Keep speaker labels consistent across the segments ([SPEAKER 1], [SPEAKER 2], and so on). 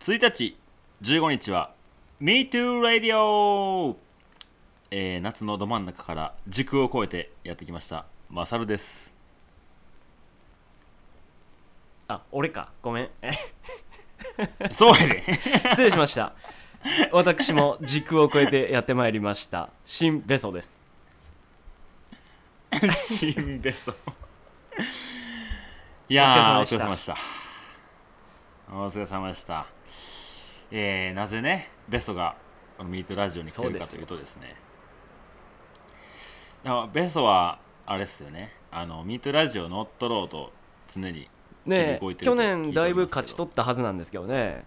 [SPEAKER 1] 1日15日は MeToo Radio、えー、夏のど真ん中から時空を超えてやってきましたマサルです
[SPEAKER 2] あ俺かごめん
[SPEAKER 1] そうやで
[SPEAKER 2] 失礼しました私も時空を超えてやってまいりました新ベソです
[SPEAKER 1] 死んでそう いやーお
[SPEAKER 2] お
[SPEAKER 1] 疲
[SPEAKER 2] 疲
[SPEAKER 1] れ
[SPEAKER 2] れ
[SPEAKER 1] 様
[SPEAKER 2] 様
[SPEAKER 1] で
[SPEAKER 2] で
[SPEAKER 1] したお疲れ様でしたえー、なぜねベストがこのミートラジオに来てるかと
[SPEAKER 2] そうです
[SPEAKER 1] い
[SPEAKER 2] よ
[SPEAKER 1] うとですねだからベストはあれですよねあのミートラジオ乗っ取ろうと常に
[SPEAKER 2] ね
[SPEAKER 1] 動い
[SPEAKER 2] え
[SPEAKER 1] てると
[SPEAKER 2] 去年だいぶ勝ち取ったはずなんですけどね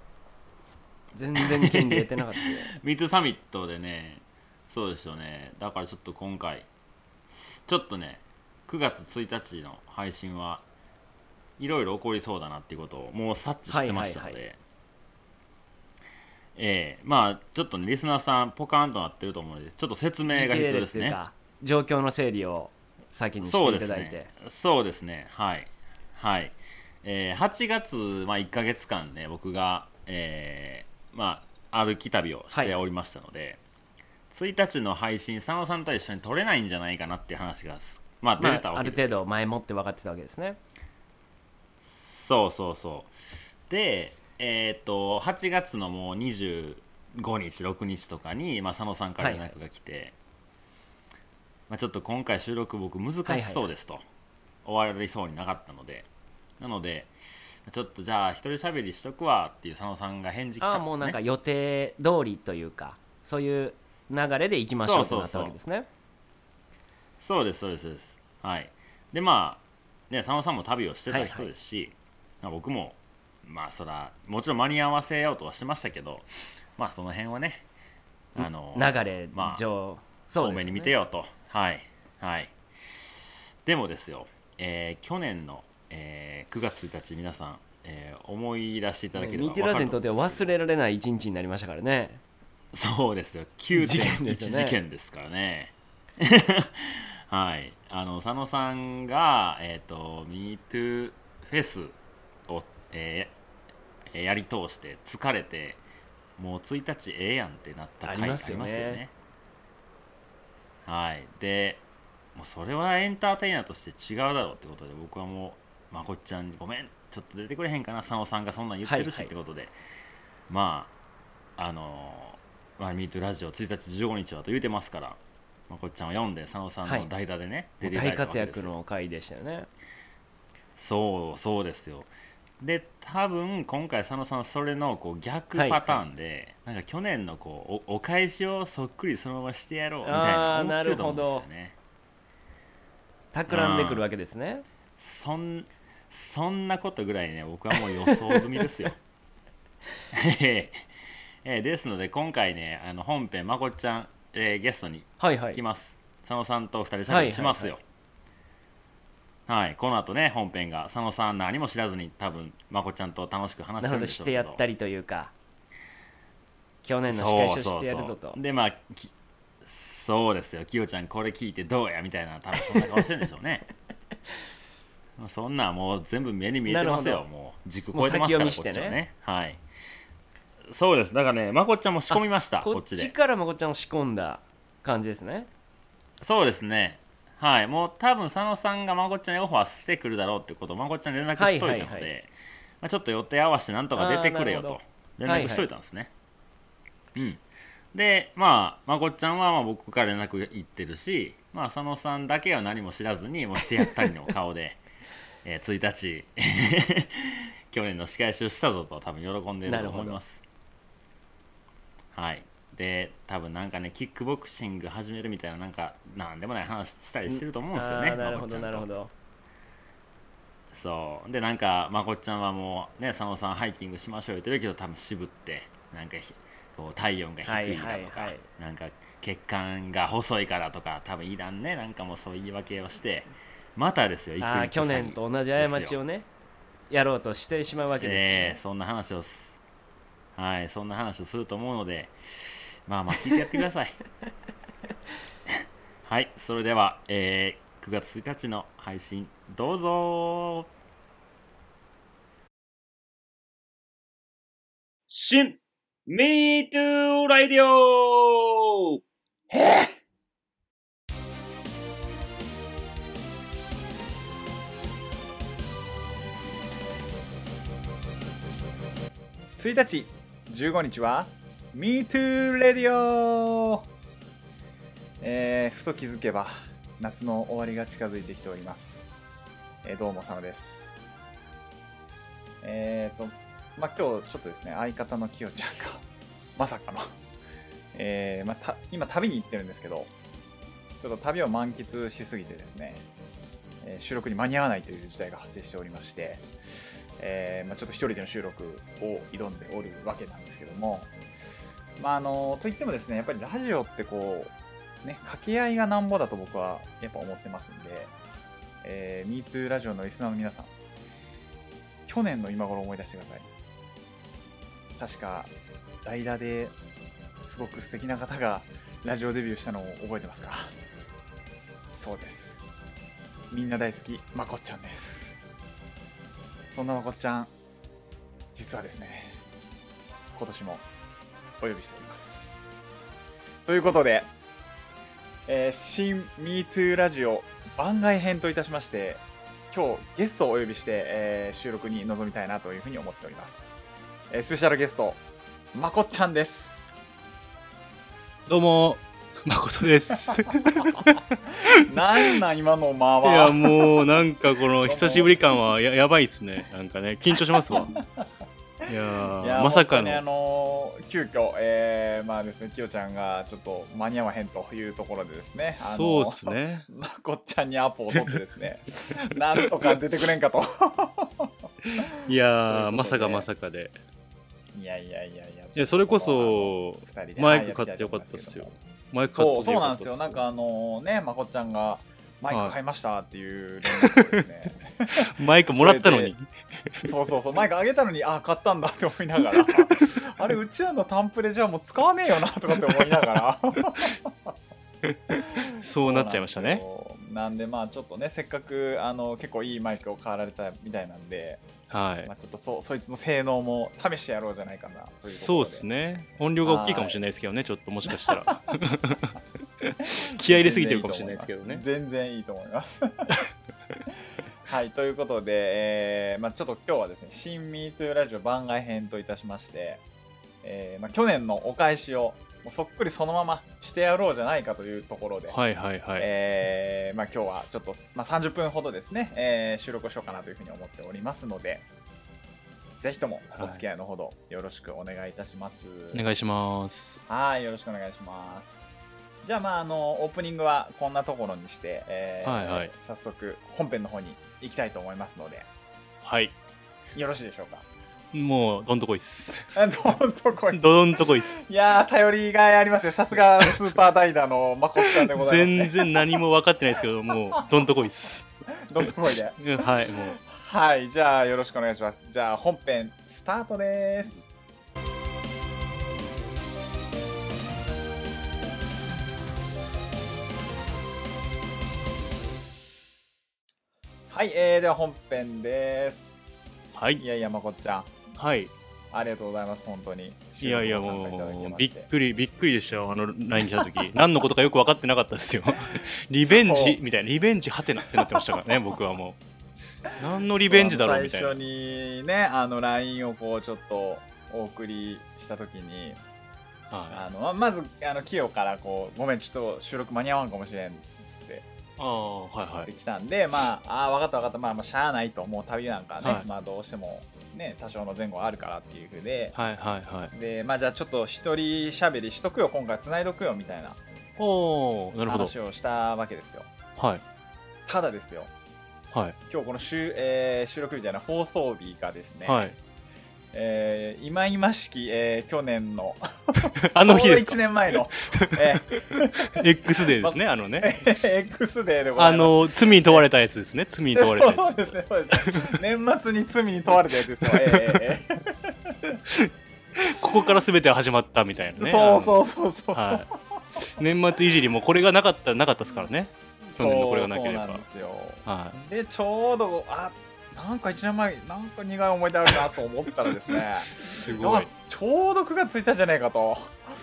[SPEAKER 2] 全然権利得てなか ったね
[SPEAKER 1] ミートサミットでねそうですよねだからちょっと今回ちょっとね9月1日の配信はいろいろ起こりそうだなっていうことをもう察知してましたので、
[SPEAKER 2] はいはい
[SPEAKER 1] ええまあちょっとねリスナーさんポカーンとなってると思うのでちょっと説明が必要です
[SPEAKER 2] 時系列という
[SPEAKER 1] ね
[SPEAKER 2] か状況の整理を先にし
[SPEAKER 1] そう
[SPEAKER 2] て
[SPEAKER 1] で
[SPEAKER 2] いた
[SPEAKER 1] す
[SPEAKER 2] だいて、
[SPEAKER 1] ねそうですねはいはい、えー8月、まあ、1か月間ね僕が、えーまあ、歩き旅をしておりましたので、1日の配信佐野さんと一緒に撮れないんじゃないかなっていう話がすまあ、出
[SPEAKER 2] ま
[SPEAKER 1] てた
[SPEAKER 2] あ、あ
[SPEAKER 1] わけ
[SPEAKER 2] る
[SPEAKER 1] です
[SPEAKER 2] 程
[SPEAKER 1] よ、
[SPEAKER 2] 度前もって分かってたわけですね
[SPEAKER 1] そうそうそうでえっと8月のもう25日6日とかに、まあ、佐野さんから連絡が来て、まあ、ちょっと今回収録僕難しそうですと、終わりそうになかったのでなのでちょっとじゃあ一人喋りしとくわっていう佐野さんが返事来たん
[SPEAKER 2] あ
[SPEAKER 1] です、
[SPEAKER 2] あ
[SPEAKER 1] ね、
[SPEAKER 2] もうなんか予定通りというかそういう流れでいきましょうとなったわけですね
[SPEAKER 1] そうですそうですそうですはいでまあね佐野さんも旅をしてた人ですし、まあ僕もまあそらもちろん間に合わせようとはしましたけどまあその辺はねあの
[SPEAKER 2] 流れ
[SPEAKER 1] まあ
[SPEAKER 2] 上、そ
[SPEAKER 1] 多
[SPEAKER 2] うです
[SPEAKER 1] め
[SPEAKER 2] よ
[SPEAKER 1] に
[SPEAKER 2] ね
[SPEAKER 1] 見てよとはいはいでもですよ、えー去年の、えー9月1日皆さん、えー思い出していただければ
[SPEAKER 2] ミーティラジにとっては
[SPEAKER 1] わかる
[SPEAKER 2] 忘れられない一日になりましたからね
[SPEAKER 1] そうですよ
[SPEAKER 2] 事件
[SPEAKER 1] 9.1
[SPEAKER 2] ですよね
[SPEAKER 1] 事件ですからね はいあの佐野さんがえっ、と MeToo フェスを、えーやり通して疲れてもう1日ええやんってなった回
[SPEAKER 2] あり
[SPEAKER 1] あ
[SPEAKER 2] ます
[SPEAKER 1] り
[SPEAKER 2] よね
[SPEAKER 1] ますよねはいでもうそれはエンターテイナーとして違うだろうってことで僕はもうまこっちゃんにごめんちょっと出てくれへんかな佐野さんがそんなん言ってるし
[SPEAKER 2] はいはい
[SPEAKER 1] ってことで、まああのーまあ、ミートラジオ1日15日はと言うてますから、まあ、こっちゃんを読んで佐野さんの代打でね、出ていただ
[SPEAKER 2] 大
[SPEAKER 1] いたわ
[SPEAKER 2] 活
[SPEAKER 1] けです
[SPEAKER 2] 躍
[SPEAKER 1] よ
[SPEAKER 2] の回でしたよね
[SPEAKER 1] そうそうですよで多分今回佐野さんそれのこう逆パターンで、なんか去年のこうおお返しをそっくりそのまましてやろうみたいな
[SPEAKER 2] あー
[SPEAKER 1] 思ってると思うんですよね
[SPEAKER 2] 企んでくるわけですね
[SPEAKER 1] そんそんなことぐらいね僕はもう予想済みです よええですので今回ねあの本編まこっちゃん、えーゲストに
[SPEAKER 2] はいはい
[SPEAKER 1] 行きます、佐野さんと二人喋りしますよはいこの後ね本編が佐野さん何も知らずに多分まこちゃんと楽しく話して
[SPEAKER 2] なる
[SPEAKER 1] る
[SPEAKER 2] ほ
[SPEAKER 1] ん
[SPEAKER 2] ど
[SPEAKER 1] でし
[SPEAKER 2] し
[SPEAKER 1] ょう
[SPEAKER 2] て
[SPEAKER 1] け
[SPEAKER 2] や
[SPEAKER 1] ど
[SPEAKER 2] ったりというか去年の仕
[SPEAKER 1] そう
[SPEAKER 2] 返し
[SPEAKER 1] そ
[SPEAKER 2] を
[SPEAKER 1] うそう
[SPEAKER 2] してやるぞと
[SPEAKER 1] でまあきそうですよきよちゃんこれ聞いてどうやみたいな多分そんな顔してるんでしょうね まあそんなんもう全部目に見えてます
[SPEAKER 2] な
[SPEAKER 1] よ
[SPEAKER 2] る
[SPEAKER 1] もう軸超えてますから
[SPEAKER 2] も
[SPEAKER 1] こ
[SPEAKER 2] う先読みし
[SPEAKER 1] っちは
[SPEAKER 2] てね
[SPEAKER 1] ねはいそうですだからねまこっちゃんも仕込みましたこ
[SPEAKER 2] こ
[SPEAKER 1] っ
[SPEAKER 2] っ
[SPEAKER 1] ち
[SPEAKER 2] ち
[SPEAKER 1] で
[SPEAKER 2] からまこっちゃんを仕込んだ感じですね
[SPEAKER 1] そうですねはいもう多分佐野さんがまこっちゃんにオファーしてくるだろうってことをまこっちゃんに連絡しといたので、
[SPEAKER 2] はいはいはい
[SPEAKER 1] まあ、ちょっと予定合わせてなんとか出てくれよ
[SPEAKER 2] あーな
[SPEAKER 1] と
[SPEAKER 2] る
[SPEAKER 1] 連絡しといたんですね、うんでまあまこっちゃんはまあ僕から連絡行ってるし、まあ、佐野さんだけは何も知らずにもうしてやったりの顔 で、えー1日去年の仕返しをしたぞと多分喜んでると思いますはいで多分なんかねキックボクシング始めるみたいななんかなんでもない話したりしてると思うんですよね
[SPEAKER 2] あーなる
[SPEAKER 1] まこ
[SPEAKER 2] ほ
[SPEAKER 1] っちゃ
[SPEAKER 2] ど
[SPEAKER 1] んと
[SPEAKER 2] なるほど
[SPEAKER 1] そうでなんかまこっちゃんはもうね佐野さんハイキングしましょう言ってるけど多分渋ってなんかひこう体温が低いだとか、
[SPEAKER 2] はいはいはい
[SPEAKER 1] なんか血管が細いからとか多分いらんねなんかもうそういう言い訳をしてまたですよ
[SPEAKER 2] ああ
[SPEAKER 1] 一
[SPEAKER 2] 去年と同じ過ちをねやろうとしてしまうわけ
[SPEAKER 1] え
[SPEAKER 2] で
[SPEAKER 1] え
[SPEAKER 2] すよね
[SPEAKER 1] そんな話をすはいそんな話をすると思うのでまあまあ聞いてやってください はいそれでは、えー9月1日の配信どうぞ
[SPEAKER 3] 新、ミートゥーライディオへ
[SPEAKER 4] 1日15日は MeToo Radio、えー、ふと気づけば夏の終わりが近づいてきております、えーどうもさまですえっ、とまあ今日ちょっとですね相方のきよちゃんが まさかのえーまあ、た今旅に行ってるんですけどちょっと旅を満喫しすぎてですね、えー収録に間に合わないという事態が発生しておりましてえーまあ、ちょっと一人での収録を挑んでおるわけなんですけども、まあ、あのといってもですねやっぱりラジオってこう、ね、掛け合いがなんぼだと僕はやっぱ思ってますんで、えー、MeToo ラジオのリスナーの皆さん去年の今頃思い出してください確か代打ですごく素敵な方がラジオデビューしたのを覚えてますかそうですみんな大好きまこっちゃんですそんなまこっちゃん、実はですね、今年もお呼びしております。ということで、えー、新 MeToo ラジオ番外編といたしまして、今日ゲストをお呼びして、えー収録に臨みたいなというふうに思っております。えースペシャルゲスト、まこっちゃんです。
[SPEAKER 5] どうも、誠です。い
[SPEAKER 4] なんなん今の間
[SPEAKER 5] や、
[SPEAKER 4] は。
[SPEAKER 5] もう、なんか、この久しぶり感はや、やばいっすね。なんかね、緊張しますわ。いやー
[SPEAKER 4] いや
[SPEAKER 5] まさか
[SPEAKER 4] 本当にあ
[SPEAKER 5] の。
[SPEAKER 4] のー急遽、えー、まあですね、きよちゃんがちょっと間に合わへんというところでですね、あのー
[SPEAKER 5] そうっすね。
[SPEAKER 4] まこっちゃんにアポを取ってですね、 なんとか出てくれんかと。
[SPEAKER 5] いやー、ま
[SPEAKER 4] とい
[SPEAKER 5] さ
[SPEAKER 4] うことで
[SPEAKER 5] かまさかで。
[SPEAKER 4] いやいやいやいや。
[SPEAKER 5] いや、それこ、そ、
[SPEAKER 4] 二人で
[SPEAKER 5] マイク買ってよかったっすよ。マイク買
[SPEAKER 4] そ
[SPEAKER 5] っと
[SPEAKER 4] う、
[SPEAKER 5] い
[SPEAKER 4] そ
[SPEAKER 5] て
[SPEAKER 4] う
[SPEAKER 5] よ
[SPEAKER 4] なん
[SPEAKER 5] かっ
[SPEAKER 4] です
[SPEAKER 5] たっ
[SPEAKER 4] よ。
[SPEAKER 5] よ
[SPEAKER 4] なんかあのね、まこっちゃんが、マイク買いましたっていう連絡をですね、
[SPEAKER 5] マイクもらったのに
[SPEAKER 4] こ。 そうそうそう、マイクあげたのに、あ、買ったんだって思いなが ら、あれ、うちらのタンプレじゃもう使わねえよなとかって思いながら。
[SPEAKER 5] そうなっちゃいましたね。
[SPEAKER 4] そうなんですよ。なんでまあちょっとね、せっかくあの結構いいマイクを買わられたみたいなんで、
[SPEAKER 5] はい
[SPEAKER 4] まあ、。ちょっとそそいつの性能も試してやろうじゃないかなという
[SPEAKER 5] そうっす
[SPEAKER 4] ね
[SPEAKER 5] ね。音量が大きいかもしれないですけどね、ちょっともしかしたら。 気合入れすぎてるかもしれないですけどね。
[SPEAKER 4] 全然いいと思いますはいということで、えーまあ、ちょっと今日はですね「新ミートゥーラジオ番外編」といたしまして、えーまあ、去年のお返しをもうそっくりそのまましてやろうじゃないかというところで、
[SPEAKER 5] はいはいはい。
[SPEAKER 4] えーまあ、今日はちょっと、まあ、30分ほどですね、えー収録をしようかなというふうに思っておりますのでぜひともお付き合いのほどよろしくお願いいたします、
[SPEAKER 5] お願いします。
[SPEAKER 4] はい、よろしくお願いします。じゃあ、まあ、あの、オープニングはこんなところにして、えー
[SPEAKER 5] はいはい
[SPEAKER 4] 早速、本編の方に行きたいと思いますので、
[SPEAKER 5] はい。
[SPEAKER 4] よろしいでしょうか。
[SPEAKER 5] もう、どんとこいっす。
[SPEAKER 4] あどんとこい。
[SPEAKER 5] どどんとこいっす。
[SPEAKER 4] いやー、頼りがいありますね。さすが、スーパーダイダーのまこっちゃんでございます、ね。
[SPEAKER 5] 全然何も分かってないですけ ど、もう、どんとこいっす。
[SPEAKER 4] どんとこいで。
[SPEAKER 5] うんはい、もう。
[SPEAKER 4] はい、じゃあ、よろしくお願いします。じゃあ、本編、スタートです。はい、えー、では本編です。
[SPEAKER 5] はい
[SPEAKER 4] い。やいや、まこっちゃん、
[SPEAKER 5] はい。
[SPEAKER 4] ありがとうございます、本当に。
[SPEAKER 5] いやいや、
[SPEAKER 4] 収録にご参加いただき
[SPEAKER 5] もう、
[SPEAKER 4] ま
[SPEAKER 5] び
[SPEAKER 4] し
[SPEAKER 5] ってくり、びっくりでしたよ、あの LINE 来た時 何のことかよく分かってなかったですよ。 リベンジみたいな、リベンジはてなってなってました からね、僕はもう。何のリベンジだろうみたいな
[SPEAKER 4] 最。初にね、あの、LINE をこう、ちょっと、お送りしたときに、
[SPEAKER 5] はい
[SPEAKER 4] あのままずあのキヨからこう「ごめんちょっと収録間に合わんかもしれん」っつって
[SPEAKER 5] ああ、はいは
[SPEAKER 4] で
[SPEAKER 5] い。
[SPEAKER 4] きたんで、まああー分かった分かったまあまあしゃあないともう旅なんかね、
[SPEAKER 5] はい
[SPEAKER 4] まあどうしてもね多少の前後あるからっていうふうで、
[SPEAKER 5] はいはいはい。
[SPEAKER 4] でまあじゃあちょっと一人喋りしとくよ今回繋いどくよみたいな
[SPEAKER 5] おー、なるほど。
[SPEAKER 4] 話をしたわけですよ
[SPEAKER 5] はい。
[SPEAKER 4] ただですよ
[SPEAKER 5] はい。
[SPEAKER 4] 今日この収,、えー収録日じゃない放送日がですね、
[SPEAKER 5] はい。
[SPEAKER 4] えー今今しき、えー去年の
[SPEAKER 5] あの日です
[SPEAKER 4] ちょうど1 年
[SPEAKER 5] か。
[SPEAKER 4] 前の、え
[SPEAKER 5] X デーですね、あのね。
[SPEAKER 4] ー X デーでございます
[SPEAKER 5] あの、罪に問われたやつですね、罪に問われたやつ
[SPEAKER 4] そう。ですね、そうですね。年末に罪に問われたやつですよ。えええ
[SPEAKER 5] ここから全ては始まったみたい
[SPEAKER 4] え
[SPEAKER 5] なね。
[SPEAKER 4] そうそうそうそう。
[SPEAKER 5] はい、年末いじりもこれがなかったらなかったですからね去年のこれがなければ
[SPEAKER 4] そうそうなんですよ。
[SPEAKER 5] はい
[SPEAKER 4] で、ちょうど、あなんか1年前なんか苦い思い出あるなと思ったらですね
[SPEAKER 5] す
[SPEAKER 4] あちょうど9月1日じゃねえかと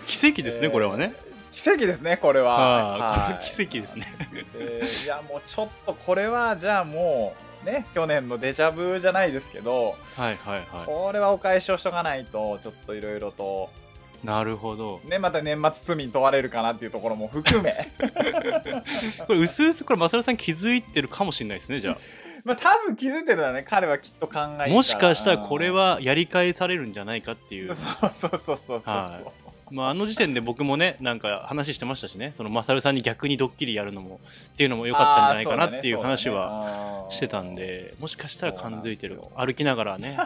[SPEAKER 5] 奇跡ですね、
[SPEAKER 4] えー
[SPEAKER 5] これはね。
[SPEAKER 4] 奇跡ですねこれは
[SPEAKER 5] あー
[SPEAKER 4] はい
[SPEAKER 5] これ奇跡ですね。
[SPEAKER 4] えーいやもうちょっとこれはじゃあもうね去年のデジャブじゃないですけど
[SPEAKER 5] はいはいは
[SPEAKER 4] これはお返しをしとかないとちょっといろいろと
[SPEAKER 5] い。なるほど。
[SPEAKER 4] ねまた年末罪に問われるかなっていうところも含め
[SPEAKER 5] これ、うすうす、これ、マサルさん気づいてるかもしれないですね、じゃ
[SPEAKER 4] まあ多分気づいてるだね彼はきっと考えて
[SPEAKER 5] あ。
[SPEAKER 4] た
[SPEAKER 5] もしかしたら、これはやり返されるんじゃないかっていう
[SPEAKER 4] うん。そうそうそうそうそうそう、
[SPEAKER 5] はいまあ、あの時点で僕もね、なんか話してましたしね、そのマサルさんに逆にドッキリやるのも、っていうのも良かったんじゃないかなっていう話は
[SPEAKER 4] は
[SPEAKER 5] してたんで、もしかしたら感づいてる
[SPEAKER 4] そう。
[SPEAKER 5] 歩きながら ね、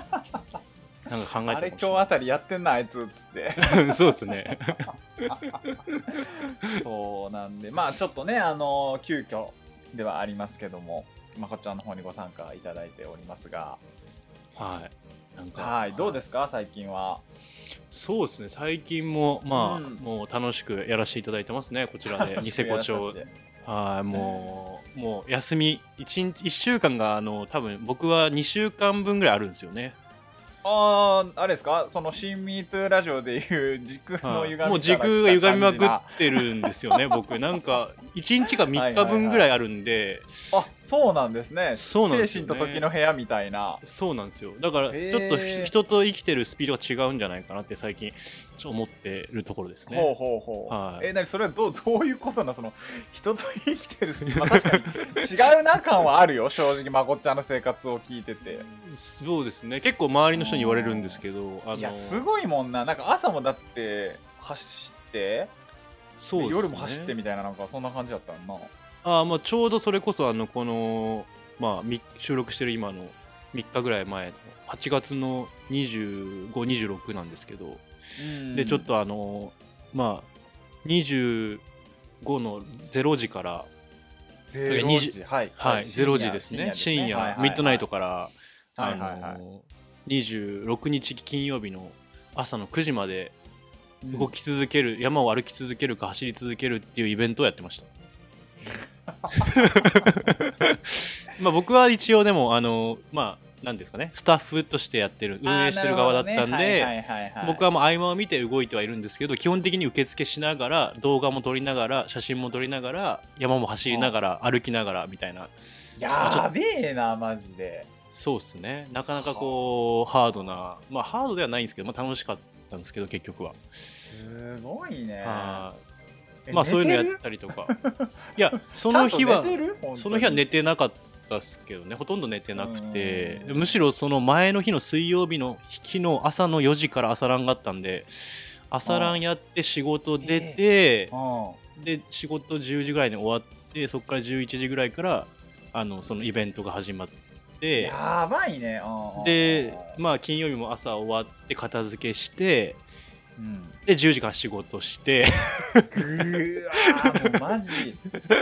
[SPEAKER 5] なんか考え
[SPEAKER 4] あれ
[SPEAKER 5] てる
[SPEAKER 4] 今日あたりやってんなあいつっつって
[SPEAKER 5] り。 そうですね。
[SPEAKER 4] そうなんでまあちょっとねあの急遽ではありますけどもまこちゃんの方にご参加いただいておりますが
[SPEAKER 5] はい。なんか
[SPEAKER 4] はいどうですか最近は
[SPEAKER 5] そうですね最近もまあ、
[SPEAKER 4] うん
[SPEAKER 5] もう楽しくやらせていただいてますねこちらでニセコ町
[SPEAKER 4] で
[SPEAKER 5] はいもうもう休み 1, 一週間があの多分僕は2週間分ぐらいあるんですよね、
[SPEAKER 4] あああれですかその新ミートゥーラジオでいう時空の
[SPEAKER 5] はい
[SPEAKER 4] 歪みから
[SPEAKER 5] もう時空が歪みまく
[SPEAKER 4] 来た感
[SPEAKER 5] ってるんです よね僕なんか1日が3日分ぐらいあるんで
[SPEAKER 4] じなあそうなんですね
[SPEAKER 5] そうなんです
[SPEAKER 4] 精
[SPEAKER 5] よね
[SPEAKER 4] 神と時の部屋みたいな
[SPEAKER 5] そうなんですよだから
[SPEAKER 4] へー
[SPEAKER 5] ちょっとひ人と生きてるスピードが違うんじゃないかなって最近ちょっと思ってるところですね
[SPEAKER 4] ほうほうほう、
[SPEAKER 5] はい
[SPEAKER 4] えなにそれはどう どういうことなのその人と生きてるすまあ確かに違うな感はあるよ正直まこっちゃんの生活を聞いてて
[SPEAKER 5] そうですね結構周りの人に言われるんですけどあの
[SPEAKER 4] いやすごいもんななんか朝もだって走って
[SPEAKER 5] そうですね
[SPEAKER 4] 夜も走ってみたいななんかそんな感じだったのな
[SPEAKER 5] あーまあちょうどそれこそあのこの、まあ、み収録してる今の3日ぐらい前の8月の2526なんですけど、でちょっとあのまあ25の0時から、
[SPEAKER 4] 0
[SPEAKER 5] 20
[SPEAKER 4] 時はい
[SPEAKER 5] はい0時ですね深夜ミッドナイトから、
[SPEAKER 4] は
[SPEAKER 5] あ
[SPEAKER 4] い
[SPEAKER 5] の
[SPEAKER 4] はいはい
[SPEAKER 5] 26日金曜日の朝の9時まで
[SPEAKER 4] ら
[SPEAKER 5] 動き続ける、山を歩き続けるか走り続けるっていうイベントをやって ましたまあ僕は一応でもあのまあ何ですかねスタッフとしてやってる運営してる側だったんで、僕はもう合間を見て動いてはいるんですけど基本的に受付しながら動画も撮りながら写真も撮りながら山も走りながら歩きながらみたいな
[SPEAKER 4] やべえなマジで
[SPEAKER 5] そうですねなかなかこうハードなまあハードではないんですけど、まあ、楽しかったんですけど結局は。
[SPEAKER 4] すごいね
[SPEAKER 5] はい
[SPEAKER 4] え
[SPEAKER 5] まあそういうのや
[SPEAKER 4] 寝て
[SPEAKER 5] っ
[SPEAKER 4] る
[SPEAKER 5] たりとかいやその日
[SPEAKER 4] ちゃ
[SPEAKER 5] は
[SPEAKER 4] んと寝てる本当に
[SPEAKER 5] その日は寝てなかったっすけどねほとんど寝てなくて
[SPEAKER 4] うん
[SPEAKER 5] むしろその前の日の水曜日の日の朝の4時から朝ランがあったんで朝ランやって仕事出て、
[SPEAKER 4] うん
[SPEAKER 5] で仕事10時ぐらいに終わってそこから11時ぐらいからあのそのイベントが始まって
[SPEAKER 4] やばいねうん
[SPEAKER 5] で
[SPEAKER 4] うん
[SPEAKER 5] まあ金曜日も朝終わって片付けして
[SPEAKER 4] うん
[SPEAKER 5] で10時から仕事して
[SPEAKER 4] ぐーわーもうマジ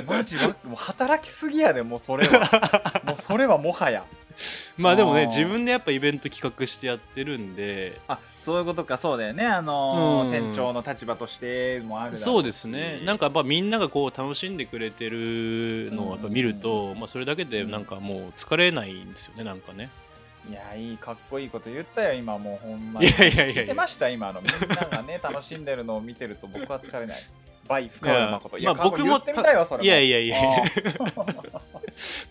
[SPEAKER 4] マジわもう働きすぎやでもうそれはもうそれはもはや
[SPEAKER 5] まあでも
[SPEAKER 4] あ
[SPEAKER 5] ね
[SPEAKER 4] ー
[SPEAKER 5] 自分でやっぱイベント企画してやってるんで
[SPEAKER 4] あそういうことかそうだよねあ
[SPEAKER 5] うん
[SPEAKER 4] のー店長の立場としてもあるだろし
[SPEAKER 5] そうですねなんかやっぱみんながこう楽しんでくれてるのをやっぱ見ると、まあ、それだけでなんかもう疲れないんですよねなんかね
[SPEAKER 4] いやいいかっこいいこと言ったよ今もうほんまに
[SPEAKER 5] いやいやいやいや
[SPEAKER 4] 聞てました今のみんながね楽しんでるのを見てると僕は疲れないバイ深山誠
[SPEAKER 5] いやま
[SPEAKER 4] 過
[SPEAKER 5] あ
[SPEAKER 4] 去
[SPEAKER 5] 僕も
[SPEAKER 4] 言ってみたいわそれ
[SPEAKER 5] いやいやいや
[SPEAKER 4] あー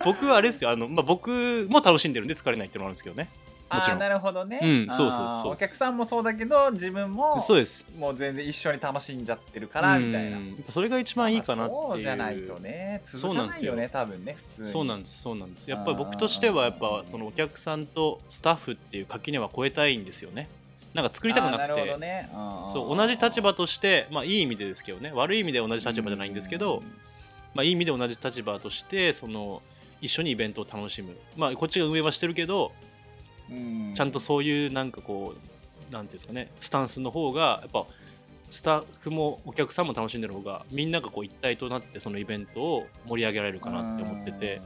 [SPEAKER 5] 僕はあれですよあの、まあ、僕も楽しんでるんで疲れないっていうのもあるんですけどねもち
[SPEAKER 4] あ
[SPEAKER 5] ろ
[SPEAKER 4] ー
[SPEAKER 5] ん
[SPEAKER 4] なるほどね、
[SPEAKER 5] うんそうそう
[SPEAKER 4] あー
[SPEAKER 5] そう
[SPEAKER 4] お客さんもそうだけど自分も
[SPEAKER 5] そうです
[SPEAKER 4] もう全然一緒に楽しんじゃってるからみたいな
[SPEAKER 5] うんやっぱそれが一番いいかなっていう、
[SPEAKER 4] そうじゃないとね
[SPEAKER 5] そ
[SPEAKER 4] 続
[SPEAKER 5] うな
[SPEAKER 4] か
[SPEAKER 5] んで
[SPEAKER 4] な
[SPEAKER 5] す
[SPEAKER 4] い
[SPEAKER 5] よ
[SPEAKER 4] よね多分ね普通に
[SPEAKER 5] そうなんですそうなんですやっぱり僕としてはやっぱそのお客さんとスタッフっていう垣根は超えたいんですよねなんか作りたくな
[SPEAKER 4] あー
[SPEAKER 5] く
[SPEAKER 4] る
[SPEAKER 5] て
[SPEAKER 4] ほどねん
[SPEAKER 5] そう同じ立場として、まあ、いい意味でですけどね悪い意味で同じ立場じゃないんですけど、まあ、いい意味で同じ立場としてその一緒にイベントを楽しむ、まあ、こっちが運営はしてるけど
[SPEAKER 4] うん
[SPEAKER 5] ちゃんとそういうなんかこうなんていうんですかねスタンスの方がやっぱスタッフもお客さんも楽しんでる方がみんながこう一体となってそのイベントを盛り上げられるかなって思ってて、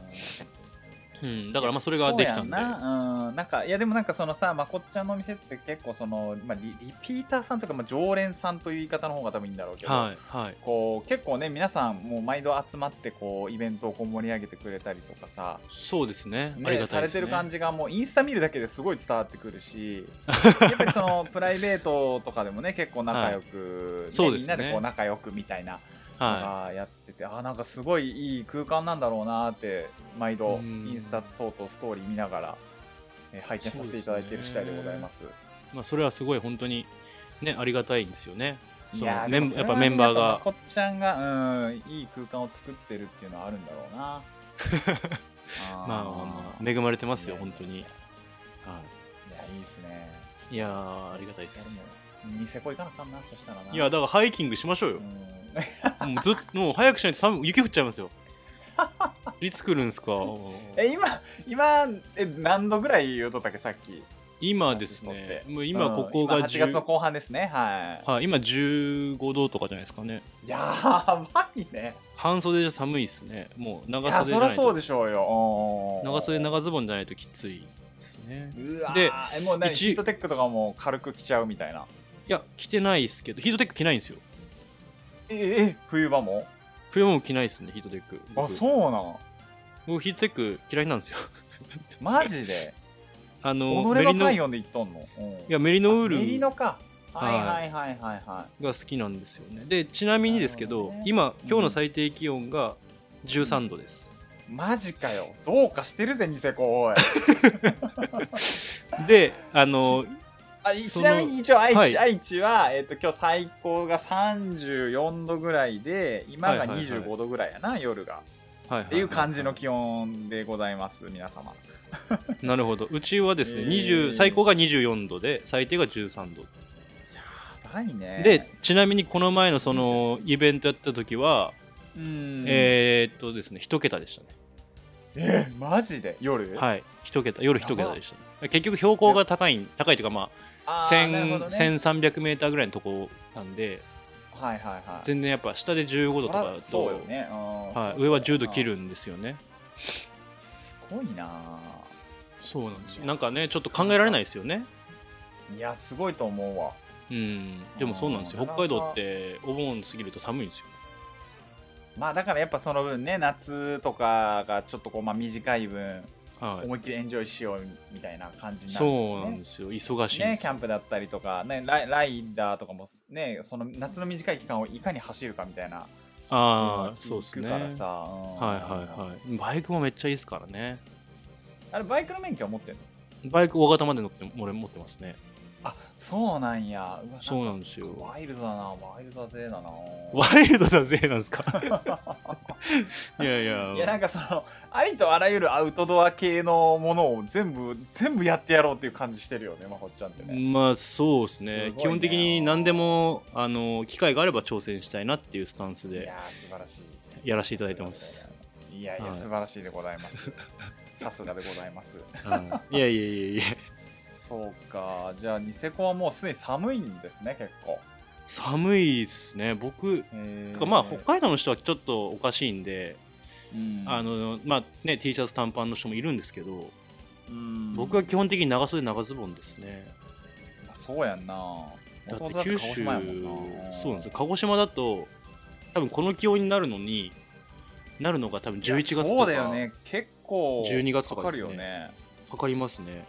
[SPEAKER 5] うん、だからまあそれができたんで
[SPEAKER 4] そうやんな,、うん、なんかいやでもなんかそのさまこっちゃんのお店って結構その、まあ、リリピーターさんとか、まあ、常連さんという言い方の方が多分いいんだろうけど、
[SPEAKER 5] はいはい
[SPEAKER 4] こう結構ね皆さんもう毎度集まってこうイベントをこう盛り上げてくれたりとかさ、
[SPEAKER 5] そうですねあり
[SPEAKER 4] ね、
[SPEAKER 5] がた
[SPEAKER 4] さ
[SPEAKER 5] い
[SPEAKER 4] れ
[SPEAKER 5] ですね
[SPEAKER 4] てる感じがもうインスタ見るだけですごい伝わってくる しやっぱりそのプライベートとかでもね結構仲良く、ね
[SPEAKER 5] そうです
[SPEAKER 4] みん
[SPEAKER 5] ね
[SPEAKER 4] なでこう仲良くみたいな
[SPEAKER 5] は
[SPEAKER 4] あーやってて、あーなんかすごいいい空間なんだろうなーって毎度
[SPEAKER 5] うん
[SPEAKER 4] インスタ等々ストーリー見ながら、えー拝見させていただいている次第でございます。
[SPEAKER 5] いまあ、それはすごい本当にねありがたいんですよねそ
[SPEAKER 4] い
[SPEAKER 5] の
[SPEAKER 4] やーで
[SPEAKER 5] メ
[SPEAKER 4] も
[SPEAKER 5] ン
[SPEAKER 4] そ
[SPEAKER 5] や
[SPEAKER 4] れ
[SPEAKER 5] っ
[SPEAKER 4] は
[SPEAKER 5] ぱ
[SPEAKER 4] ね
[SPEAKER 5] メンバー
[SPEAKER 4] やっ
[SPEAKER 5] が
[SPEAKER 4] ぱまこっちゃんが、うん、いい空間を作ってるっていうのはあるんだろ うな。あー
[SPEAKER 5] まあまあまあ恵まれてますよ
[SPEAKER 4] いや
[SPEAKER 5] 本当にはい
[SPEAKER 4] やいいですね。
[SPEAKER 5] いいやーありがたいで
[SPEAKER 4] いや
[SPEAKER 5] す
[SPEAKER 4] でもニセコ行かなあかんなそしたらな。
[SPEAKER 5] いやだからハイキングしましょうよ
[SPEAKER 4] うん
[SPEAKER 5] もうずっもう早くしないと寒い雪降っちゃい ますよいつ来るんですか
[SPEAKER 4] え今今え何度ぐらい言うとったっけさっき。
[SPEAKER 5] 今ですねもう今ここ
[SPEAKER 4] うん
[SPEAKER 5] が
[SPEAKER 4] 今8
[SPEAKER 5] 10
[SPEAKER 4] 月の後半ですね。はい。
[SPEAKER 5] はい、今15度とかじゃないですかね
[SPEAKER 4] やばいね。
[SPEAKER 5] 半袖じゃ寒いですねもう
[SPEAKER 4] い
[SPEAKER 5] 長
[SPEAKER 4] や、
[SPEAKER 5] 袖じ
[SPEAKER 4] そり
[SPEAKER 5] ゃな
[SPEAKER 4] ゃ
[SPEAKER 5] い
[SPEAKER 4] そう
[SPEAKER 5] と
[SPEAKER 4] でしょうよ。
[SPEAKER 5] 長袖長ズボンじゃないときついですね
[SPEAKER 4] うわ
[SPEAKER 5] で
[SPEAKER 4] で、えもう何
[SPEAKER 5] 一
[SPEAKER 4] ヒートテックとかも軽く着ちゃうみたいな。
[SPEAKER 5] いや着てないですけどヒートテック着ないんですよ
[SPEAKER 4] え、え、冬場も
[SPEAKER 5] 冬も着ないですねヒートテック
[SPEAKER 4] あ、
[SPEAKER 5] 僕
[SPEAKER 4] そうなん。
[SPEAKER 5] 僕ヒートテック嫌いなんですよ
[SPEAKER 4] マジで
[SPEAKER 5] あ
[SPEAKER 4] 己
[SPEAKER 5] のメリ
[SPEAKER 4] の
[SPEAKER 5] ノ
[SPEAKER 4] 体
[SPEAKER 5] い
[SPEAKER 4] 温でいっとんのうん
[SPEAKER 5] やメリノウー
[SPEAKER 4] あメリ
[SPEAKER 5] ル
[SPEAKER 4] ノか。は
[SPEAKER 5] はいい
[SPEAKER 4] はいはいはいは
[SPEAKER 5] が好きなんですよねでちなみにですけ
[SPEAKER 4] なる
[SPEAKER 5] ど
[SPEAKER 4] ほどね
[SPEAKER 5] 今今日の最低気温が13度です、
[SPEAKER 4] い。マジかよ。どうかしてるぜ、ニセコ、 おい。
[SPEAKER 5] であの
[SPEAKER 4] あい
[SPEAKER 5] そ
[SPEAKER 4] ち
[SPEAKER 5] の
[SPEAKER 4] なみに一応愛知,、
[SPEAKER 5] はい
[SPEAKER 4] 愛知は、えっと今日最高が34度ぐらいで今が
[SPEAKER 5] はいはいはい
[SPEAKER 4] 25度ぐらいやな、夜が
[SPEAKER 5] はいははは
[SPEAKER 4] っていう感じの気温でございます皆様
[SPEAKER 5] なるほどうちはですね、
[SPEAKER 4] えー
[SPEAKER 5] 20最高が24度で最低が13度
[SPEAKER 4] やばいね
[SPEAKER 5] でちなみにこの前のそのイベントやった時は、
[SPEAKER 4] うん
[SPEAKER 5] えー、っとですね1桁でした
[SPEAKER 4] え
[SPEAKER 5] ね
[SPEAKER 4] マジで夜
[SPEAKER 5] はい1桁夜1桁でしたね、結局標高が高いん高いというかまあ
[SPEAKER 4] あーなるほどね
[SPEAKER 5] 1 3 0 0ーぐらいのとこなんで
[SPEAKER 4] はいはいはい
[SPEAKER 5] 全然やっぱ下で15度とかだと
[SPEAKER 4] そらそうよね、うん
[SPEAKER 5] はい、上は10度切るんですよね
[SPEAKER 4] すごいな
[SPEAKER 5] そうなんですよなんかねちょっと考えられないですよね
[SPEAKER 4] いやすごいと思うわ
[SPEAKER 5] うんでもそうなんですよ
[SPEAKER 4] うん
[SPEAKER 5] 北海道ってお盆過ぎると寒いんですよ
[SPEAKER 4] まあだからやっぱその分ね夏とかがちょっとこう、まあ、短い分
[SPEAKER 5] はい
[SPEAKER 4] 思いっきりエンジョイしようみたいな感じになる
[SPEAKER 5] そうん
[SPEAKER 4] です
[SPEAKER 5] な
[SPEAKER 4] ね
[SPEAKER 5] んですよ忙しいんで
[SPEAKER 4] ね、
[SPEAKER 5] す
[SPEAKER 4] キャ
[SPEAKER 5] よ
[SPEAKER 4] ンプだったりとか、ね、ライライダーとかもす、ね、その夏の短い期間をいかに走るかみたいな
[SPEAKER 5] ああ
[SPEAKER 4] の
[SPEAKER 5] そう
[SPEAKER 4] を聞
[SPEAKER 5] です
[SPEAKER 4] く
[SPEAKER 5] ね
[SPEAKER 4] から
[SPEAKER 5] は
[SPEAKER 4] さ、はい
[SPEAKER 5] はいはいバイクもめっちゃいいですからね
[SPEAKER 4] あれバイクの免許は持ってるの
[SPEAKER 5] バイク大型まで乗って俺持ってますね
[SPEAKER 4] あそうなんやうわ
[SPEAKER 5] そうなんですよ
[SPEAKER 4] かワイルドだなワイルドだぜだな
[SPEAKER 5] ワイルドだぜな んですかいやいや
[SPEAKER 4] いやなんかそのありとあらゆるアウトドア系のものを全部全部やってやろうっていう感じしてるよねまこっちゃんってね、
[SPEAKER 5] まあそうです
[SPEAKER 4] すご
[SPEAKER 5] ね
[SPEAKER 4] いね
[SPEAKER 5] 基本的に何でもあの機会があれば挑戦したいなっていうスタンス
[SPEAKER 4] い
[SPEAKER 5] で
[SPEAKER 4] やー素晴らしい
[SPEAKER 5] やらせていただいてます
[SPEAKER 4] いやいや
[SPEAKER 5] はい
[SPEAKER 4] 素晴らしいでございます、さすがでございます
[SPEAKER 5] はいいやいやいやいや
[SPEAKER 4] そうかじゃあニセコはもうすでに寒いんですね結構
[SPEAKER 5] 寒いですね僕
[SPEAKER 4] え
[SPEAKER 5] まあ北海道の人はちょっとおかしいんで、
[SPEAKER 4] うん
[SPEAKER 5] あのまあね T シャツ短パンの人もいるんですけど、
[SPEAKER 4] うん
[SPEAKER 5] 僕は基本的に長袖長ズボンですね
[SPEAKER 4] そうやんな
[SPEAKER 5] だって
[SPEAKER 4] 元々だって
[SPEAKER 5] 九
[SPEAKER 4] 鹿児
[SPEAKER 5] 州
[SPEAKER 4] 島やもんな
[SPEAKER 5] そうなんですよ鹿児島だと多分この気温になるのになるのが多分
[SPEAKER 4] いや
[SPEAKER 5] 11月とか
[SPEAKER 4] そうだよね結構
[SPEAKER 5] 12月とか
[SPEAKER 4] か
[SPEAKER 5] で
[SPEAKER 4] か
[SPEAKER 5] す
[SPEAKER 4] る
[SPEAKER 5] ね
[SPEAKER 4] よね
[SPEAKER 5] かかりますね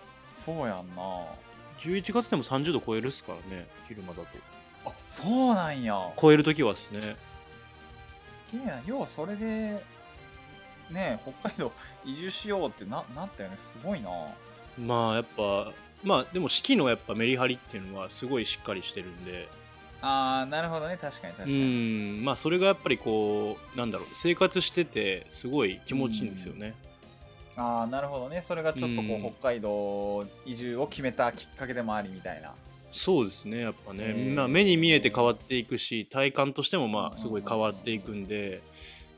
[SPEAKER 4] そうやんな
[SPEAKER 5] 11月でも30度超えるっすからね昼間だと
[SPEAKER 4] あそうなんや
[SPEAKER 5] 超える時はですね
[SPEAKER 4] すげえなようそれでねえ北海道移住しようってななったよねすごいな
[SPEAKER 5] まあやっぱまあでも四季のやっぱメリハリっていうのはすごいしっかりしてるんで
[SPEAKER 4] あーなるほどね確かに確か
[SPEAKER 5] う
[SPEAKER 4] に、
[SPEAKER 5] んまあそれがやっぱりこうなんだろう生活しててすごい気持ちいいんですよね
[SPEAKER 4] ああなるほどねそれがちょっとこう、
[SPEAKER 5] うん
[SPEAKER 4] 北海道移住を決めたきっかけでもありみたいな
[SPEAKER 5] そうですねやっぱね、
[SPEAKER 4] うん
[SPEAKER 5] まあ、目に見えて変わっていくし体感としてもま
[SPEAKER 4] うん
[SPEAKER 5] あすごい変わっていくんで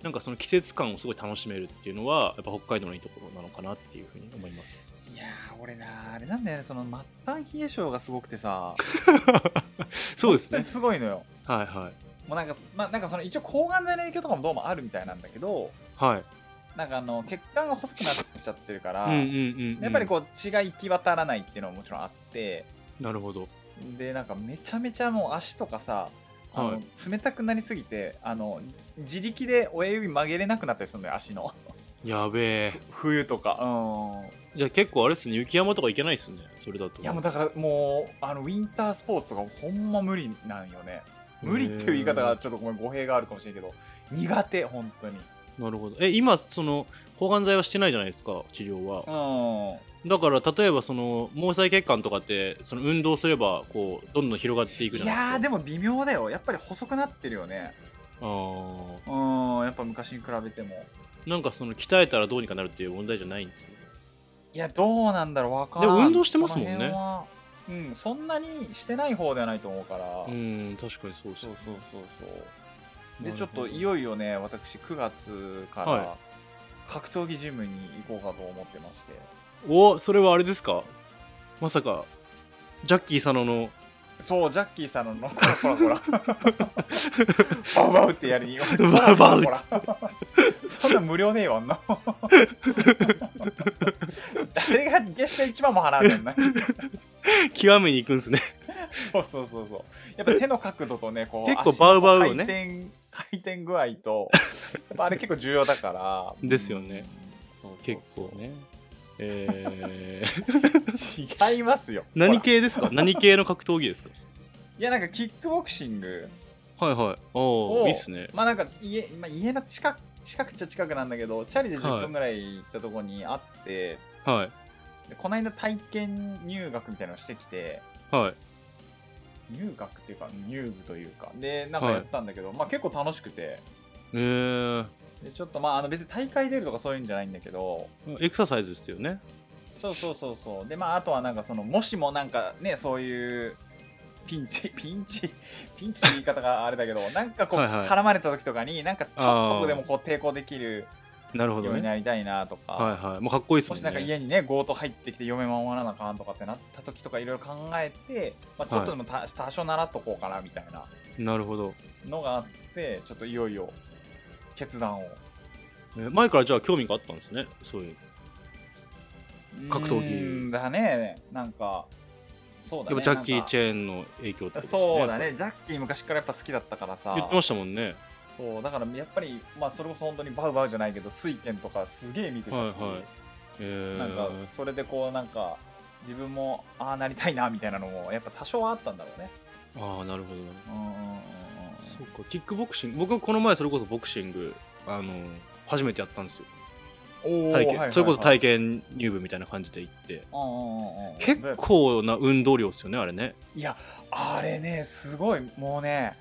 [SPEAKER 5] なんかその季節感をすごい楽しめるっていうのはやっぱ北海道のいいところなのかなっていうふうに思います
[SPEAKER 4] いやー俺なあれなんだよねその末端冷え性がすごくて さ
[SPEAKER 5] そうですね
[SPEAKER 4] すごいのよ
[SPEAKER 5] はいはい
[SPEAKER 4] もうなんか,、まあ、なんかその一応抗がん剤の影響とかもどうもあるみたいなんだけど
[SPEAKER 5] はい
[SPEAKER 4] なんかあの血管が細くなっちゃってるから、
[SPEAKER 5] うんうんうんうん
[SPEAKER 4] やっぱりこう血が行き渡らないっていうのももちろんあって
[SPEAKER 5] なるほど
[SPEAKER 4] でなんかめちゃめちゃもう足とかさあの
[SPEAKER 5] は
[SPEAKER 4] 冷たくなりすぎてあの自力で親指曲げれなくなったりするんだよ足の
[SPEAKER 5] やべえ
[SPEAKER 4] 冬とかうん
[SPEAKER 5] じゃあ結構あれっすね雪山とか行けないっすねそれだと
[SPEAKER 4] いやもうだからもうあのウィンタースポーツがほんま無理なんよね無理っていう言い方がちょっとごめん語弊があるかもしれんけど苦手本当に
[SPEAKER 5] なるほどえ今その抗がん剤はしてないじゃないですか治療は
[SPEAKER 4] うん
[SPEAKER 5] だから例えばその毛細血管とかってその運動すればこうどんどん広がっていくじゃ
[SPEAKER 4] い
[SPEAKER 5] ないですか
[SPEAKER 4] やーで
[SPEAKER 5] も
[SPEAKER 4] も微妙だよやっぱり細くなってるよね
[SPEAKER 5] あ
[SPEAKER 4] うんやっぱ昔に比べても
[SPEAKER 5] ーなんかその鍛えたらどうにかなるっていう問題じゃないんですよ
[SPEAKER 4] いやどうなんだろうわかん
[SPEAKER 5] でも運動してますもんね
[SPEAKER 4] その辺はうんそんなにしてない方ではないと思うから、
[SPEAKER 5] うん確かにそうです
[SPEAKER 4] そう
[SPEAKER 5] ね
[SPEAKER 4] そうそうそうで
[SPEAKER 5] な
[SPEAKER 4] ちょ
[SPEAKER 5] る
[SPEAKER 4] っ
[SPEAKER 5] ほど
[SPEAKER 4] といよいよね私9月か
[SPEAKER 5] は
[SPEAKER 4] ら格闘技ジムに行こうかと思ってまして、
[SPEAKER 5] おそれはあれですかまさかジャッキー佐野の
[SPEAKER 4] そうジャッキーさんののほらほらほらバウバウってやりに
[SPEAKER 5] バウバウ
[SPEAKER 4] ほらほらほらそんなん無料ねえわんな誰が月謝1万も払うねんな
[SPEAKER 5] 極めに行くんですね
[SPEAKER 4] そうそうそうそうやっぱ手の角度とねこう
[SPEAKER 5] 結構バウバウを
[SPEAKER 4] 足の回
[SPEAKER 5] ね
[SPEAKER 4] 転回転具合とやっぱあれ結構重要だから
[SPEAKER 5] ですよね
[SPEAKER 4] うんそうそう
[SPEAKER 5] 結構ねえー、
[SPEAKER 4] 違いますよほ
[SPEAKER 5] 何
[SPEAKER 4] ら
[SPEAKER 5] 系ですか何系の格闘技ですか
[SPEAKER 4] いやなんかキックボクシング
[SPEAKER 5] はいはいお
[SPEAKER 4] を
[SPEAKER 5] おいいっすね
[SPEAKER 4] まあなんか家,、まあ、家の近く近くっちゃ近くなんだけどチャリで
[SPEAKER 5] はい
[SPEAKER 4] 10分ぐらい行ったとこにあって、
[SPEAKER 5] は
[SPEAKER 4] でこの間体験入学みたいなのしてきて
[SPEAKER 5] いはい
[SPEAKER 4] 入学っていうか入部というかでなんかやったんだけど、まあ結構楽しくて
[SPEAKER 5] えー、
[SPEAKER 4] でちょっとまああの別に大会出るとかそういうんじゃないんだけど
[SPEAKER 5] エクササイズですよね
[SPEAKER 4] そうそうそうそうでまああとはなんかそのもしもなんかねそういうピンチ ピンチピンチって言い方があれだけどなんかこう
[SPEAKER 5] はいはい
[SPEAKER 4] 絡まれた時とかになんかちょっとでもこう抵抗できる
[SPEAKER 5] なるほ
[SPEAKER 4] よう
[SPEAKER 5] ど
[SPEAKER 4] に
[SPEAKER 5] ね
[SPEAKER 4] なりたいなとか、
[SPEAKER 5] はいはいもうかっこいいっす
[SPEAKER 4] も
[SPEAKER 5] も
[SPEAKER 4] し
[SPEAKER 5] ん
[SPEAKER 4] なんか
[SPEAKER 5] ね
[SPEAKER 4] 家にね強盗入ってきて嫁守らなあかんとかってなった時とかいろいろ考えて、まあ、ちょっとでもた、多少習っとこうかなみたいな
[SPEAKER 5] なるほど
[SPEAKER 4] のがあってちょっといよいよ決断を
[SPEAKER 5] え前からじゃあ興味があったんですねそういう格闘技
[SPEAKER 4] うーんだねなんかそうだ
[SPEAKER 5] やっ
[SPEAKER 4] ね
[SPEAKER 5] ぱジャッキ
[SPEAKER 4] なん
[SPEAKER 5] ー・
[SPEAKER 4] か
[SPEAKER 5] チェーンの影響ってことですね
[SPEAKER 4] そうだねジャッキー昔からやっぱ好きだったからさ
[SPEAKER 5] 言ってましたもんね
[SPEAKER 4] そうだからやっぱり、まあ、それこそ本当にバウバウじゃないけど水拳とかすげえ見てたし、
[SPEAKER 5] はいはいえー、
[SPEAKER 4] なんかそれでこうなんか自分もああなりたいなみたいなのもやっぱ多少はあったんだろうね
[SPEAKER 5] ああなるほどなるほ
[SPEAKER 4] う
[SPEAKER 5] ど
[SPEAKER 4] んうんうんうん
[SPEAKER 5] そうかキックボクシング僕はこの前それこそボクシングあの初めてやったんですよ
[SPEAKER 4] おー
[SPEAKER 5] 体
[SPEAKER 4] はいはいは
[SPEAKER 5] 験
[SPEAKER 4] い
[SPEAKER 5] それこそ体験入部みたいな感じで行って
[SPEAKER 4] うんうんうんうん
[SPEAKER 5] 結構な運動量ですよねあれね
[SPEAKER 4] いやあれねすごいもうね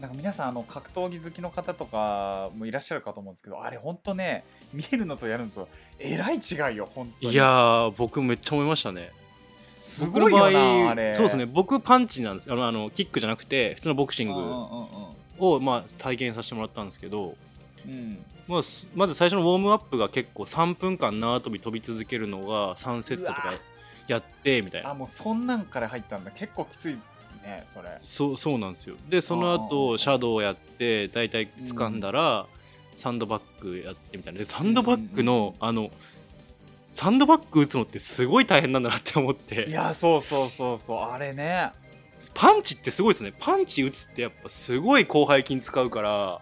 [SPEAKER 4] なんか皆さんあの格闘技好きの方とかもいらっしゃるかと思うんですけどあれほんとね見るのとやるのとえらい違いよ本当に
[SPEAKER 5] いやー僕めっちゃ思いましたね
[SPEAKER 4] す
[SPEAKER 5] 僕
[SPEAKER 4] ご
[SPEAKER 5] の
[SPEAKER 4] いよな
[SPEAKER 5] 場合
[SPEAKER 4] あれ
[SPEAKER 5] そうですね僕パンチなんですあのあのキックじゃなくて普通のボクシ
[SPEAKER 4] うん
[SPEAKER 5] ン
[SPEAKER 4] うんうん
[SPEAKER 5] グを、まあ、体験させてもらったんですけど、
[SPEAKER 4] うんうん
[SPEAKER 5] まあ、すまず最初のウォームアップが結構3分間縄跳び飛び続けるのが3セットと
[SPEAKER 4] う
[SPEAKER 5] か
[SPEAKER 4] わ
[SPEAKER 5] やってみたいな
[SPEAKER 4] あもうそんなんから入ったんだ結構きついねそれ
[SPEAKER 5] そうそうなんですよでその
[SPEAKER 4] あ
[SPEAKER 5] 後
[SPEAKER 4] ー
[SPEAKER 5] シャドウやって大体掴んだら、サンドバッグやってみたいなでサンドバッグの、あのサンドバッグ打つのってすごい大変なんだなって思っ
[SPEAKER 4] い
[SPEAKER 5] て
[SPEAKER 4] やそうそうそうそうあれね
[SPEAKER 5] パンチってすごいですねパンチ打つってやっぱすごい広背筋使うから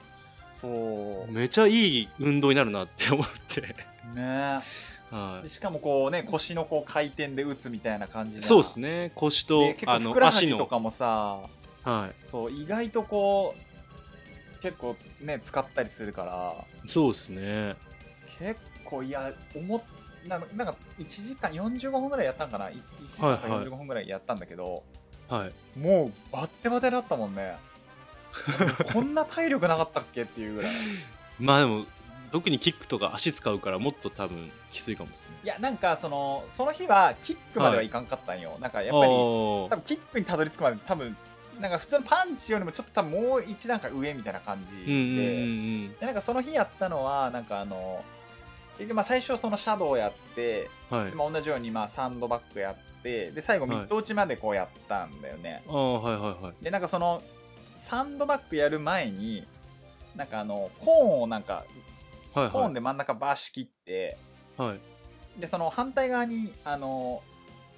[SPEAKER 4] そう
[SPEAKER 5] めちゃいい運動になるなって思って、
[SPEAKER 4] ね
[SPEAKER 5] は
[SPEAKER 4] でしかもこうね腰のこう回転で打つみたいな感じ
[SPEAKER 5] い、
[SPEAKER 4] な
[SPEAKER 5] そうですね腰と
[SPEAKER 4] で結
[SPEAKER 5] あ
[SPEAKER 4] 構ふ
[SPEAKER 5] の
[SPEAKER 4] くらは
[SPEAKER 5] 足
[SPEAKER 4] ぎと
[SPEAKER 5] の、
[SPEAKER 4] かもさ
[SPEAKER 5] は
[SPEAKER 4] そう意外とこう結構ね使ったりするから
[SPEAKER 5] い、そうですね
[SPEAKER 4] 結構いや思っななんか1時間45分ぐらいやったんかな 1, 時間か
[SPEAKER 5] はいはい
[SPEAKER 4] 45分ぐらいやったんだけど、
[SPEAKER 5] はい
[SPEAKER 4] もうバッテバテだったもんねこんな体力なかったっけっていうぐらい
[SPEAKER 5] まあでも特にキックとか足使うからもっと多分きついかもですね
[SPEAKER 4] いやなんかそのその日はキックまではいかんかったんよ、なんかやっぱり
[SPEAKER 5] おー
[SPEAKER 4] 多分キックにたどり着くまで多分なんか普通のパンチよりもちょっと多分もう一段階上みたいな感じで、
[SPEAKER 5] うんうんうん
[SPEAKER 4] でなんかその日やったのはなんかあの結局まあ最初そのシャドウやって、
[SPEAKER 5] うんはい
[SPEAKER 4] まあ、同じようにまあサンドバッグやってで最後ミッド打ちまでこうやったんだよね、
[SPEAKER 5] ああはいはいはい
[SPEAKER 4] でなんかそのサンドバッグやる前になんかあのコーンをなんか
[SPEAKER 5] はい
[SPEAKER 4] コーン
[SPEAKER 5] は
[SPEAKER 4] で真ん中バシ切って、
[SPEAKER 5] いはい
[SPEAKER 4] で、その反対側に、あの、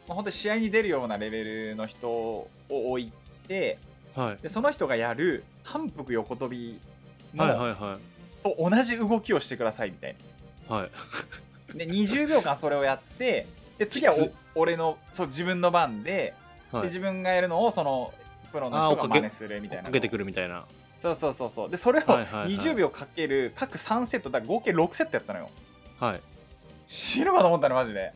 [SPEAKER 4] まあ本当に試合に出るようなレベルの人を置いて、
[SPEAKER 5] はい
[SPEAKER 4] で、その人がやる反復横跳びの、
[SPEAKER 5] はいはいはい
[SPEAKER 4] と同じ動きをしてくださいみたい
[SPEAKER 5] はい
[SPEAKER 4] な。で、20秒間それをやって、で、次は
[SPEAKER 5] きつ
[SPEAKER 4] お俺の、そう、自分の番で、
[SPEAKER 5] はい
[SPEAKER 4] で、自分がやるのを、その、プロの人
[SPEAKER 5] あー追
[SPEAKER 4] が
[SPEAKER 5] っかけ
[SPEAKER 4] 真似するみたいな。
[SPEAKER 5] かけてくるみたいな
[SPEAKER 4] そうそうそうそう。で、それを
[SPEAKER 5] はいはいはい
[SPEAKER 4] 20秒かける、各3セット、だから合計6セットやったのよ。
[SPEAKER 5] はい
[SPEAKER 4] 死ぬかと思ったの、マジ で。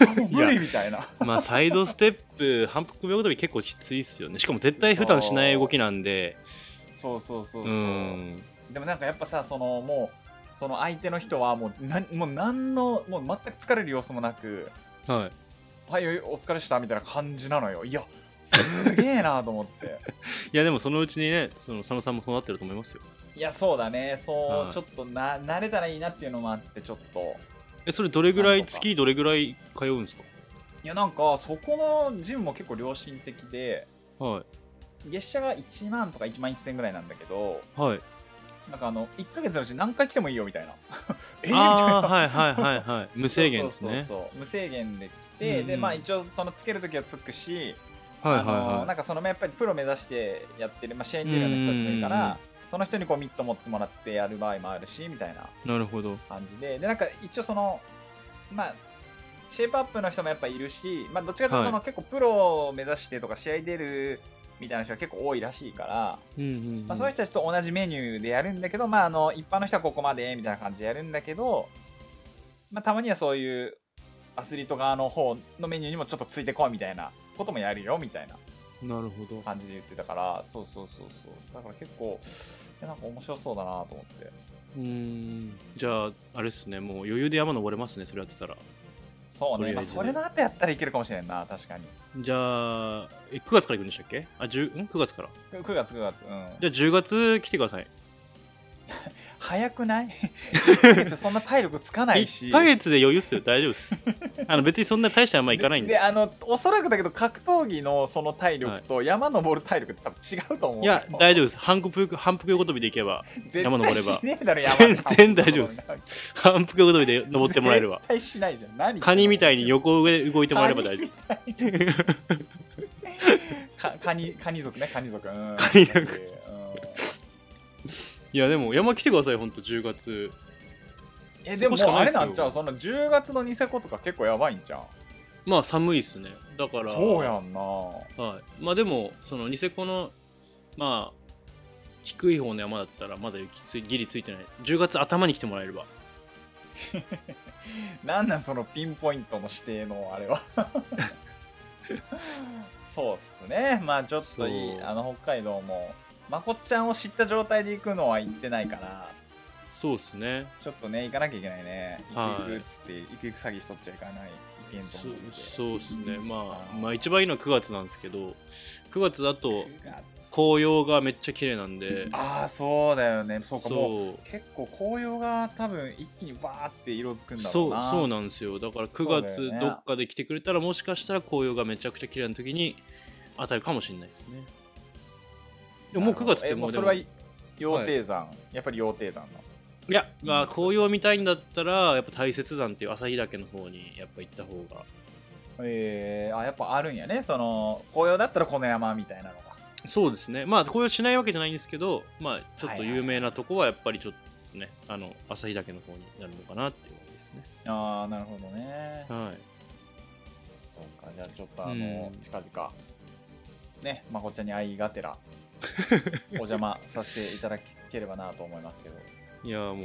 [SPEAKER 4] あもう無理みたいな。
[SPEAKER 5] まあサイドステップ 反復秒跳び結構きついっすよねしかも絶対普段しない動きなんで
[SPEAKER 4] そうそうそう
[SPEAKER 5] う
[SPEAKER 4] そう。
[SPEAKER 5] ん
[SPEAKER 4] でもなんかやっぱさ、そのもう、その相手の人はもう、なんもう何の、もう全く疲れる様子もなく、
[SPEAKER 5] はい
[SPEAKER 4] はい、おお疲れしたみたいな感じなのよ。いや、すげえなと思って。
[SPEAKER 5] いやでもそのうちにねその佐野さんもそうなってると思いますよ
[SPEAKER 4] いや、そうだね。そう、
[SPEAKER 5] はい
[SPEAKER 4] ちょっとな、慣れたらいいなっていうのもあって、ちょっと。
[SPEAKER 5] えそれどれぐら
[SPEAKER 4] ないんとか
[SPEAKER 5] 月どれぐらい通うんです
[SPEAKER 4] いや、なんか、そこのジムも結構良心的で、
[SPEAKER 5] かはい
[SPEAKER 4] 月謝が1万とか1万1000ぐらいなんだけど、
[SPEAKER 5] はい
[SPEAKER 4] なんかあの、1ヶ月のうち何回来てもいいよみたいな。 えーみたい
[SPEAKER 5] あ
[SPEAKER 4] な。
[SPEAKER 5] あはいはいはいはい無制限ですね
[SPEAKER 4] そうそうそうそう無制限で来
[SPEAKER 5] うん
[SPEAKER 4] て、
[SPEAKER 5] うん
[SPEAKER 4] で、まあ一応そのつけるときはつくし、
[SPEAKER 5] はいは
[SPEAKER 4] あの
[SPEAKER 5] い
[SPEAKER 4] な
[SPEAKER 5] は
[SPEAKER 4] んかそのやっぱりプロ目指してやってる、まあ、試合に出るような人たちもいるから、
[SPEAKER 5] うんうんうん
[SPEAKER 4] その人にこうミット持ってもらってやる場合もあるしみたいない
[SPEAKER 5] なるほど
[SPEAKER 4] 感じででなんか一応そのまあシェイプアップの人もやっぱいるし、まあ、どっちかというとその、
[SPEAKER 5] は
[SPEAKER 4] 結構プロを目指してとか試合出るみたいな人が結構多いらしいから、
[SPEAKER 5] うんうんうん
[SPEAKER 4] まあ、その人たちと同じメニューでやるんだけど、まあ、あの一般の人はここまでみたいな感じでやるんだけど、まあ、たまにはそういうアスリート側の方のメニューにもちょっとついてこいみたいなこともやるよみたいな
[SPEAKER 5] なるほど
[SPEAKER 4] 感じで言ってたからそうそうそうそうだから結構いやなんか面白そうだなと思って
[SPEAKER 5] うーんじゃああれですねもう余裕で山登れますねそれやってたら
[SPEAKER 4] そう
[SPEAKER 5] と
[SPEAKER 4] ね、
[SPEAKER 5] りあ
[SPEAKER 4] ま
[SPEAKER 5] え
[SPEAKER 4] あ、
[SPEAKER 5] ず
[SPEAKER 4] それの後やったらいけるかもしれんな確かに
[SPEAKER 5] じゃあえ9月から行くんでしたっけあ10ん9月から
[SPEAKER 4] く9月9月うん
[SPEAKER 5] じゃあ10月来てください
[SPEAKER 4] 早くない 一ヶ月そんな体力つかないし
[SPEAKER 5] 1ヶ月で余裕っすよ大丈夫 っすあの別にそんな大した山行かないんで
[SPEAKER 4] であのおそらくだけど格闘技のその体力と山登る体力って多分違うと思う
[SPEAKER 5] い
[SPEAKER 4] よ
[SPEAKER 5] や大丈夫です反復反復横跳びで行けば
[SPEAKER 4] 絶対
[SPEAKER 5] 山登れば
[SPEAKER 4] しねえだろ山
[SPEAKER 5] 全然大丈夫です反復横跳びで登ってもらえるわ
[SPEAKER 4] 絶対しないじゃん何
[SPEAKER 5] カニみたいに横上で動いてもらえれば大丈夫
[SPEAKER 4] 夫カニカニ族ねカニ族うん
[SPEAKER 5] カニ族
[SPEAKER 4] うん
[SPEAKER 5] いやでも山来てくださいほんと10月
[SPEAKER 4] えでも
[SPEAKER 5] そこし
[SPEAKER 4] あ
[SPEAKER 5] かないっ
[SPEAKER 4] れ
[SPEAKER 5] すよ
[SPEAKER 4] なんちゃうその10月のニセコとか結構やばいんちゃう
[SPEAKER 5] まあ寒いっすねだから
[SPEAKER 4] そうやんなは
[SPEAKER 5] はい、まあでもそのニセコのまあ低い方の山だったらまだ雪ついギリついてない10月頭に来てもらえれば
[SPEAKER 4] なんなんそのピンポイントの指定のあれ はそうっすねまあちょっとい
[SPEAKER 5] そう
[SPEAKER 4] いあの北海道もまこっちゃんを知った状態で行くのは行ってないから
[SPEAKER 5] そうですね
[SPEAKER 4] ちょっとね行かなきゃいけないね
[SPEAKER 5] はい
[SPEAKER 4] 行く行くっつって行く行く詐欺しとっちゃいかないいけんと
[SPEAKER 5] そ
[SPEAKER 4] 思うんで
[SPEAKER 5] そうですねまあ
[SPEAKER 4] うん
[SPEAKER 5] まあ一番いいのは9月なんですけど9月だと
[SPEAKER 4] 9月
[SPEAKER 5] 紅葉がめっちゃ綺麗なんで
[SPEAKER 4] ああそうだよねそうかもう
[SPEAKER 5] そう
[SPEAKER 4] 結構紅葉が多分一気にバーって色づくんだろ
[SPEAKER 5] そう
[SPEAKER 4] うな
[SPEAKER 5] そうなんですよだから9
[SPEAKER 4] そうだよ
[SPEAKER 5] 月
[SPEAKER 4] ね
[SPEAKER 5] どっかで来てくれたらもしかしたら紅葉がめちゃくちゃ綺麗な時に当たるかもしれないですねでももう9月って
[SPEAKER 4] え
[SPEAKER 5] もうで
[SPEAKER 4] そ
[SPEAKER 5] も
[SPEAKER 4] れは羊蹄山、やっぱり羊蹄山
[SPEAKER 5] いや、まあ、紅葉見たいんだったら、やっぱ大雪山っていう旭岳の方にやっぱ行った方が。
[SPEAKER 4] のえー、あやっぱあるんやねその紅葉だったらこの山みたいなのが
[SPEAKER 5] そうですね。まあ、紅葉しないわけじゃないんですけど、まあ、ちょっ
[SPEAKER 4] はい
[SPEAKER 5] と
[SPEAKER 4] はい
[SPEAKER 5] 有名なとこはやっぱりちょっとね、あの、旭岳の方になるのかなっていう感じですね。
[SPEAKER 4] ああなるほどね
[SPEAKER 5] はい。
[SPEAKER 4] そうかじゃあちょっとあの、
[SPEAKER 5] うん
[SPEAKER 4] 近々ねまこっちゃんに会いがて らお邪魔させていただければなと思いますけどち
[SPEAKER 5] いや、もう、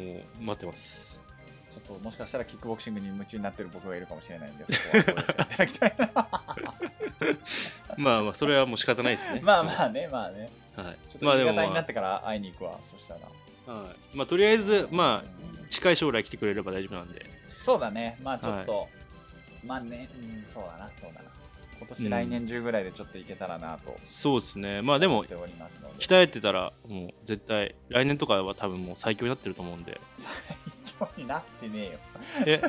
[SPEAKER 5] 待ってます。
[SPEAKER 4] ょっともしかしたらキックボクシングに夢中になってる僕がいるかもしれないんでそこはご了承いただきたいな
[SPEAKER 5] まあまあ、それはもう仕方ないですね
[SPEAKER 4] 。まあまあねまあね
[SPEAKER 5] あ。はい
[SPEAKER 4] ちょっ。と
[SPEAKER 5] まあで
[SPEAKER 4] 夕
[SPEAKER 5] も、
[SPEAKER 4] 方にな
[SPEAKER 5] ま
[SPEAKER 4] ってから会いに行くわそしたら
[SPEAKER 5] あ、はい。まあ、とりあえず、まあ、近い将来来てくれれば大丈夫なんで。
[SPEAKER 4] そうだね、まあちょっと、まあね、うん、そうだな、そうだな。今年、
[SPEAKER 5] うん
[SPEAKER 4] 来年中ぐらいでちょっといけたらなと
[SPEAKER 5] そうですね。まあで
[SPEAKER 4] 思
[SPEAKER 5] も
[SPEAKER 4] っ、ておりますので。
[SPEAKER 5] 鍛えてたら、もう絶対、来年とかは多分もう最強になってると思うんで。
[SPEAKER 4] 最強になってねえよ。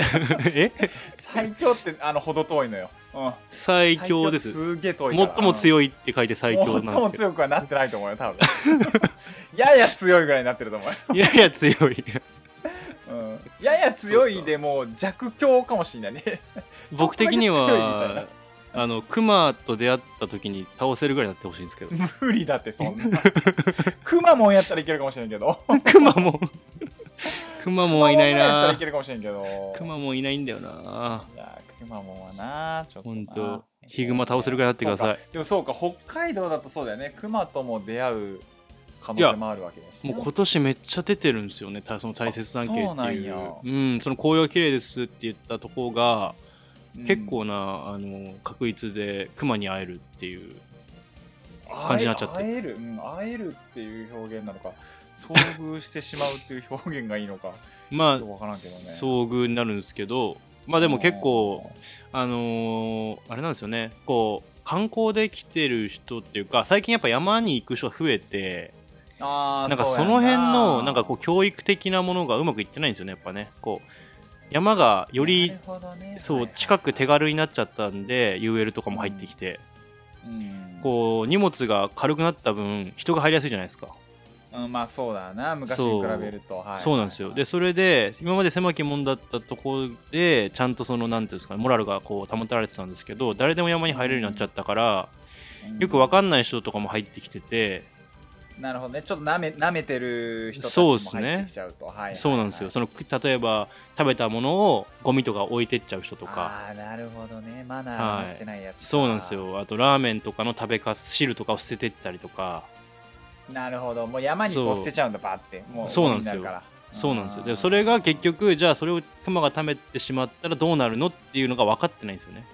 [SPEAKER 5] え え
[SPEAKER 4] 最強って、あの、程遠いのよ。うん。
[SPEAKER 5] 最強です。
[SPEAKER 4] 最強ってすげえ遠いから。
[SPEAKER 5] 最も
[SPEAKER 4] い。
[SPEAKER 5] 強いって書いて最強なん
[SPEAKER 4] 最
[SPEAKER 5] です
[SPEAKER 4] も
[SPEAKER 5] けど。
[SPEAKER 4] 強くはなってないと 思うよ、多分。やや強いぐらいになってると思うよ。
[SPEAKER 5] いやいや強い。
[SPEAKER 4] ううん、やや強いでもう弱強かもしれないね
[SPEAKER 5] 僕的に
[SPEAKER 4] ちょっとだけ強いみたい
[SPEAKER 5] はあのクマと出会った時に倒せるぐらいになってほしいんで すけど
[SPEAKER 4] 無理だってそんな くまモンやったらいけるかもしれんけど
[SPEAKER 5] クマもクマもはいない
[SPEAKER 4] くまモンやったらい
[SPEAKER 5] な
[SPEAKER 4] けるかもしれんけど
[SPEAKER 5] クマもいないんだよない
[SPEAKER 4] やくまモンはなちょっとな
[SPEAKER 5] 本当ヒグマ倒せるぐらいになってください
[SPEAKER 4] でもそうか北海道だとそうだよねクマとも出会う可能性もあるわけだしね
[SPEAKER 5] もう今年めっちゃ出てるんですよねたその大雪山系
[SPEAKER 4] あそう
[SPEAKER 5] っ
[SPEAKER 4] な
[SPEAKER 5] て
[SPEAKER 4] ん
[SPEAKER 5] い
[SPEAKER 4] や
[SPEAKER 5] ううんその紅葉が綺麗ですって言ったとこが
[SPEAKER 4] うん
[SPEAKER 5] 結構なあの確率でクマに会えるっていう感じになっちゃって
[SPEAKER 4] 会える、うん、会えるっていう表現なのか遭遇してしまうっていう表現がいいのか
[SPEAKER 5] まあ
[SPEAKER 4] ちょっとわからんけどね
[SPEAKER 5] 遭遇になるんですけどまあでも結構あのーあれなんですよねこう観光で来てる人っていうか最近やっぱ山に行く人が増えて
[SPEAKER 4] あー
[SPEAKER 5] なんか
[SPEAKER 4] うや
[SPEAKER 5] その辺のなんかこう教育的なものがうまくいってないんですよねやっぱねこう山がよ
[SPEAKER 4] な
[SPEAKER 5] り
[SPEAKER 4] るほどね
[SPEAKER 5] そ
[SPEAKER 4] はいうはい
[SPEAKER 5] 近く手軽になっちゃったんで UL とかも入ってきて
[SPEAKER 4] うん
[SPEAKER 5] こう荷物が軽くなった分人が入りやすいじゃないですか
[SPEAKER 4] うん、まあそうだな昔に比べると、はい
[SPEAKER 5] そうなんですよで
[SPEAKER 4] そ
[SPEAKER 5] それで今まで狭き門だったところでちゃんとそのなんていうんですかねモラルがこう保たれてたんですけど誰でも山に入れるようになっちゃったからよくわかんない人とかも入ってきてて
[SPEAKER 4] なるほどねちょっとなめなめてる人たち
[SPEAKER 5] そう
[SPEAKER 4] も
[SPEAKER 5] ですね
[SPEAKER 4] 入ってきちゃうとはいはいはい
[SPEAKER 5] そうなんですよその例えば食べたものをゴミとか置いてっちゃう人とか
[SPEAKER 4] ああなるほどねマナーになってないやつか
[SPEAKER 5] そうなんですよあとラーメンとかの食べかす汁とかを捨ててったりとか
[SPEAKER 4] なるほどもう山にこう捨てちゃうんだバーってもう
[SPEAKER 5] そうなんですよ
[SPEAKER 4] ゴミにるから
[SPEAKER 5] そうなんですよ
[SPEAKER 4] あ
[SPEAKER 5] で
[SPEAKER 4] ー
[SPEAKER 5] それが結局じゃあそれをクマが食べてしまったらどうなるのっていうのが分かってないんですよね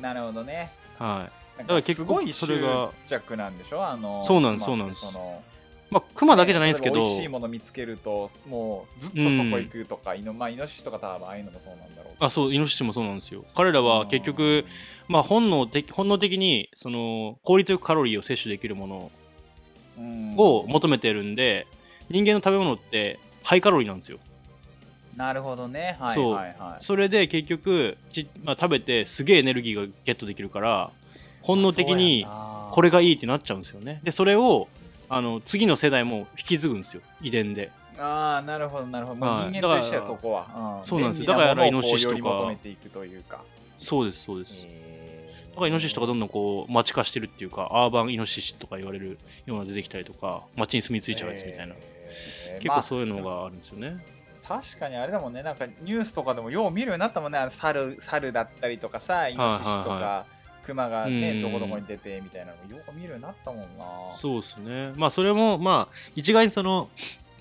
[SPEAKER 4] なるほどね
[SPEAKER 5] はい
[SPEAKER 4] なん
[SPEAKER 5] だから
[SPEAKER 4] か
[SPEAKER 5] 結
[SPEAKER 4] す
[SPEAKER 5] 構
[SPEAKER 4] ごい
[SPEAKER 5] そ
[SPEAKER 4] 執
[SPEAKER 5] れが
[SPEAKER 4] 着なんでしょあの
[SPEAKER 5] そうなんです
[SPEAKER 4] 熊っ
[SPEAKER 5] そうな
[SPEAKER 4] て
[SPEAKER 5] んです
[SPEAKER 4] の
[SPEAKER 5] まあクマだけじゃないんですけど
[SPEAKER 4] 例えば美味しいもの見つけるともうずっとそこ行くとか、イノまあイノシシとか多分ああいうのもそうなんだろうけど
[SPEAKER 5] あそうイノシシもそうなんですよ彼らは結局、まあ、本能的本能的にその効率よくカロリーを摂取できるもの
[SPEAKER 4] うん
[SPEAKER 5] を求めてるんで人間の食べ物ってハイカロリーなんですよ
[SPEAKER 4] なるほどねはい
[SPEAKER 5] そう
[SPEAKER 4] はいはい
[SPEAKER 5] それで結局、ちまあ、食べてすげえエネルギーがゲットできるから本能的にこ
[SPEAKER 4] れ
[SPEAKER 5] れがいいってなっちゃうんですよねでそれをあの次の世代も引き継ぐんですよ遺伝で
[SPEAKER 4] あーそうやんなあーなるほどなるほどもう
[SPEAKER 5] はい
[SPEAKER 4] 人間と一緒
[SPEAKER 5] だ
[SPEAKER 4] や
[SPEAKER 5] から
[SPEAKER 4] そこは、
[SPEAKER 5] そうなんです
[SPEAKER 4] 便利
[SPEAKER 5] よだから
[SPEAKER 4] ものをこう
[SPEAKER 5] イノシシとか
[SPEAKER 4] より求めていくというか
[SPEAKER 5] そうですそうです、
[SPEAKER 4] えー
[SPEAKER 5] だからイノシシとかどんどんこう街化してるっていうかアーバンイノシシとか言われるような出てきたりとか街に住み着いちゃうやつみたいな、
[SPEAKER 4] えー
[SPEAKER 5] 結構そういうのがあるんですよね、
[SPEAKER 4] まあ確かにあれだもんねなんかニュースとかでもよう見るようになったもんねあの猿猿だったりとかさイノシシとか、
[SPEAKER 5] はいは
[SPEAKER 4] クマが
[SPEAKER 5] うん
[SPEAKER 4] ねどこどこに出てみたいなのもよく見るようになったもんな
[SPEAKER 5] そうですねまあそれもまあ一概にその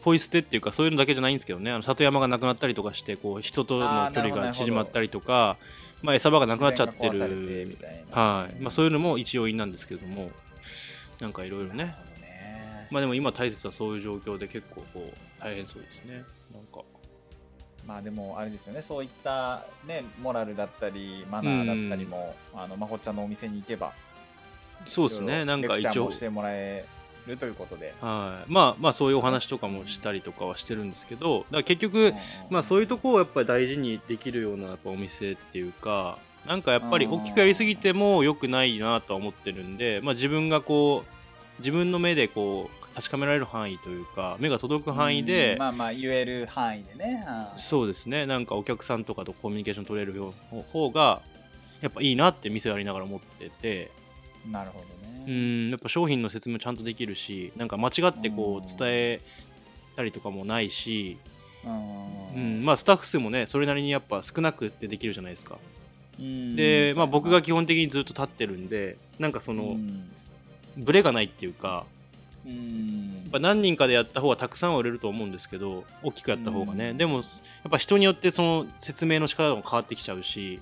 [SPEAKER 5] ポイ捨てっていうかそういうのだけじゃないんですけどねあの里山がなくなったりとかしてこう人との
[SPEAKER 4] あー
[SPEAKER 5] 距
[SPEAKER 4] なる
[SPEAKER 5] 離
[SPEAKER 4] ほどな
[SPEAKER 5] が
[SPEAKER 4] るほど
[SPEAKER 5] 縮まったりとかまあ餌場がなくなっちゃって
[SPEAKER 4] 自然が壊されてみ
[SPEAKER 5] る
[SPEAKER 4] たいな
[SPEAKER 5] はいまあ、そういうのも一要因なんですけどもなんかいろいろ
[SPEAKER 4] な
[SPEAKER 5] ね
[SPEAKER 4] るほどね
[SPEAKER 5] まあでも今大切はそういう状況で結構こう大変そうですねなんか
[SPEAKER 4] まあでもあれですよねそういったねモラルだったりマナーだったりも、あのまこっちゃんのお店に行けば
[SPEAKER 5] そうですねなんか
[SPEAKER 4] レクチャ
[SPEAKER 5] 一
[SPEAKER 4] ー
[SPEAKER 5] 応
[SPEAKER 4] もしてもらえるということで、
[SPEAKER 5] はいまあまあそういうお話とかもしたりとかはしてるんですけどだから結局、まあ、そういうとこをやっぱり大事にできるようなやっぱお店っていうかなんかやっぱり大きくやりすぎても良くないなとは思ってるんで、まあ、自分がこう自分の目でこう確かめられる範囲というか目が届
[SPEAKER 4] う
[SPEAKER 5] く
[SPEAKER 4] ん
[SPEAKER 5] 範囲
[SPEAKER 4] う
[SPEAKER 5] で
[SPEAKER 4] ん、まあまあ言える範囲でね、はい
[SPEAKER 5] そうですねなんかお客さんとかとコミュニケーション取れるよう方がやっぱいいなって店をやりながら思ってて
[SPEAKER 4] なるほ
[SPEAKER 5] う
[SPEAKER 4] どね、
[SPEAKER 5] んやっぱ商品の説明ちゃんとできるしなんか間違って
[SPEAKER 4] う
[SPEAKER 5] こ
[SPEAKER 4] ん
[SPEAKER 5] う伝えたりとかもないし、
[SPEAKER 4] うん
[SPEAKER 5] うんまあ、スタッフ数もねそれなりにやっぱ少なくってできるじゃないですか。
[SPEAKER 4] うん
[SPEAKER 5] で、まあ、僕が
[SPEAKER 4] そ
[SPEAKER 5] 基本的にずっと立ってるんでなんかそう
[SPEAKER 4] だな
[SPEAKER 5] の
[SPEAKER 4] うん
[SPEAKER 5] ブレがないっていうか
[SPEAKER 4] うん
[SPEAKER 5] やっぱ何人かでやった方がたくさんは売れると思うんですけど大きくやった方がね、
[SPEAKER 4] うん
[SPEAKER 5] でもやっぱ人によってその説明の仕方も変わってきちゃうし、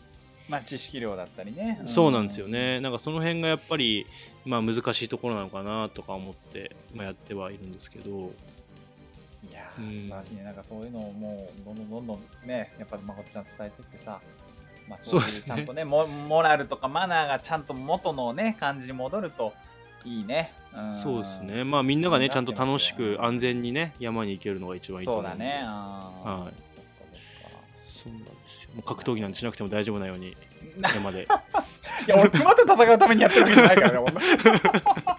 [SPEAKER 4] まあ知識量だったりね、
[SPEAKER 5] そうなんですよねなんかその辺がやっぱり、まあ、難しいところなのかなとか思って、まあ、やってはいるんですけど
[SPEAKER 4] いや
[SPEAKER 5] うん
[SPEAKER 4] ー素晴らしいねなんかそういうのをもうどんどんどんどんねやっぱまこっちゃん伝えてってさまあそうい
[SPEAKER 5] そうで
[SPEAKER 4] う
[SPEAKER 5] す
[SPEAKER 4] ち
[SPEAKER 5] ね
[SPEAKER 4] ゃんとねモモラルとかマナーがちゃんと元のね感じに戻るといいねん
[SPEAKER 5] そうですねまあみんながねちゃんと楽し
[SPEAKER 4] なって
[SPEAKER 5] く
[SPEAKER 4] ますよ
[SPEAKER 5] 安全にね山に行けるのが一番いいと
[SPEAKER 4] そ
[SPEAKER 5] 思
[SPEAKER 4] う
[SPEAKER 5] うん
[SPEAKER 4] だ
[SPEAKER 5] で
[SPEAKER 4] ね
[SPEAKER 5] は
[SPEAKER 4] はいそっかそっか
[SPEAKER 5] そうなんですよもう格闘技なんてしなくても大丈夫なよ うに山で
[SPEAKER 4] いや俺熊と戦うためにやってるわけじゃないからねほんと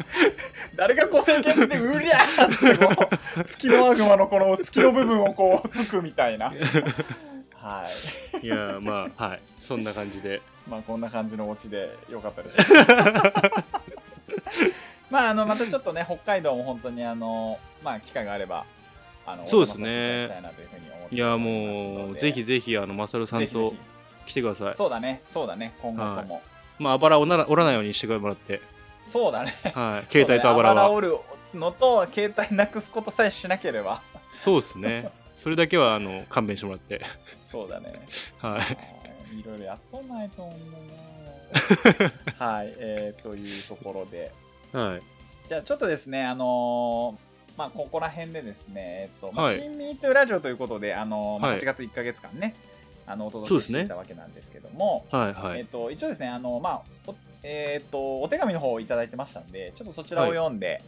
[SPEAKER 4] 誰がこう先見ってうりゃーってこう月の悪魔のこの月の部分をこうつくみたい なはい
[SPEAKER 5] やまあはいそんな感じで
[SPEAKER 4] いまあこんな感じのオチでよかったで しょうまああのまたちょっとね北海道も本当にあのまあ機会があればあの
[SPEAKER 5] そうですね
[SPEAKER 4] お邪魔させていただきたいなというふうに思って
[SPEAKER 5] いや
[SPEAKER 4] おります
[SPEAKER 5] も
[SPEAKER 4] の
[SPEAKER 5] う
[SPEAKER 4] で
[SPEAKER 5] ぜひぜひあのマサルさん
[SPEAKER 4] ぜひぜ
[SPEAKER 5] と
[SPEAKER 4] ひ
[SPEAKER 5] 来てください
[SPEAKER 4] そうだねそうだね今後とも、
[SPEAKER 5] まああばらをなら折らないようにしてもらって
[SPEAKER 4] そうだね
[SPEAKER 5] はい 携帯とあばら
[SPEAKER 4] そうだねあばら
[SPEAKER 5] は
[SPEAKER 4] 折るのと携帯なくすことさえしなければ
[SPEAKER 5] そうですねそれだけはあの勘弁してもらって
[SPEAKER 4] そうだね
[SPEAKER 5] はい
[SPEAKER 4] いろいろやっとんないと思う なはい、えー、というところで
[SPEAKER 5] はい
[SPEAKER 4] じゃあちょっとですねあのーまあここら辺でですねえっと、まあ
[SPEAKER 5] はい
[SPEAKER 4] 新ミートラジオということであのーまあ
[SPEAKER 5] はい
[SPEAKER 4] 8月1か月間ね、あのお
[SPEAKER 5] そう
[SPEAKER 4] 届
[SPEAKER 5] で
[SPEAKER 4] け
[SPEAKER 5] す
[SPEAKER 4] し
[SPEAKER 5] ね
[SPEAKER 4] ていたわけなんですけども、
[SPEAKER 5] はいは
[SPEAKER 4] えっ
[SPEAKER 5] い
[SPEAKER 4] と一応ですねあのまあおえっとお手紙の方をいただいてましたんでちょっとそちらを読んで、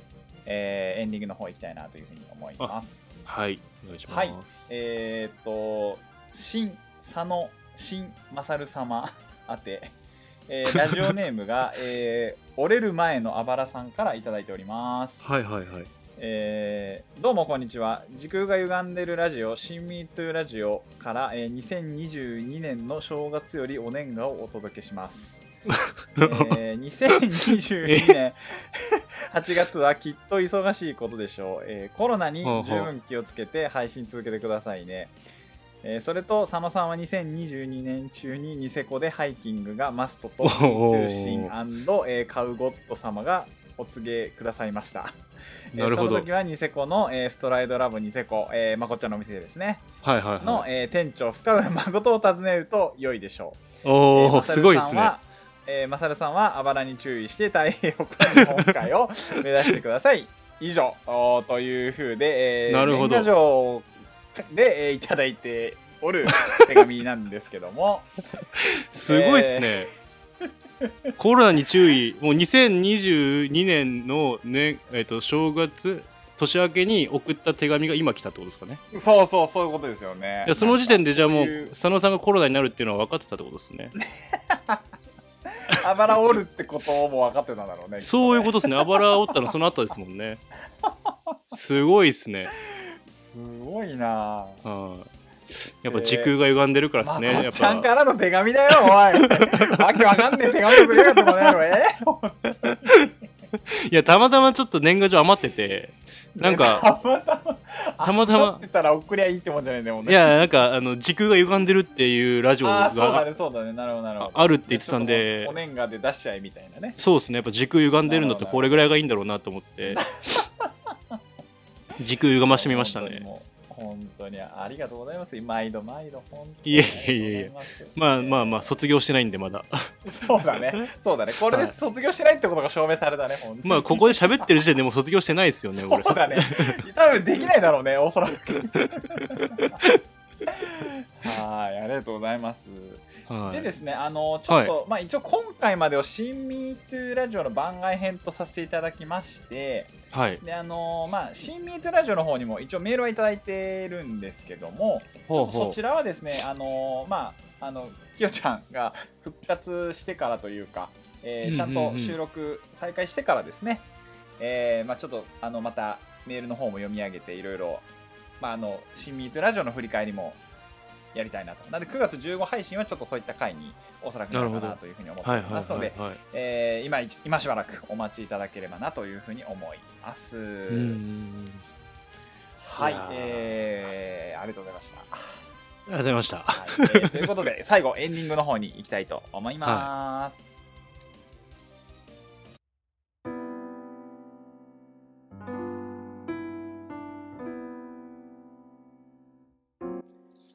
[SPEAKER 4] えーエンディングの方いきたいなというふうに思います
[SPEAKER 5] はいお願いします
[SPEAKER 4] はいえー、っと、新佐野新勝様 宛て、えーラジオネームが、えー折れる前のあばらさんからいただいております。
[SPEAKER 5] はいはいはい
[SPEAKER 4] えーどうもこんにちは。時空が歪んでるラジオ、新ミートゥーラジオから、えー2022年の正月よりお年賀をお届けします。えー 2022年8月はきっと忙しいことでしょう、えーコロナに十分気をつけて配信続けてくださいね、えーそれと佐野さんは2022年中にニセコでハイキングがマストと
[SPEAKER 5] お
[SPEAKER 4] ミ
[SPEAKER 5] ー
[SPEAKER 4] ートゥーシン、えーカウゴッド様がお告げくださいましたえー
[SPEAKER 5] なるほ
[SPEAKER 4] そ
[SPEAKER 5] ど
[SPEAKER 4] の時はニセコの、えーストライドラボニセコ、えーまこっちゃんのお店ですね、
[SPEAKER 5] はいはい
[SPEAKER 4] の
[SPEAKER 5] は、い
[SPEAKER 4] えー店長深浦誠を訪ねると良いでしょうえー
[SPEAKER 5] おお
[SPEAKER 4] マサル
[SPEAKER 5] すごいです
[SPEAKER 4] さん
[SPEAKER 5] ね
[SPEAKER 4] はえーマサルさんはあばらに注意して太平洋から日本海を目指してください 以上おーというふうで、えー、
[SPEAKER 5] なるほど
[SPEAKER 4] 年賀状で、えーいただいておる手紙なんですけども
[SPEAKER 5] すごいですね、コロナに注意もう2022年の、ねえっと正月年明けに送った手紙が今来たってことですかね
[SPEAKER 4] そうそうそういうことですよね
[SPEAKER 5] いやその時点でじゃあ
[SPEAKER 4] そう
[SPEAKER 5] も
[SPEAKER 4] いう
[SPEAKER 5] う佐野さんがコロナになるっていうのは分かってたってことですね
[SPEAKER 4] あばらおるってことも分かってたんだろうね
[SPEAKER 5] そういうことですねあばら折ったのその後ですもんねすごいですね
[SPEAKER 4] すごいなあ
[SPEAKER 5] はいやっぱ時空が歪んでるからですね、
[SPEAKER 4] まこ
[SPEAKER 5] や
[SPEAKER 4] っちゃん
[SPEAKER 5] っぱ
[SPEAKER 4] からの手紙だよ、おい。わけわかんねえ手紙送れよってもねえの、え
[SPEAKER 5] いやたまたまちょっと年賀状余っててな ん
[SPEAKER 4] た
[SPEAKER 5] か
[SPEAKER 4] またま。
[SPEAKER 5] たまたま
[SPEAKER 4] ってたら送りゃいいってもんじゃないんだよ、
[SPEAKER 5] いやなんかあの時空が歪んでるっていうラジオ
[SPEAKER 4] ああー、そうだ
[SPEAKER 5] が
[SPEAKER 4] ね、そうだね、なるほど、なるほど。
[SPEAKER 5] ああるって言ってたん
[SPEAKER 4] ち
[SPEAKER 5] で
[SPEAKER 4] ょっともうお年賀で出しちゃえみたいなね。
[SPEAKER 5] そうですねやっぱ時空歪んでるんだったらこれぐらいがいいんだろうなと思って 時空歪ましてみましたね
[SPEAKER 4] もう。本当にありがとうございます。毎度毎度、本当
[SPEAKER 5] いえいえいえいえまあまあまあ
[SPEAKER 4] そ
[SPEAKER 5] 卒業してないんでまだ
[SPEAKER 4] そうだね、そうだね。これで卒業しないってことが証明されたね、本当に
[SPEAKER 5] まあここで喋ってる時点でもう卒業してないですよね俺
[SPEAKER 4] そうだね。多分できないだろうね、おそらく。はい、ありがとうございます。
[SPEAKER 5] は
[SPEAKER 4] で
[SPEAKER 5] い
[SPEAKER 4] ですね、あの、ちょっと、まあ一応今回までを新ミートゥーラジオの番外編とさせていただきまして、
[SPEAKER 5] はい
[SPEAKER 4] で、あの、まあ新ミートゥーラジオの方にも一応メールはいただいてるんですけども、
[SPEAKER 5] ほう
[SPEAKER 4] そ
[SPEAKER 5] ほ
[SPEAKER 4] ちらはですね、あの、まあ、あの、きよちゃんが復活してからというか、えー
[SPEAKER 5] うん
[SPEAKER 4] ちゃ
[SPEAKER 5] うんん
[SPEAKER 4] と収録再開してからですね、えーまあ、ちょっとあのまたメールの方も読み上げていろいろ、まあ、あの新ミートラジオの振り返りもやりたいなと。なので9月15配信はちょっとそういった回におそらくなるか
[SPEAKER 5] なる
[SPEAKER 4] な
[SPEAKER 5] ほど
[SPEAKER 4] というふうに思
[SPEAKER 5] う
[SPEAKER 4] って
[SPEAKER 5] はい
[SPEAKER 4] い
[SPEAKER 5] は
[SPEAKER 4] ますので、
[SPEAKER 5] いはい
[SPEAKER 4] えー今い今しばらくお待ちいただければなというふうに思います。
[SPEAKER 5] うん
[SPEAKER 4] はい
[SPEAKER 5] いやー、
[SPEAKER 4] えーありがとうございました。
[SPEAKER 5] ありがとうございました
[SPEAKER 4] はいえーということで最後エンディングの方に行きたいと思います、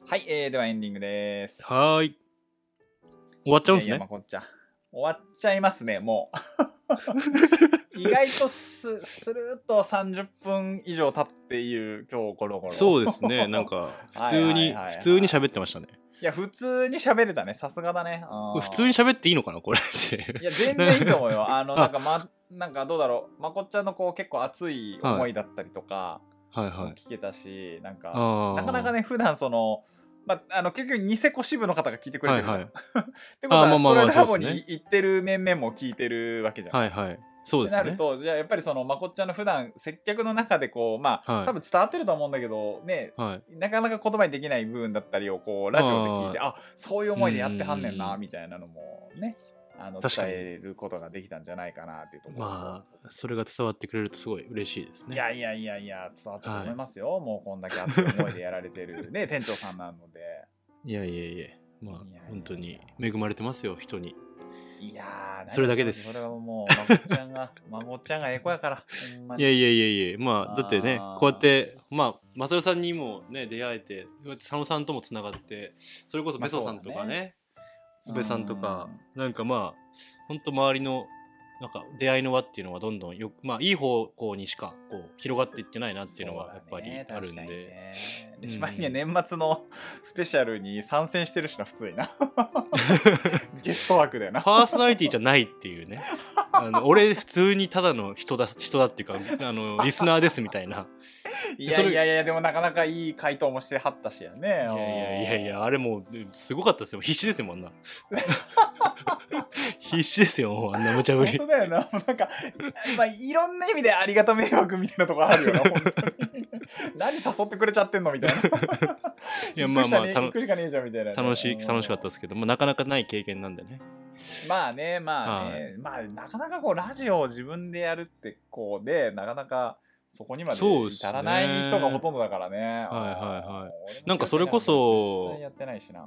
[SPEAKER 4] はい、えーではエンディングです。
[SPEAKER 5] はーい終わっちゃうんです
[SPEAKER 4] いやいや
[SPEAKER 5] ね
[SPEAKER 4] まこっちゃん終わっちゃいますね、もう。 意外とす、するっと30分以上経っている今日この頃。
[SPEAKER 5] そうですねなんか普
[SPEAKER 4] はいは
[SPEAKER 5] 通に
[SPEAKER 4] いはいはい
[SPEAKER 5] 普通に喋ってましたね
[SPEAKER 4] いや、普通に喋れたね。さすがだね。あ
[SPEAKER 5] こ
[SPEAKER 4] ー
[SPEAKER 5] れ普通に喋っていいのかな これって
[SPEAKER 4] いや、全然いいと思う よ。あの、なんか、ま、なんかどうだろう。まこっちゃんのこう結構熱い思いだったりとか、
[SPEAKER 5] はいはい
[SPEAKER 4] 聞けたし、なんか、
[SPEAKER 5] あー
[SPEAKER 4] なかなかね、普段その、ま、あの、結局、ニセコ支部の方が聞いてくれて
[SPEAKER 5] は
[SPEAKER 4] るじゃ
[SPEAKER 5] い
[SPEAKER 4] ん。
[SPEAKER 5] はい
[SPEAKER 4] ってことは、
[SPEAKER 5] あーまあ
[SPEAKER 4] ス
[SPEAKER 5] まあ
[SPEAKER 4] ト
[SPEAKER 5] ま
[SPEAKER 4] ラ
[SPEAKER 5] あ
[SPEAKER 4] イドラボ
[SPEAKER 5] そうですね
[SPEAKER 4] に行ってる面々も聞いてるわけじゃん。
[SPEAKER 5] はいはいそう
[SPEAKER 4] っ
[SPEAKER 5] で
[SPEAKER 4] てな
[SPEAKER 5] す
[SPEAKER 4] る
[SPEAKER 5] ね。
[SPEAKER 4] と、じゃあやっぱりそのまこっちゃんの普段接客の中でこうまあ、
[SPEAKER 5] はい
[SPEAKER 4] 多分伝わってると思うんだけどね
[SPEAKER 5] はい。
[SPEAKER 4] なかなか言葉にできない部分だったりをこうラジオで聞いてあそういう思いでやってはんねん
[SPEAKER 5] うん
[SPEAKER 4] な
[SPEAKER 5] うん
[SPEAKER 4] みたいなのもねあの伝
[SPEAKER 5] 確かに
[SPEAKER 4] えることができたんじゃないかなっていうところと
[SPEAKER 5] まあ、それが伝わってくれるとすごい嬉しいですね。
[SPEAKER 4] いやいやいやいや伝わったと思いますよ、もうこんだけ熱い思いでやられてるね店長さんなの で
[SPEAKER 5] いやいやいや。まあ
[SPEAKER 4] いやいやいや、
[SPEAKER 5] 本当に恵まれてますよ、人に。
[SPEAKER 4] いやー
[SPEAKER 5] それだけです
[SPEAKER 4] それはもうまこっちゃんが まこっちゃんがええ子やからほんま
[SPEAKER 5] い
[SPEAKER 4] に
[SPEAKER 5] やいやいやいや、ま
[SPEAKER 4] あ
[SPEAKER 5] あ、
[SPEAKER 4] ー
[SPEAKER 5] だってね、こうやって、まあ、マサルさんにもね、出会えて、こうやって佐野さんともつながって、それこそベソさんと
[SPEAKER 4] まあ
[SPEAKER 5] か
[SPEAKER 4] そうだ
[SPEAKER 5] ね、宇部さんとか、なんかまあ、本当周りの、なんか出会いの輪っていうのはどんどんよく、まあ、いい方向にしか、こう、広がっていってないなっていうのは、やっぱりあるんで。
[SPEAKER 4] で
[SPEAKER 5] うん
[SPEAKER 4] しまいには年末のスペシャルに参戦してるしな普通 になゲスト枠だよな
[SPEAKER 5] パーソナリティじゃないっていうねあの俺普通にただの人だ人だっていうかあのリスナーですみたいない
[SPEAKER 4] やいやいやでもなかなかいい回答もしてはったしやねい
[SPEAKER 5] いやいやいやいやあれもうすごかったですよ必死ですよもうあんな 必死ですよもうあんな無茶ぶ
[SPEAKER 4] 本
[SPEAKER 5] り
[SPEAKER 4] 当だよな。もうなんか、まあ、いろんな意味でありがた迷惑みたいなとこあるよな、本当に何誘ってくれちゃってんのみたいな。
[SPEAKER 5] いやまあまあ
[SPEAKER 4] 行くしかねえ行くしかねえ
[SPEAKER 5] たの
[SPEAKER 4] じゃんみたいなね。
[SPEAKER 5] 楽しい
[SPEAKER 4] うん
[SPEAKER 5] 楽しかったですけど、まあ、なかなかない経験なんでね
[SPEAKER 4] まあね、まあね、まあ、なかなかこう、ラジオを自分でやるって、こうで、なかなか、そこにまで
[SPEAKER 5] そうっすね
[SPEAKER 4] 至らない人がほとんどだからね。はい
[SPEAKER 5] はいはい
[SPEAKER 4] い
[SPEAKER 5] なんかそれこそ
[SPEAKER 4] やってないしな。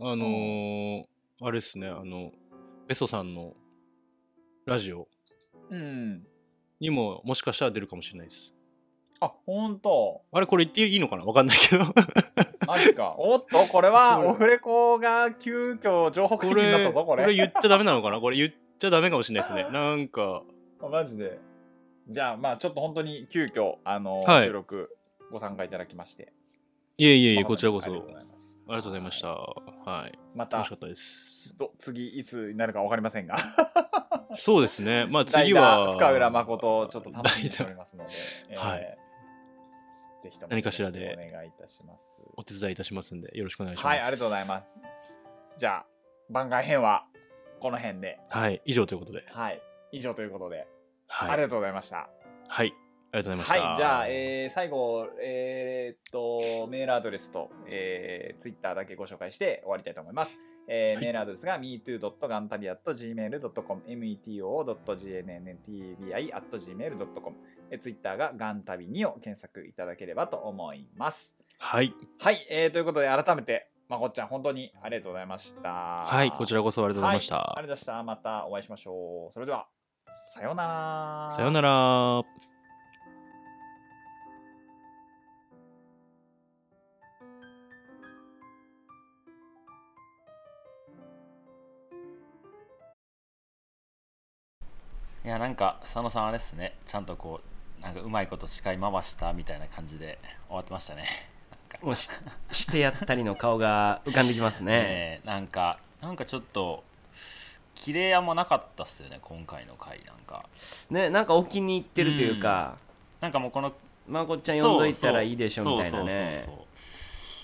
[SPEAKER 5] あのーあれですねあのベソさんのラジオ
[SPEAKER 4] うん。
[SPEAKER 5] にももしかしたら出るかもしれないです
[SPEAKER 4] あ、ほんと。
[SPEAKER 5] あれこれ言っていいのかなわかんない けど
[SPEAKER 4] マジか。おっと、これは、
[SPEAKER 5] これ
[SPEAKER 4] オフレコが急遽情報解
[SPEAKER 5] こ
[SPEAKER 4] 禁になっ
[SPEAKER 5] れ
[SPEAKER 4] たぞ、
[SPEAKER 5] こ
[SPEAKER 4] これ。
[SPEAKER 5] れ言っちゃダメなのかなこれ言っちゃダメかもしれないですねな んか
[SPEAKER 4] あマジでじゃあまあちょっと本当に急遽あの、
[SPEAKER 5] はい
[SPEAKER 4] 収録ご参加いただきまして
[SPEAKER 5] いえいえ
[SPEAKER 4] い
[SPEAKER 5] いえこちらこそ
[SPEAKER 4] ありが
[SPEAKER 5] あ
[SPEAKER 4] とうございます
[SPEAKER 5] りがとうございましたはい
[SPEAKER 4] また
[SPEAKER 5] 楽しかったです
[SPEAKER 4] ど次いつになるかわかりませんが
[SPEAKER 5] そうです ね まあ
[SPEAKER 4] 代
[SPEAKER 5] 次
[SPEAKER 4] 打
[SPEAKER 5] は
[SPEAKER 4] 深浦誠をちょっと楽しみにしております ので、えー
[SPEAKER 5] はい
[SPEAKER 4] ぜひとも
[SPEAKER 5] 何かしらで
[SPEAKER 4] よろしくお願いいたしま
[SPEAKER 5] お手伝いいたしますんでよろしくお願いし
[SPEAKER 4] す
[SPEAKER 5] ます
[SPEAKER 4] はいありがとうございますじゃあ番外編はこの辺で
[SPEAKER 5] はい以上ということで
[SPEAKER 4] はい以上ということで、あ
[SPEAKER 5] は
[SPEAKER 4] り
[SPEAKER 5] い
[SPEAKER 4] がとうございました
[SPEAKER 5] はいありがとうございました
[SPEAKER 4] はい、じゃあ、えー最後、えーっと、メールアドレスと、えー、ツイッターだけご紹介して終わりたいと思います。えー
[SPEAKER 5] はい
[SPEAKER 4] メールアドレスが metoo.gantabi.gmail.com、meto.gnntabi.gmail.com、えー、ツイッターが gantabi2 を検索いただければと思います。
[SPEAKER 5] はい
[SPEAKER 4] はい、えーということで改めて、まこっちゃん、本当にありがとうございました。
[SPEAKER 5] はいこちらこそありがとうございました、
[SPEAKER 4] はいありがとうございました。またお会いしましょう。それでは、さようなら。
[SPEAKER 5] さようなら
[SPEAKER 1] いやなんか佐野さんあれですねちゃんとこうなんかうまいこと司会回したみたいな感じで終わってましたね
[SPEAKER 2] もうししてやったりの顔が浮かんできますね。
[SPEAKER 1] ええなんかなんかちょっと切れあんまなかったっすよね今回の回なんか
[SPEAKER 2] ねなんかお気に入ってるというか、
[SPEAKER 1] なんかもうこの
[SPEAKER 2] まこっちゃん呼んどいたらいいでしょみたいな
[SPEAKER 1] そう
[SPEAKER 2] ね
[SPEAKER 1] そうそうそ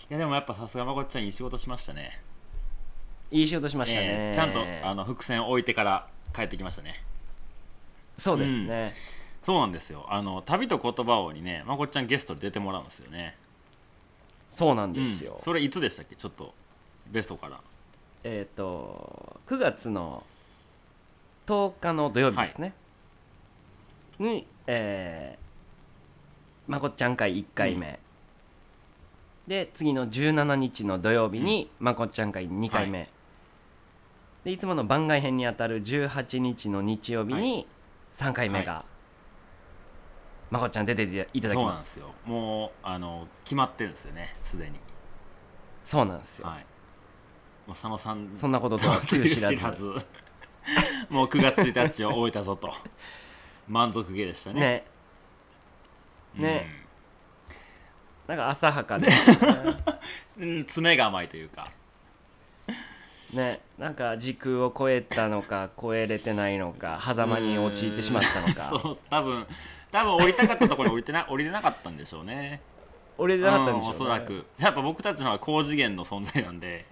[SPEAKER 1] ういやでもやっぱさすがまこっちゃんいい仕事しましたね
[SPEAKER 2] いい仕事しましたね、
[SPEAKER 1] ええちゃんとあの伏線を置いてから帰ってきましたね
[SPEAKER 2] そうですね、
[SPEAKER 1] そうなんですよあの旅と言葉王にねまこっちゃんゲストで出てもらうんですよね
[SPEAKER 2] そうなんですよ、
[SPEAKER 1] うんそれいつでしたっけちょっとベストから
[SPEAKER 2] えっ、と9月の10日の土曜日ですね、にえーまこっちゃん会1回目、で次の17日の土曜日に、まこっちゃん会2回目、い、でいつもの番外編にあたる18日の日曜日
[SPEAKER 1] は
[SPEAKER 2] に3回目が、まこっちゃん出ていただき
[SPEAKER 1] そうなん
[SPEAKER 2] ま
[SPEAKER 1] ですすよもうあの決まってるんですよねすでに
[SPEAKER 2] そうなんですよ、
[SPEAKER 1] はいもう佐野さん
[SPEAKER 2] そんなことと
[SPEAKER 1] そ
[SPEAKER 2] は
[SPEAKER 1] う
[SPEAKER 2] つゆ知らず
[SPEAKER 1] つゆず もう9月1日を終えたぞと満足げでしたね
[SPEAKER 2] ねねなんか浅はかで
[SPEAKER 1] うん、うん詰めが甘いというか
[SPEAKER 2] ねなんか時空を超えたのか超えれてないのか狭間に陥ってしまったの
[SPEAKER 1] うん
[SPEAKER 2] か
[SPEAKER 1] そう多分多分降りたかったところに降りてな 降りれなかったんでしょうね
[SPEAKER 2] 俺でなかったん
[SPEAKER 1] うん
[SPEAKER 2] で
[SPEAKER 1] お
[SPEAKER 2] しょ、
[SPEAKER 1] そう
[SPEAKER 2] ね
[SPEAKER 1] らくやっぱ僕たちの方が高次元の存在なんで、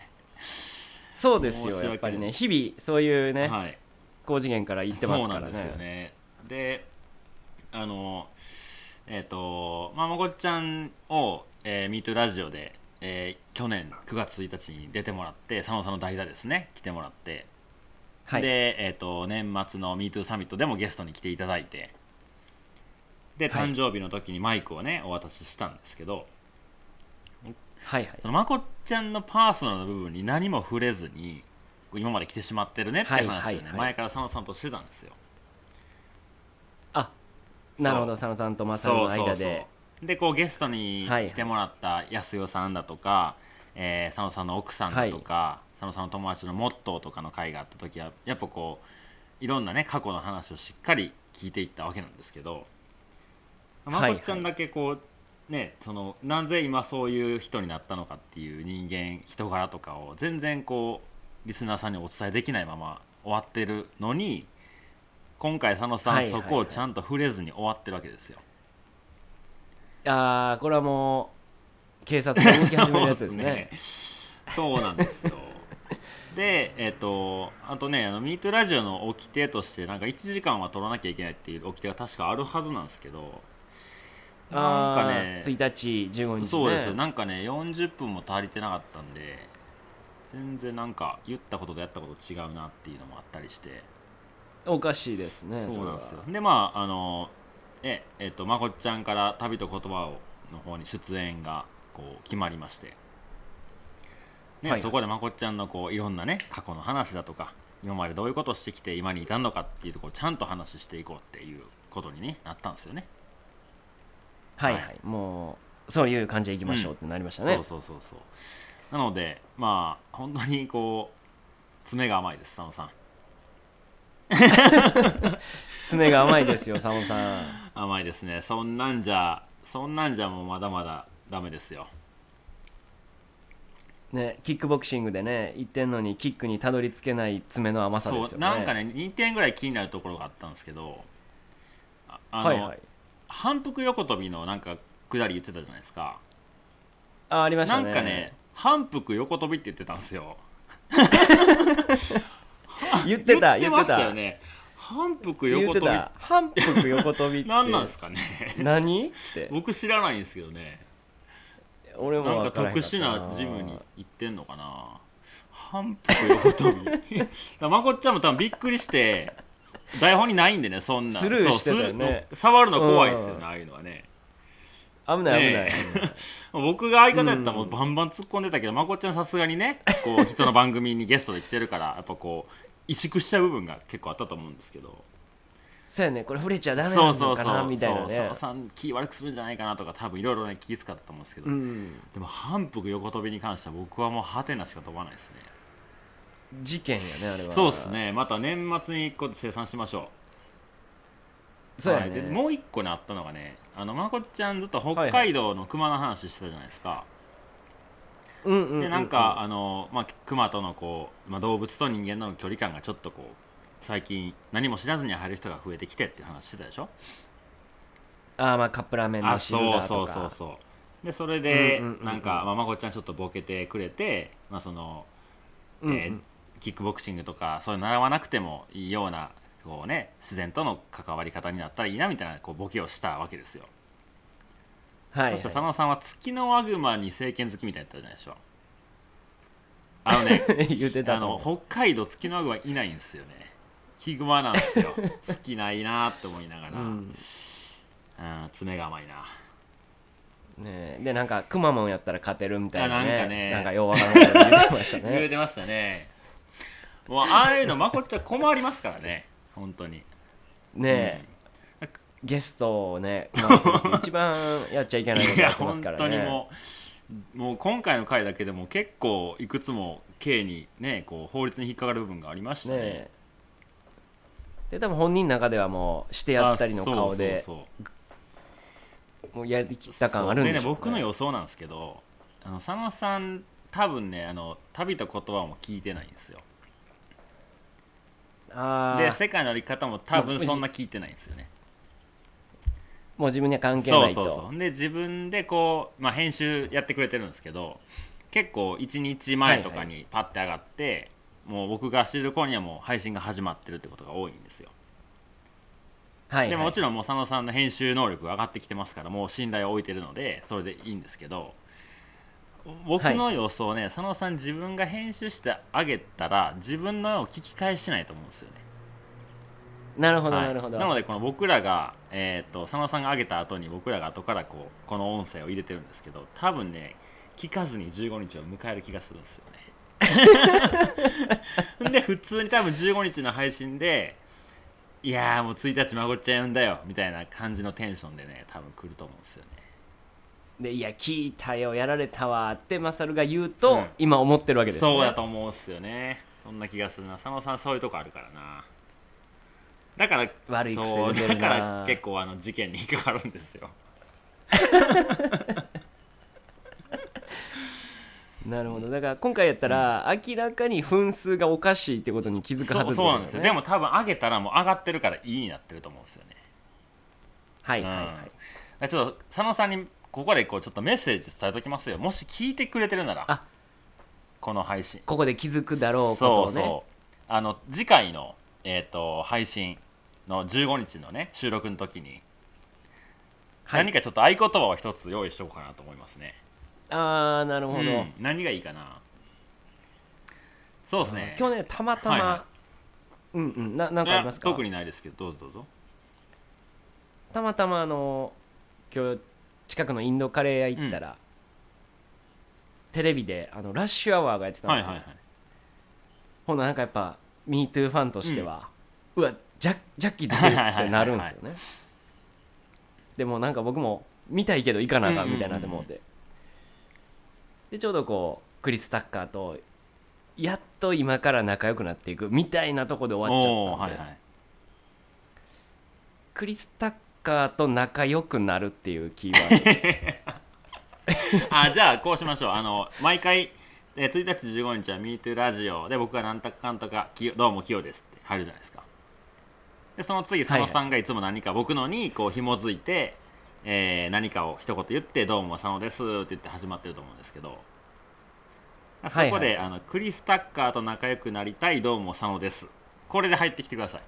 [SPEAKER 2] そうです
[SPEAKER 1] 申し
[SPEAKER 2] よ
[SPEAKER 1] 訳ない
[SPEAKER 2] やっぱりね日々そういうね、
[SPEAKER 1] はい
[SPEAKER 2] 高次元から行ってま
[SPEAKER 1] そ
[SPEAKER 2] す
[SPEAKER 1] うな
[SPEAKER 2] か
[SPEAKER 1] ん
[SPEAKER 2] ら
[SPEAKER 1] ですよ
[SPEAKER 2] ね
[SPEAKER 1] ねであのえっ、とまあもこっちゃんを「えー、ミートラジオで」えー去年9月1日に出てもらって佐野さんの代打ですね来てもらって、
[SPEAKER 2] はい
[SPEAKER 1] で、えー、と年末の「MeToo サミット」でもゲストに来ていただいてで
[SPEAKER 2] はい
[SPEAKER 1] 誕生日の時にマイクをねお渡ししたんですけど、
[SPEAKER 2] はいはい
[SPEAKER 1] そのまこっちゃんのパーソナルの部分に何も触れずに今まで来てしまってるねって話をね、
[SPEAKER 2] はいはいはい
[SPEAKER 1] 前から佐野さんとしてたんですよ。
[SPEAKER 2] あなるほど佐野さんとマサの間で
[SPEAKER 1] うでこうゲストに
[SPEAKER 2] はい
[SPEAKER 1] 来てもらった安代さんだとか、えー佐野さんの奥さんだとか、佐野さんの友達のモットーとかの会があった時はやっぱこういろんなね過去の話をしっかり聞いていったわけなんですけどま
[SPEAKER 2] はい
[SPEAKER 1] こっちゃんだけこう、ねそのなぜ今そういう人になったのかっていう人間人柄とかを全然こうリスナーさんにお伝えできないまま終わってるのに今回佐野さん、
[SPEAKER 2] はいはいはい
[SPEAKER 1] そこをちゃんと触れずに終わってるわけですよ。
[SPEAKER 2] ああこれはもう警察が動き始めるやつですね
[SPEAKER 1] そうなんですよ。で、えっ、と、あとね、あのミートラジオの掟として、なんか1時間は取らなきゃいけないっていう掟が確かあるはずなんですけど、なんかね
[SPEAKER 2] あ、ー1日15日ね
[SPEAKER 1] そうですよ、なんかね、40分も足りてなかったんで、全然なんか、言ったこととやったこと違うなっていうのもあったりして、
[SPEAKER 2] おかしいですね
[SPEAKER 1] そうなんですよ
[SPEAKER 2] れは。
[SPEAKER 1] で、まあ、あの、え、えっ、と、まこっちゃんから旅と言葉をの方に出演がこう決まりまして、ね
[SPEAKER 2] はい
[SPEAKER 1] そこでまこっちゃんのこういろんなね、過去の話だとか、今までどういうことをしてきて今に至るのかっていうところをちゃんと話していこうっていうことに、ね、なったんですよね。
[SPEAKER 2] はいは
[SPEAKER 1] はい
[SPEAKER 2] もうそういう感じでいきましょうってなりましたね
[SPEAKER 1] そうそうそうそう。なので、まあ、本当にこう、爪が甘いです、佐野さん。
[SPEAKER 2] 爪が甘いですよ佐野さん
[SPEAKER 1] 甘いですね。そんなんじゃ、そんなんじゃもうまだまだダメですよ。
[SPEAKER 2] ね、キックボクシングでね行ってんのにキックにたどり着けない爪の甘さですよね
[SPEAKER 1] そうなんかね2点ぐらい気になるところがあったんですけどああの、
[SPEAKER 2] はいはい
[SPEAKER 1] 反復横跳びのなんか下り言ってたじゃないですか、
[SPEAKER 2] あありました
[SPEAKER 1] な
[SPEAKER 2] ね
[SPEAKER 1] んかね反復横跳びって言ってたんですよ
[SPEAKER 2] 言ってた
[SPEAKER 1] 言
[SPEAKER 2] 言
[SPEAKER 1] っま
[SPEAKER 2] ってて
[SPEAKER 1] したよ
[SPEAKER 2] た
[SPEAKER 1] ね反復
[SPEAKER 2] 言
[SPEAKER 1] 横
[SPEAKER 2] っ
[SPEAKER 1] 跳
[SPEAKER 2] て
[SPEAKER 1] び
[SPEAKER 2] た反復横跳びっ て
[SPEAKER 1] 何なんですかね
[SPEAKER 2] 何って
[SPEAKER 1] 僕知らないんですけどね
[SPEAKER 2] 俺
[SPEAKER 1] な
[SPEAKER 2] も
[SPEAKER 1] んか
[SPEAKER 2] 分らへ
[SPEAKER 1] 特
[SPEAKER 2] ん
[SPEAKER 1] 殊なジムに行ってんのかな反復横跳びだ からまこっちゃんも多分びっくりして台本にないんでねそんなん
[SPEAKER 2] スルーしてた
[SPEAKER 1] そうス
[SPEAKER 2] よね
[SPEAKER 1] ルー触るの怖いですよね、
[SPEAKER 2] うん
[SPEAKER 1] ああいうのはね
[SPEAKER 2] 危ない危ない、
[SPEAKER 1] ね僕が相方やったらもうバンバン突っ込んでたけど、まこっちゃんさすがにねこう 人の番組にゲストで来てるからやっぱこう萎縮しちゃう部分が結構あったと思うんですけど
[SPEAKER 2] そうやねこれ触れちゃダメ
[SPEAKER 1] そ
[SPEAKER 2] な
[SPEAKER 1] うそ
[SPEAKER 2] の
[SPEAKER 1] うそ
[SPEAKER 2] か
[SPEAKER 1] う
[SPEAKER 2] なみたいな
[SPEAKER 1] そう佐
[SPEAKER 2] ね
[SPEAKER 1] 野さん気悪くするんじゃないかなとか多分いろいろね気使ったと思うんですけど、
[SPEAKER 2] うん
[SPEAKER 1] でも反復横跳びに関しては僕はもうハテナしか飛ばないですね
[SPEAKER 2] 事件やねあれは
[SPEAKER 1] そうですねまた年末に1個生産しましょう
[SPEAKER 2] そうや
[SPEAKER 1] はい
[SPEAKER 2] ね
[SPEAKER 1] でもう1個ねあったのがねあのまこっちゃんずっと北海道の熊の話してたじゃないですか、
[SPEAKER 2] うんうんうん
[SPEAKER 1] でなんかあの、まあ、熊とのこう、まあ、動物と人間との距離感がちょっとこう最近何も知らずに入る人が増えてきてっていう話してたでしょ
[SPEAKER 2] あーまあカップラーメンの
[SPEAKER 1] あ
[SPEAKER 2] シル
[SPEAKER 1] そう
[SPEAKER 2] バー
[SPEAKER 1] そ
[SPEAKER 2] と
[SPEAKER 1] うそう
[SPEAKER 2] か
[SPEAKER 1] そうでそれで、
[SPEAKER 2] うんうんうんうん
[SPEAKER 1] なんか、まあ、まこっちゃんちょっとボケてくれて、まあその
[SPEAKER 2] うんうん
[SPEAKER 1] えーキックボクシングとかそういう習わなくてもいいようなこう、ね、自然との関わり方になったらいいなみたいなこうボケをしたわけですよ、
[SPEAKER 2] はい、はい
[SPEAKER 1] そして佐野さんは月のワグマに聖剣好きみたいな言ったじゃないでしょあの ね
[SPEAKER 2] 言って
[SPEAKER 1] あ
[SPEAKER 2] たと
[SPEAKER 1] の
[SPEAKER 2] 思う
[SPEAKER 1] 北海道ツキノワグはいないんですよねヒグマなんです よ月ないなって思いながら、う、
[SPEAKER 2] うんん
[SPEAKER 1] 爪が甘いな
[SPEAKER 2] ねえでなんかくまモンやったら勝てるみたいな
[SPEAKER 1] あ
[SPEAKER 2] ね
[SPEAKER 1] なんかね
[SPEAKER 2] なんかようわからんこと言ってました
[SPEAKER 1] 言う
[SPEAKER 2] ね
[SPEAKER 1] てましたねもうああいうのまこっちゃん困りますからね本当に
[SPEAKER 2] ねえ、ゲストをね、ま あ、一番やっちゃいけないこと
[SPEAKER 1] い
[SPEAKER 2] や
[SPEAKER 1] や
[SPEAKER 2] ってま
[SPEAKER 1] 本
[SPEAKER 2] すから
[SPEAKER 1] 当に
[SPEAKER 2] ね
[SPEAKER 1] もうもう今回の回だけでも結構いくつも刑にねこう法律に引っかかる部分がありました
[SPEAKER 2] ね
[SPEAKER 1] ね
[SPEAKER 2] えで多分本人の中ではもうしてやったりの顔
[SPEAKER 1] あ
[SPEAKER 2] で
[SPEAKER 1] そうそうそう
[SPEAKER 2] もうやりきった感あるんでしょう、ね、
[SPEAKER 1] そう僕の予想なんですけどあの佐野さん多分ねあの旅と言葉も聞いてないんですよ
[SPEAKER 2] あ
[SPEAKER 1] で
[SPEAKER 2] あ
[SPEAKER 1] 世界の歩き方も多分そんな聞いてないんですよね
[SPEAKER 2] もう自分には関係
[SPEAKER 1] そ
[SPEAKER 2] な
[SPEAKER 1] う
[SPEAKER 2] いと
[SPEAKER 1] そうそうで自分でこう、まあ、編集やってくれてるんですけど結構1日前とか
[SPEAKER 2] はい
[SPEAKER 1] にパッて上がって、もう僕が知る頃にはもう配信が始まってるってことが多いんですよ
[SPEAKER 2] はい
[SPEAKER 1] でも
[SPEAKER 2] は
[SPEAKER 1] も
[SPEAKER 2] い
[SPEAKER 1] ちろんもう佐野さんの編集能力が上がってきてますからもう信頼を置いてるのでそれでいいんですけど僕の予想ね、佐野さん自分が編集してあげたら自分のを聞き返しないと思うんですよね。
[SPEAKER 2] なるほど
[SPEAKER 1] はい
[SPEAKER 2] なるほど、
[SPEAKER 1] なのでこの僕らが、えー、と佐野さんが上げた後に僕らが後からこうこの音声を入れてるんですけど多分ね聞かずに15日を迎える気がするんですよ ね。で普通に多分15日の配信で「いやーもう1日まごっちゃうんだよ」みたいな感じのテンションでね多分来ると思うんですよね。
[SPEAKER 2] でいや聞いたよやられたわってマサルが言う
[SPEAKER 1] う
[SPEAKER 2] と、
[SPEAKER 1] ん
[SPEAKER 2] 今思ってるわけですね
[SPEAKER 1] そうだと思うんですよねそんな気がするな佐野さんそういうとこあるからなだから
[SPEAKER 2] 悪い癖
[SPEAKER 1] そう
[SPEAKER 2] 出てる
[SPEAKER 1] だ
[SPEAKER 2] な
[SPEAKER 1] から結構あの事件に引っかかるんですよ
[SPEAKER 2] なるほどだから今回やったら、明らかに分数がおかしいってことに気づくはず
[SPEAKER 1] そうそうなんですよでも多分上げたらもう上がってるからいいになってると思うんですよね
[SPEAKER 2] はいはいはい、
[SPEAKER 1] だからちょっと佐野さんにここでこうちょっとメッセージ伝えときますよもし聞いてくれてるなら
[SPEAKER 2] あ
[SPEAKER 1] この配信
[SPEAKER 2] ここで気づくだろうこと
[SPEAKER 1] そ
[SPEAKER 2] を
[SPEAKER 1] う
[SPEAKER 2] ね
[SPEAKER 1] そうあの次回の、えー、と配信の15日のね収録の時に、
[SPEAKER 2] はい
[SPEAKER 1] 何かちょっと合言葉を一つ用意しておこうかなと思いますね
[SPEAKER 2] ああなるほど、
[SPEAKER 1] うん、何がいいかなそうですね
[SPEAKER 2] 今日ねたまたま、
[SPEAKER 1] はいは
[SPEAKER 2] うんうんななん
[SPEAKER 1] い
[SPEAKER 2] かあ
[SPEAKER 1] や
[SPEAKER 2] りますか
[SPEAKER 1] 特にないですけどどうぞどうぞ
[SPEAKER 2] たまたまあの今日近くのインドカレー屋行ったら、テレビであのラッシュアワーがやってたん
[SPEAKER 1] は
[SPEAKER 2] で
[SPEAKER 1] い
[SPEAKER 2] すよ、
[SPEAKER 1] はいはい
[SPEAKER 2] ほんならなんかやっぱ「MeToo」ファンとしては、うわジャジャッキー出てるってなるんですよねでもなんか僕も見たいけど行かなあかんみたいなって思って、でちょうどこうクリス・タッカーとやっと今から仲良くなっていくみたいなとこで終わっちゃったんで
[SPEAKER 1] お、ーはいはい
[SPEAKER 2] クリス・タッカーと仲良くなるっていうキーワー ドで
[SPEAKER 1] あじゃあこうしましょうあの毎回、えー1日15日は「MeToo ラジオ」で僕が「なんとかかんとかきよどうもきよです」って入るじゃないですかでその次佐野さんがいつも何か僕のにこう紐づいて、えー何かを一言言って「どうも佐野です」って言って始まってると思うんですけどそ
[SPEAKER 2] はい
[SPEAKER 1] こで、あのクリス・タッカーと仲良くなりたい「どうも佐野です」これで入ってきてください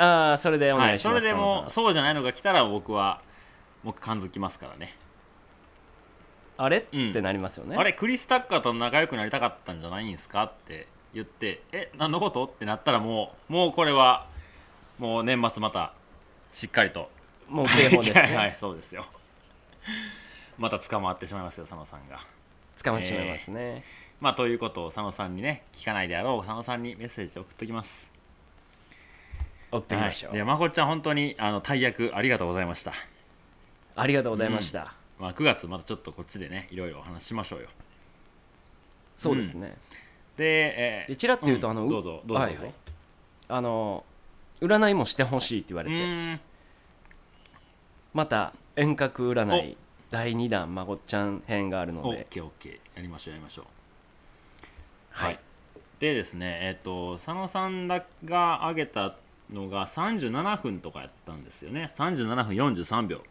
[SPEAKER 2] ああそれでお
[SPEAKER 1] は
[SPEAKER 2] 願
[SPEAKER 1] い、
[SPEAKER 2] いし
[SPEAKER 1] そ
[SPEAKER 2] ます、
[SPEAKER 1] れでも
[SPEAKER 2] 佐野さ
[SPEAKER 1] そうじゃないのが来たら僕はもう感づきますからね
[SPEAKER 2] んあれ、
[SPEAKER 1] うん
[SPEAKER 2] ってなりますよね
[SPEAKER 1] あれクリス・タッカーと仲良くなりたかったんじゃないんですかって言ってえ何のことってなったらもうもうこれはもう年末またしっかりと
[SPEAKER 2] もう警報です ね、
[SPEAKER 1] はいはいそうですよまた捕まってしまいますよ佐野さんが
[SPEAKER 2] 捕まっちまいますね、
[SPEAKER 1] まあということを佐野さんにね聞かないであろう佐野さんにメッセージを送っときます
[SPEAKER 2] 送ってきましょう、
[SPEAKER 1] はい、でまこっちゃん本当にあの大役ありがとうございました、
[SPEAKER 2] ありがとうございました、
[SPEAKER 1] まあ、9月またちょっとこっちでねいろいろお話ししましょうよ
[SPEAKER 2] そうですね、
[SPEAKER 1] で、えー
[SPEAKER 2] でちらっと言うとあのう
[SPEAKER 1] どうぞどうぞ、
[SPEAKER 2] はいはいあの占いもしてほしいって言わ
[SPEAKER 1] う
[SPEAKER 2] れて、
[SPEAKER 1] ーん
[SPEAKER 2] また遠隔占い第2弾まごっちゃん編があるの
[SPEAKER 1] オ
[SPEAKER 2] で
[SPEAKER 1] ッ、ケーオッケーやりましょうやりましょう
[SPEAKER 2] は
[SPEAKER 1] は
[SPEAKER 2] い
[SPEAKER 1] いでですねえっ、と佐野さんが上げたのが37分とかやったんですよね37分43秒、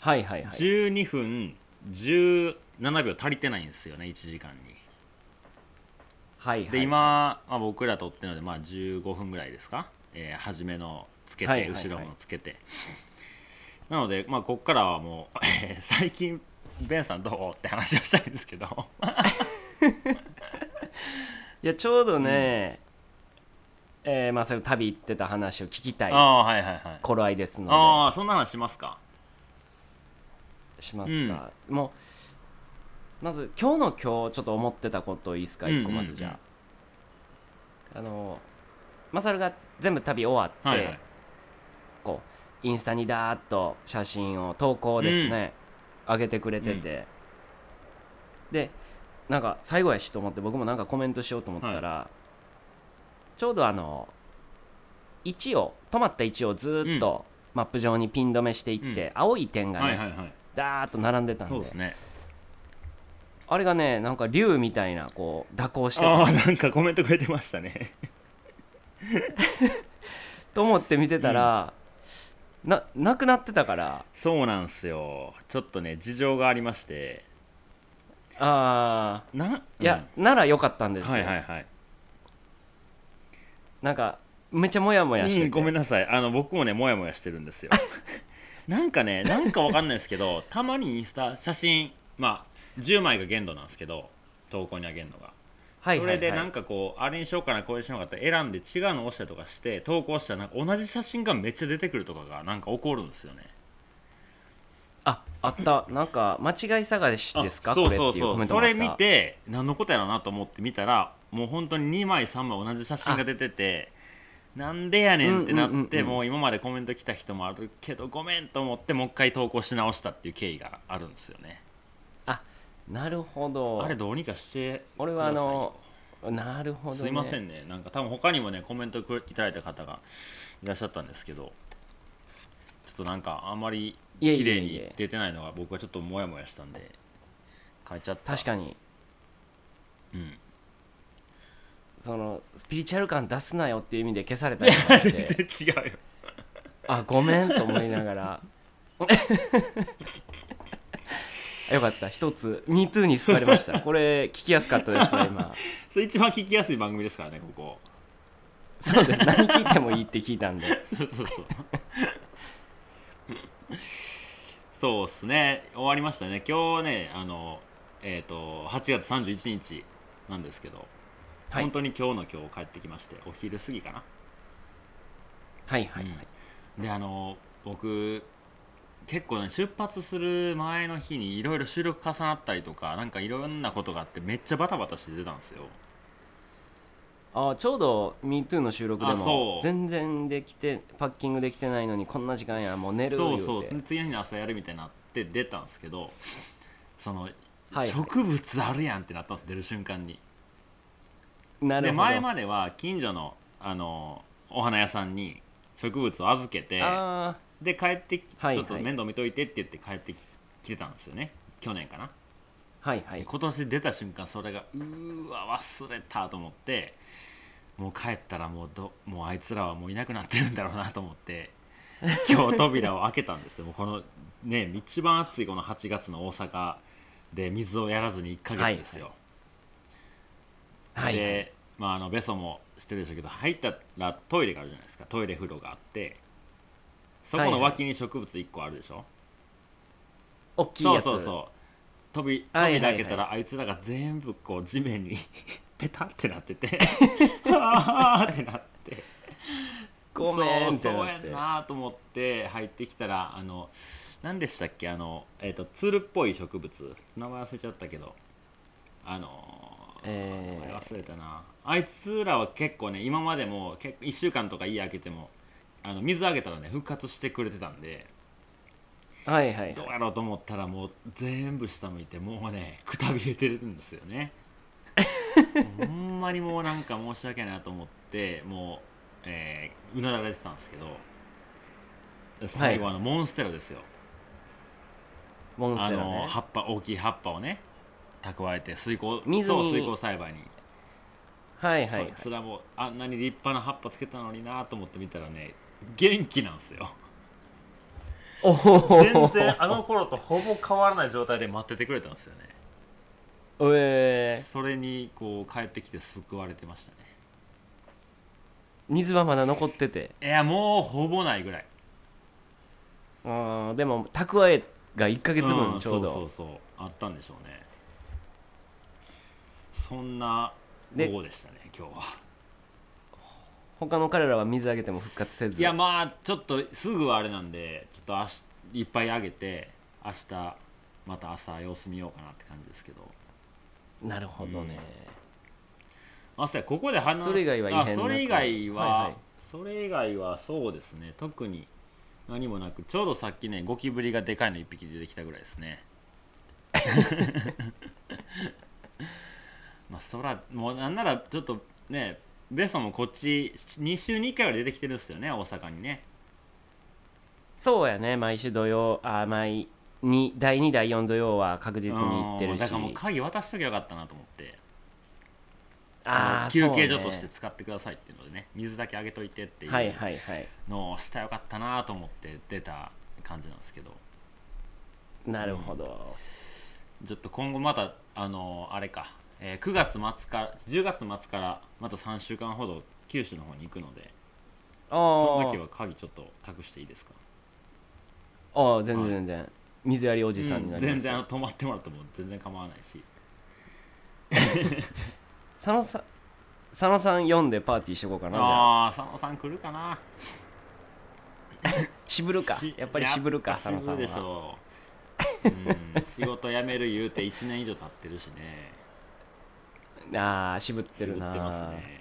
[SPEAKER 2] はいはいはい
[SPEAKER 1] 12分17秒足りてないんですよね1時間に
[SPEAKER 2] はい
[SPEAKER 1] で、
[SPEAKER 2] はい
[SPEAKER 1] 今、まあ、僕ら撮ってるので、まあ、15分ぐらいですか、えー初めのつけて、
[SPEAKER 2] はいはいはい
[SPEAKER 1] 後ろのつけてなので、まあ、ここからはもう、えー最近ベンさんどうって話をしたいんですけど
[SPEAKER 2] いやちょうどね、えーまあそれ旅行ってた話を聞きた
[SPEAKER 1] あ
[SPEAKER 2] い
[SPEAKER 1] あはいはいはい
[SPEAKER 2] 頃合いですの
[SPEAKER 1] ああそんな話しますか
[SPEAKER 2] でしますが、もうまず今日の今日ちょっと思ってたこといいですか
[SPEAKER 1] うん
[SPEAKER 2] 一個まずじゃあ、あのマサルが全部旅終わって、
[SPEAKER 1] はいはい
[SPEAKER 2] こうインスタにダーッと写真を投稿ですね、上げてくれてて、でなんか最後やしと思って僕もなんかコメントしようと思ったら、ちょうどあの位置を止まった位置をずーっとマップ上にピン止めしていって、青い点がね、
[SPEAKER 1] はいはいはい
[SPEAKER 2] ダーッと並んでたんで
[SPEAKER 1] そうですね
[SPEAKER 2] あれがねなんか竜みたいなこう蛇行して
[SPEAKER 1] あ
[SPEAKER 2] た
[SPEAKER 1] あなんかコメントくれてましたね
[SPEAKER 2] と思って見てたら、ななくなってたから
[SPEAKER 1] そうなんすよちょっとね事情がありまして
[SPEAKER 2] あ
[SPEAKER 1] なん
[SPEAKER 2] ーいや、なら良かったん
[SPEAKER 1] う
[SPEAKER 2] で
[SPEAKER 1] ん
[SPEAKER 2] すよ、
[SPEAKER 1] はいはいはい
[SPEAKER 2] なんかめっちゃモヤモヤしてて、
[SPEAKER 1] うん、ごめんなさいあの僕もねモヤモヤしてるんです よなんかねなんかわかんないですけどたまにインスタ写真まあ10枚が限度なんですけど投稿にあげるのが
[SPEAKER 2] は
[SPEAKER 1] そ
[SPEAKER 2] いはいは
[SPEAKER 1] れ
[SPEAKER 2] い
[SPEAKER 1] でなんかこうあれにしようかなこれにしようかなって選んで違うのを押したりとかして投稿したらなんか同じ写真がめっちゃ出てくるとかがなんか起こるんですよね
[SPEAKER 2] ああったなんか間違い探し
[SPEAKER 1] あ
[SPEAKER 2] ですか
[SPEAKER 1] そうそう
[SPEAKER 2] これっていう
[SPEAKER 1] そ
[SPEAKER 2] コメ
[SPEAKER 1] う
[SPEAKER 2] ント
[SPEAKER 1] そ
[SPEAKER 2] もあっ
[SPEAKER 1] れ
[SPEAKER 2] た
[SPEAKER 1] 見て何のことやろなと思って見たらもう本当に2枚3枚同じ写真が出ててなんでやねんってなって、
[SPEAKER 2] うんうんうんうん
[SPEAKER 1] もう今までコメント来た人もあるけどごめんと思ってもう一回投稿し直したっていう経緯があるんですよね
[SPEAKER 2] なるほど
[SPEAKER 1] あれどうにかしてください
[SPEAKER 2] 俺はあのなるほど、ね、
[SPEAKER 1] すいませんねなんか多分他にもねコメントくいただいた方がいらっしゃったんですけどちょっとなんかあんまり
[SPEAKER 2] いえいえいえ
[SPEAKER 1] 綺麗に出てないのが僕はちょっとモヤモヤしたんで変えちゃった
[SPEAKER 2] 確かに
[SPEAKER 1] に、うん、
[SPEAKER 2] そのスピリチュアル感出すなよっていう意味で消されたりとかし
[SPEAKER 1] 全
[SPEAKER 2] て
[SPEAKER 1] 然 違うよ
[SPEAKER 2] あごめんと思いなが らよかった一つ「MeToo」に救われましたこれ聞きやすかったですわ今
[SPEAKER 1] それ一番聞きやすい番組ですからねここ
[SPEAKER 2] そうです何聞いてもいいって聞いたんで
[SPEAKER 1] そうそうそうそうっすね終わりましたね今日ねあのえっ、と8月31日なんですけど、
[SPEAKER 2] はい
[SPEAKER 1] 本当に今日の今日帰ってきましてお昼過ぎかな
[SPEAKER 2] はいはい、はい
[SPEAKER 1] であの僕結構ね出発する前の日にいろいろ収録重なったりとかなんかいろんなことがあってめっちゃバタバタして出たんですよ
[SPEAKER 2] あちょうど「MeToo」の収録で
[SPEAKER 1] あそ
[SPEAKER 2] も
[SPEAKER 1] う
[SPEAKER 2] 全然できてパッキングできてないのにこんな時間やもう寝る
[SPEAKER 1] そ
[SPEAKER 2] 言
[SPEAKER 1] う
[SPEAKER 2] て
[SPEAKER 1] そう次の日の朝やるみたいになって出たんですけどその、
[SPEAKER 2] はい
[SPEAKER 1] 植物あるやんってなったんです出る瞬間に
[SPEAKER 2] なる
[SPEAKER 1] で
[SPEAKER 2] ほど
[SPEAKER 1] 前までは近所のあのお花屋さんに植物を預けて
[SPEAKER 2] あ
[SPEAKER 1] で帰ってき
[SPEAKER 2] はいはい
[SPEAKER 1] ちょっと面倒見といてって言って帰ってき来てたんですよね去年かな
[SPEAKER 2] ーはいはい
[SPEAKER 1] 今年出た瞬間それがうーわ忘れたと思ってもう帰ったらもうどもうあいつらはもういなくなってるんだろうなと思って今日扉を開けたんですよもうこのね一番暑いこの8月の大阪で水をやらずに1ヶ月ですよ、
[SPEAKER 2] はいはい
[SPEAKER 1] で、まあ、あのベソもしてるでしょうけど入ったらトイレがあるじゃないですかトイレ風呂があってそこの脇に植物1個あるでしょ、
[SPEAKER 2] 大きい
[SPEAKER 1] そう
[SPEAKER 2] やつ
[SPEAKER 1] そうそう飛び
[SPEAKER 2] は
[SPEAKER 1] 飛び
[SPEAKER 2] いはいはい
[SPEAKER 1] 開けたら、あいつらが全部こう地面に ペタってなっててあーってなって
[SPEAKER 2] ごめんってなって
[SPEAKER 1] そうそうやんなと思って入ってきたらあの何でしたっけあの、えー、とツルっぽい植物名前忘れちゃったけどあのー
[SPEAKER 2] えー
[SPEAKER 1] 名前忘れたなあいつらは結構ね今までも結構1週間とか家開けてもあの水あげたらね復活してくれてたんで
[SPEAKER 2] はいはい
[SPEAKER 1] ど
[SPEAKER 2] は
[SPEAKER 1] う
[SPEAKER 2] い
[SPEAKER 1] やろうと思ったらもう全部下向いてもうねくたびれてるんですよ ねほんまにもうなんか申し訳ないなと思ってもう、えーうなだれてたんですけど最後あのモンステラですよ、
[SPEAKER 2] モンス
[SPEAKER 1] あ
[SPEAKER 2] テラ
[SPEAKER 1] の
[SPEAKER 2] ね
[SPEAKER 1] 葉っぱ大きい葉っぱをね蓄えて水耕
[SPEAKER 2] 水
[SPEAKER 1] そう
[SPEAKER 2] に
[SPEAKER 1] 水耕栽培に、
[SPEAKER 2] はいはいはい
[SPEAKER 1] そいつらもあんなに立派な葉っぱつけたのになと思って見たらね元気なんですよ
[SPEAKER 2] おお
[SPEAKER 1] 全然あの頃とほぼ変わらない状態で待っててくれたんですよね
[SPEAKER 2] えー
[SPEAKER 1] それにこう帰ってきて救われてましたね
[SPEAKER 2] 水はまだ残ってて
[SPEAKER 1] いやもうほぼないぐらい
[SPEAKER 2] あーでも蓄えが1ヶ月分ちょうど、
[SPEAKER 1] んそうそうそうあったんでしょうねそんな
[SPEAKER 2] で
[SPEAKER 1] 午後でしたね今日は
[SPEAKER 2] 他の彼らは水あげても復活せず
[SPEAKER 1] いやまあちょっとすぐはあれなんでちょっと明日いっぱいあげて明日また朝様子見ようかなって感じですけど
[SPEAKER 2] なるほどね、
[SPEAKER 1] あそうやここで話す
[SPEAKER 2] それ以外は異変なく
[SPEAKER 1] あそれ以外は、
[SPEAKER 2] はいはい
[SPEAKER 1] それ以外はそうですね特に何もなくちょうどさっきねゴキブリがでかいの1匹出てきたぐらいですね まあそらもうなんならちょっとねベソもこっち2週に1回は出てきてるんですよね大阪にね
[SPEAKER 2] そうやね毎週土曜あー毎に第2第4土曜は確実に行ってる
[SPEAKER 1] うん
[SPEAKER 2] し
[SPEAKER 1] だからもう鍵渡しときゃよかったなと思って
[SPEAKER 2] あ
[SPEAKER 1] あの
[SPEAKER 2] ー
[SPEAKER 1] 休憩所
[SPEAKER 2] そう
[SPEAKER 1] と
[SPEAKER 2] ね
[SPEAKER 1] して使ってくださいっていうのでね水だけあげといてっていう、
[SPEAKER 2] はいはいはい
[SPEAKER 1] のをしたらよかったなと思って出た感じなんですけど
[SPEAKER 2] なるほど、
[SPEAKER 1] ちょっと今後またあのあれか、えー9月末から10月末からまた3週間ほど九州の方に行くので
[SPEAKER 2] あ
[SPEAKER 1] その時
[SPEAKER 2] ー
[SPEAKER 1] は鍵ちょっと託していいですか
[SPEAKER 2] あー全然全然、水やりおじさんになります、
[SPEAKER 1] 全然あの泊まってもらっても全然構わないし
[SPEAKER 2] 佐野さん佐野さん読んでパーティーしてこうかなじゃあ
[SPEAKER 1] ああー佐野さん来るかな
[SPEAKER 2] 渋るか
[SPEAKER 1] し
[SPEAKER 2] やっぱり渋るか
[SPEAKER 1] やっ
[SPEAKER 2] 佐
[SPEAKER 1] ぱ
[SPEAKER 2] 野さん
[SPEAKER 1] 渋るでし
[SPEAKER 2] は
[SPEAKER 1] ょ う、うん、仕事辞める言うて1年以上経ってるしね
[SPEAKER 2] ああ渋って
[SPEAKER 1] 渋っ
[SPEAKER 2] る
[SPEAKER 1] て
[SPEAKER 2] な
[SPEAKER 1] ますね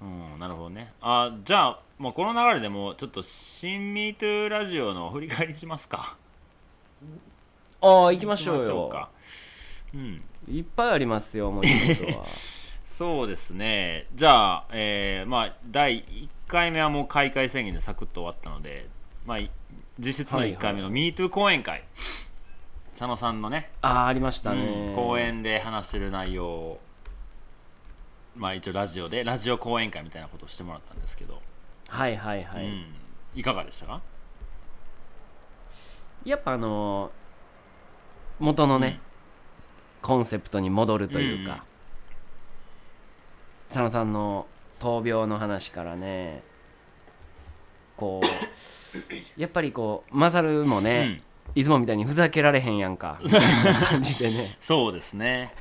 [SPEAKER 1] うんなるほどねあじゃあもうこの流れでもうちょっと新 MeToo ラジオの振り返りしますか
[SPEAKER 2] ああ行きましょう
[SPEAKER 1] 行き
[SPEAKER 2] よ
[SPEAKER 1] かうん
[SPEAKER 2] いっぱいありますよもう 仕事は
[SPEAKER 1] そうですねじゃあ、えーまあ、第1回目はもう開会宣言でサクッと終わったので、まあ、い実質の1回目の MeToo 講演会、佐野さんのね、
[SPEAKER 2] ああありましたね、
[SPEAKER 1] うん講演で話してる内容を、まあ、一応ラジオでラジオ講演会みたいなことをしてもらったんですけど、
[SPEAKER 2] はいはいはい、
[SPEAKER 1] うん、いかがでしたか
[SPEAKER 2] やっぱあのー元のね、コンセプトに戻るというか、
[SPEAKER 1] うん
[SPEAKER 2] 佐野さんの闘病の話からねこう やっぱりこうマサルも
[SPEAKER 1] う
[SPEAKER 2] ね、
[SPEAKER 1] ん、
[SPEAKER 2] いつもみたいにふざけられへんやんかみたいな感じでね
[SPEAKER 1] そうですね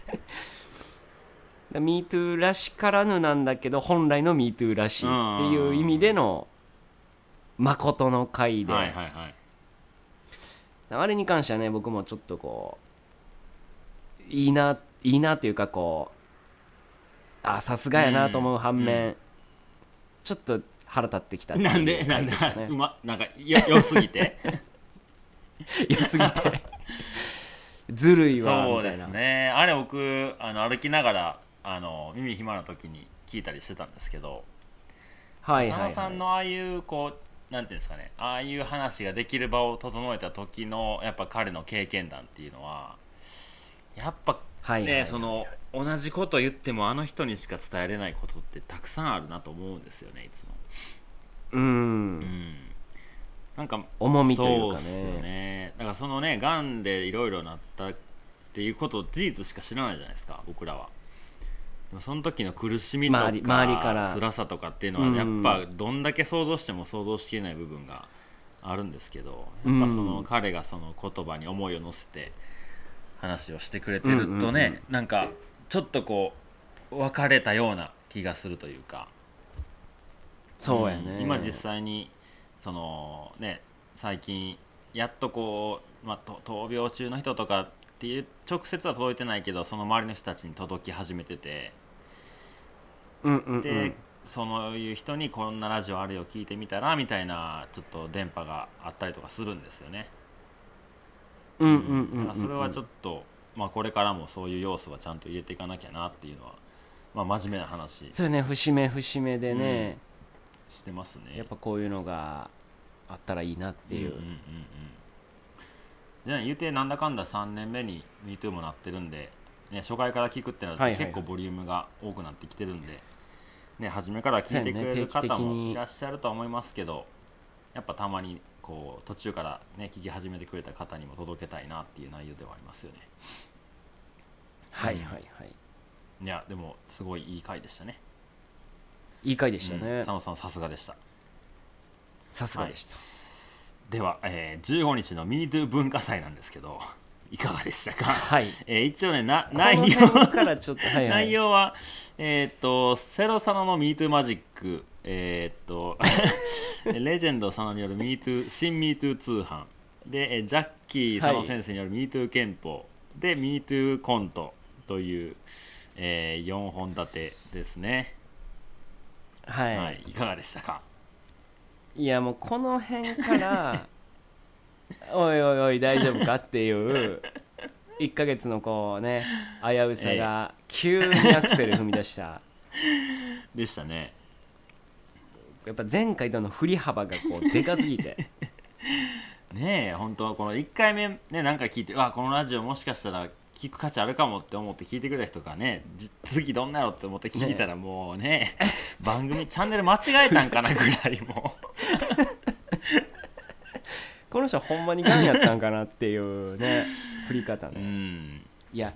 [SPEAKER 2] MeToo らしからぬなんだけど本来の MeToo らしいっていう意味での誠の回で、
[SPEAKER 1] はいはいはい
[SPEAKER 2] あれに関してはね僕もちょっとこういいないいなっていうかこうあさすがやなと思う反面、
[SPEAKER 1] う
[SPEAKER 2] ちょっと腹立ってきたっていう
[SPEAKER 1] なんでなん
[SPEAKER 2] 回
[SPEAKER 1] で、
[SPEAKER 2] したね
[SPEAKER 1] う まなんかよ良すぎて
[SPEAKER 2] 良すぎて ずるいわ
[SPEAKER 1] そう
[SPEAKER 2] みた
[SPEAKER 1] で
[SPEAKER 2] いな
[SPEAKER 1] すねあれ僕あの歩きながらあの耳暇な時に聞いたりしてたんですけど、
[SPEAKER 2] はいはい、はい、
[SPEAKER 1] 佐野さんのああいうこうなんていうんですかねああいう話ができる場を整えた時のやっぱ彼の経験談っていうのはやっぱ
[SPEAKER 2] はい
[SPEAKER 1] ね、
[SPEAKER 2] はいはい
[SPEAKER 1] その同じこと言ってもあの人にしか伝えれないことってたくさんあるなと思うんですよねいつも。
[SPEAKER 2] う
[SPEAKER 1] うんんなんか
[SPEAKER 2] 重みという
[SPEAKER 1] そ
[SPEAKER 2] かね
[SPEAKER 1] っすよねだからそのねがんでいろいろなったっていうことを事実しか知らないじゃないですか僕らはでもその時の苦しみとか
[SPEAKER 2] 周り周りから
[SPEAKER 1] 辛さとかっていうのは、
[SPEAKER 2] うん
[SPEAKER 1] やっぱどんだけ想像しても想像しきれない部分があるんですけど
[SPEAKER 2] う
[SPEAKER 1] や
[SPEAKER 2] ん
[SPEAKER 1] っぱその彼がその言葉に思いを乗せて話をしてくれてるとね、
[SPEAKER 2] うんうん
[SPEAKER 1] なんかちょっとこう別れたような気がするというか
[SPEAKER 2] そうやね、
[SPEAKER 1] ん今実際にそのね最近やっとこう、まあ、と闘病中の人とかっていう直接は届いてないけどその周りの人たちに届き始めてて
[SPEAKER 2] うんうんうん
[SPEAKER 1] で、そのいう人にこんなラジオあるよ聞いてみたらみたいなちょっと電波があったりとかするんですよね。
[SPEAKER 2] うんうんうんうん
[SPEAKER 1] だからそれはちょ
[SPEAKER 2] っ
[SPEAKER 1] っと、まあ、これからもそういう要素はちゃんと入れていかなきゃなっていうのは、まあ、真面目な話
[SPEAKER 2] そうやね節目節目でね、
[SPEAKER 1] してますね。
[SPEAKER 2] やっぱこういうのがあったらいいなっていう、
[SPEAKER 1] んんんうんでね言うてなんだかんだ3年目に MeToo もなってるんで、ね、初回から聞くってなる
[SPEAKER 2] はい
[SPEAKER 1] と
[SPEAKER 2] はいは
[SPEAKER 1] 結
[SPEAKER 2] い
[SPEAKER 1] 構ボリュームが多くなってきてるんで、ね、初めから聞いてくれ
[SPEAKER 2] そうやね
[SPEAKER 1] る
[SPEAKER 2] 定期
[SPEAKER 1] 方
[SPEAKER 2] 的
[SPEAKER 1] も
[SPEAKER 2] に
[SPEAKER 1] いらっしゃるとは思いますけど、やっぱたまにこう途中から、ね、聞き始めてくれた方にも届けたいなっていう内容ではありますよね
[SPEAKER 2] はいはいはい
[SPEAKER 1] いやでもすごいいい回でしたね
[SPEAKER 2] いい回でした
[SPEAKER 1] うん
[SPEAKER 2] ね
[SPEAKER 1] 佐野さんさすがでした
[SPEAKER 2] さすがでした、
[SPEAKER 1] では、えー15日の MeToo 文化祭なんですけどいかがでしたか、
[SPEAKER 2] はい。
[SPEAKER 1] えー一応ねな内
[SPEAKER 2] 内
[SPEAKER 1] 容
[SPEAKER 2] 容からちょっと、はいはい、
[SPEAKER 1] 内容は、えーっと、セロサノの MeToo マジック、えーっ と、レジェンド佐野による MeToo、新 MeToo 通販、で、えージャッキー佐野先生による MeToo 憲法、で、MeToo コントという、え4本立てですね。
[SPEAKER 2] はい、
[SPEAKER 1] はい、いかがでしたか
[SPEAKER 2] い、やもうこの辺から おいおいおい大丈夫かっていう1ヶ月のこうね危うさが急にアクセル踏み出した、
[SPEAKER 1] でしたね。
[SPEAKER 2] やっぱ前回との振り幅がこうでかす ぎて
[SPEAKER 1] ねえ、本当この1回目、ね、なんか聞いて、うわ、このラジオもしかしたら、聞く価値あるかもって思って聞いてくれた人がねじ次どんなのって思って聞いたらもう ね番組チャンネル間違えたんかなぐらいもう
[SPEAKER 2] この人ほんまにガンやったんかなっていうね振り 方
[SPEAKER 1] う
[SPEAKER 2] ね、
[SPEAKER 1] ん
[SPEAKER 2] いや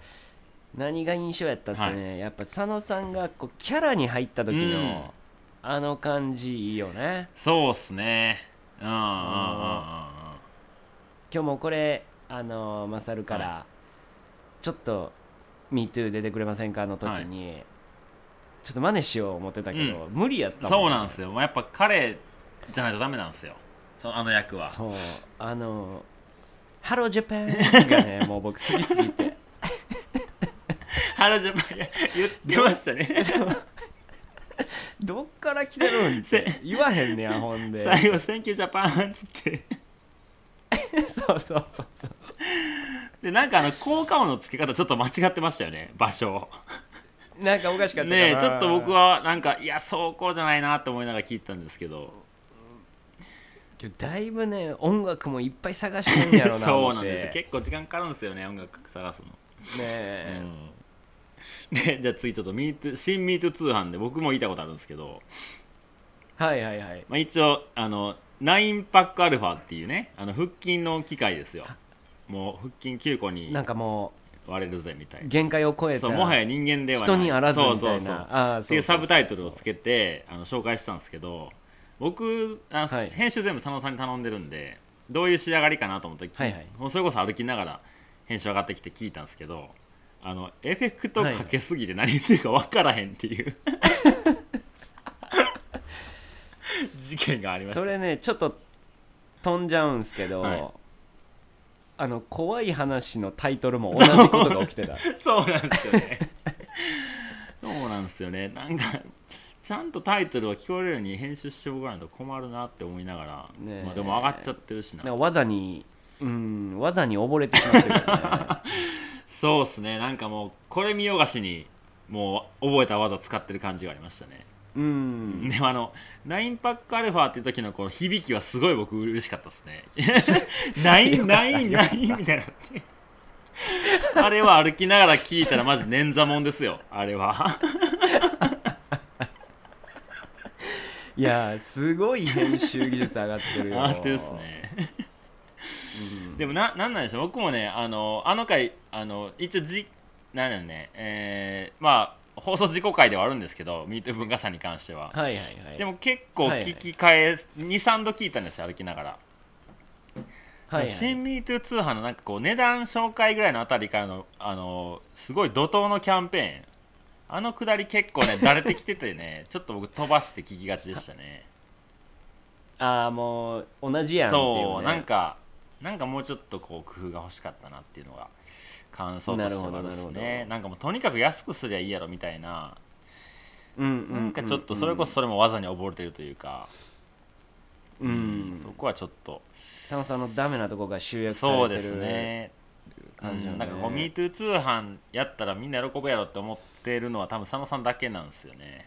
[SPEAKER 2] 何が印象やったってね、やっぱ佐野さんがこうキャラに入った時の、
[SPEAKER 1] うん
[SPEAKER 2] あの感じいいよね
[SPEAKER 1] そうっすねうんうんうんうんうん
[SPEAKER 2] 今日もこれあのマサルから、ちょっと「MeToo」出てくれませんかの時に、ちょっと真似しよう思ってたけど、無理やったもん、
[SPEAKER 1] そうなんですよ、まあ、やっぱ彼じゃないとダメなんですよそのあの役は
[SPEAKER 2] そうあの「ハロージャパン」がねもう僕好きすぎ て
[SPEAKER 1] 原ジャパンいや言ってましたね
[SPEAKER 2] どっから来てるんって言わへんねやほん で
[SPEAKER 1] 最後「センキュージャパン」っつって
[SPEAKER 2] そうそうそうそう
[SPEAKER 1] でなんかあの効果音の付け方ちょっと間違ってましたよね場所
[SPEAKER 2] なんかおかしかったかな
[SPEAKER 1] ねえちょっと僕はなんかいやそうこうじゃないなと思いながら聞いてたんですけど
[SPEAKER 2] 今日だいぶね音楽もいっぱい探してんやろうな
[SPEAKER 1] そうなん
[SPEAKER 2] 思って
[SPEAKER 1] ですよ結構時間かかるんですよね音楽探すの
[SPEAKER 2] ね
[SPEAKER 1] う
[SPEAKER 2] え
[SPEAKER 1] ん でじゃあ次ちょっと Me Too 新 MeToo 通販で僕も言いたことあるんですけど、
[SPEAKER 2] はいはいはい
[SPEAKER 1] まあ、一応あの9パックアルファっていうねあの腹筋の機械ですよもう腹筋9個に
[SPEAKER 2] なんかも
[SPEAKER 1] 割れるぜみたいうな
[SPEAKER 2] 限界を超えた
[SPEAKER 1] そうもはや人間ではない
[SPEAKER 2] 人にあらずみたいな
[SPEAKER 1] そうそうそう
[SPEAKER 2] ああ
[SPEAKER 1] っていう
[SPEAKER 2] そ
[SPEAKER 1] サ
[SPEAKER 2] うそうそ
[SPEAKER 1] ブ
[SPEAKER 2] う
[SPEAKER 1] タイトルをつけてあの紹介したんですけど僕あ、
[SPEAKER 2] はい
[SPEAKER 1] 編集全部佐野さんに頼んでるんでどういう仕上がりかなと思って、き
[SPEAKER 2] はいはい
[SPEAKER 1] もうそれこそ歩きながら編集上がってきて聞いたんですけどあのエフェクトかけすぎて何言ってるか分からへんっていう、事件がありました
[SPEAKER 2] それねちょっと飛んじゃうんすけど、
[SPEAKER 1] はい
[SPEAKER 2] あの怖い話のタイトルも同じことが起き てた
[SPEAKER 1] そうなんですよねそうなんですよねなんかちゃんとタイトルは聞こえるように編集しておかないと困るなって思いながら、
[SPEAKER 2] ねえ
[SPEAKER 1] まあ、でも上がっちゃってるしな
[SPEAKER 2] なんかわざにうんわざに溺れてしまってる よね
[SPEAKER 1] そうっすねなんかもうこれ見よがしにもう覚えた技使ってる感じがありましたね、
[SPEAKER 2] うん
[SPEAKER 1] でもあの9パックアルファっていう時のこの響きはすごい僕嬉しかったっす ねナインナインナインみたいになってあれは歩きながら聞いたらマジ捻挫もんですよあれは
[SPEAKER 2] いやーすごい編集技術上がってるよ
[SPEAKER 1] あれですねでもななんなんでしょう僕もねあのあの回あの一応じなんだろうねえーまあ放送事故回ではあるんですけど「ミート文化祭」に関しては、
[SPEAKER 2] はいはいはい
[SPEAKER 1] でも結構聞き返す、23度聞いたんですよ歩きながら、
[SPEAKER 2] はいはい
[SPEAKER 1] 新 MeToo 通販のなんかこう値段紹介ぐらいのあたりからのあのすごい怒涛のキャンペーンあのくだり結 構ねだれてきててねちょっと僕飛ばして聞きがちでしたね
[SPEAKER 2] ああもう同じやんっていう、ね、
[SPEAKER 1] そうなんかなんかもうちょっとこう工夫が欲しかったなっていうのが感想としてはあるです
[SPEAKER 2] なるほどなる
[SPEAKER 1] ね
[SPEAKER 2] ほど
[SPEAKER 1] なんかもうとにかく安くすりゃいいやろみたいな
[SPEAKER 2] うんう
[SPEAKER 1] なんかちょっとそれこそそれも技に溺れてるというか、
[SPEAKER 2] うん
[SPEAKER 1] そこはちょっと
[SPEAKER 2] 佐野さんのダメなとこが集約さ
[SPEAKER 1] そう
[SPEAKER 2] れて
[SPEAKER 1] で
[SPEAKER 2] る
[SPEAKER 1] すね
[SPEAKER 2] 感じ
[SPEAKER 1] う
[SPEAKER 2] なんん
[SPEAKER 1] な
[SPEAKER 2] だ
[SPEAKER 1] ん
[SPEAKER 2] ね
[SPEAKER 1] かこう MeToo 通販やったらみんな喜ぶやろって思ってるのは多分佐野さんだけなんですよ ね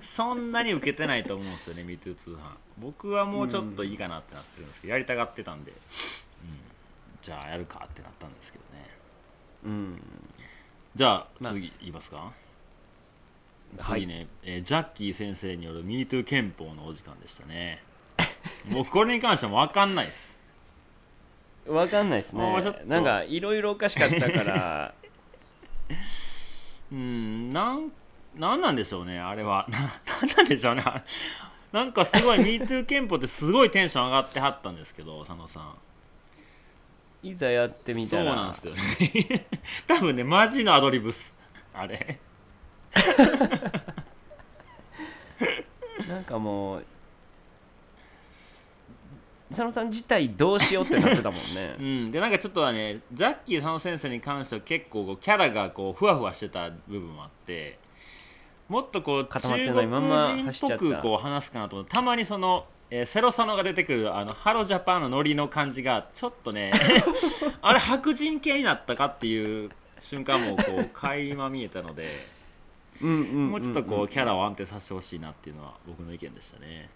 [SPEAKER 1] そんなに受けてないと思うんですよね MeToo 通販僕はもうちょっといいかなってなってるんですけどやりたがってたんで、うん、じゃあやるかってなったんですけどね
[SPEAKER 2] うん
[SPEAKER 1] じゃあ
[SPEAKER 2] まあ
[SPEAKER 1] 次言いますか、
[SPEAKER 2] はい
[SPEAKER 1] 次ね、えージャッキー先生による MeToo 憲法のお時間でしたねもうこれに関しては分かんないです
[SPEAKER 2] わかんないです
[SPEAKER 1] も
[SPEAKER 2] ね
[SPEAKER 1] うちょっと
[SPEAKER 2] なんかいろいろおかしかったから
[SPEAKER 1] うんなんなんなんでしょうねあれはな なんなんでしょうねあれなんかすごい MeToo 憲法ってすごいテンション上がってはったんですけど佐野さん
[SPEAKER 2] いざやってみた
[SPEAKER 1] そう
[SPEAKER 2] ら
[SPEAKER 1] なんですよね 多分ねマジのアドリブっすあれ
[SPEAKER 2] なんかもう佐野さん自体どうしようってなってたもんね
[SPEAKER 1] うんでなんかちょっとはねジャッキー佐野先生に関しては結構こうキャラがこうふわふわしてた部分もあってもっとこう中
[SPEAKER 2] 固まって
[SPEAKER 1] 国
[SPEAKER 2] ないまんま
[SPEAKER 1] 人っ
[SPEAKER 2] 走っちゃ
[SPEAKER 1] ぽ
[SPEAKER 2] った
[SPEAKER 1] くこう話すかなと思ってたまにその、えーセロ佐野が出てくるあのハロジャパンのノリの感じがちょっとね あれ白人系になったかっていう瞬間もこう垣間見えたので
[SPEAKER 2] うんうんうんう ん
[SPEAKER 1] もうちょっとこうキャラを安定させてほしいなっていうのは僕の意見でしたね。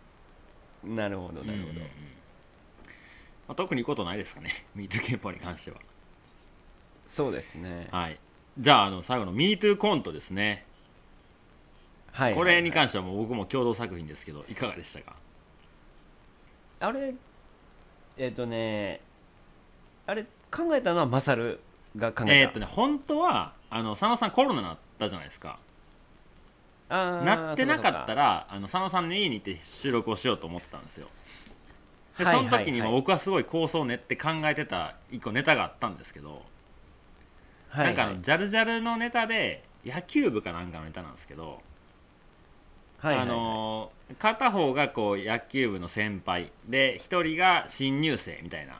[SPEAKER 2] なるほどなるほ
[SPEAKER 1] うんう
[SPEAKER 2] ど
[SPEAKER 1] んうんまあ、特にいいことないですかね、ミート憲法に関しては。
[SPEAKER 2] そうですね
[SPEAKER 1] はい、じゃああの最後の「MeToo コント」ですね、
[SPEAKER 2] はい
[SPEAKER 1] これに
[SPEAKER 2] はい
[SPEAKER 1] 関してはもう僕も共同作品ですけどいかがでしたか
[SPEAKER 2] あれえっ、とねあれ考えたのはマサルが考えた
[SPEAKER 1] えーっとね本当はあの佐野さんコロナになったじゃないですか
[SPEAKER 2] あー
[SPEAKER 1] なってなかった
[SPEAKER 2] ら
[SPEAKER 1] らあの佐野さんの家に行って収録をしようと思ってたんですよで
[SPEAKER 2] はい
[SPEAKER 1] そ
[SPEAKER 2] はい
[SPEAKER 1] の時に
[SPEAKER 2] はい
[SPEAKER 1] も僕はすごい構想を練って考えてた一個ネタがあったんですけど、
[SPEAKER 2] はい
[SPEAKER 1] なんか
[SPEAKER 2] は
[SPEAKER 1] あ
[SPEAKER 2] い
[SPEAKER 1] のジャルジャルのネタで野球部かなんかのネタなんですけど、
[SPEAKER 2] はいはいはい
[SPEAKER 1] あのー片方がこう野球部の先輩で一人が新入生みたいな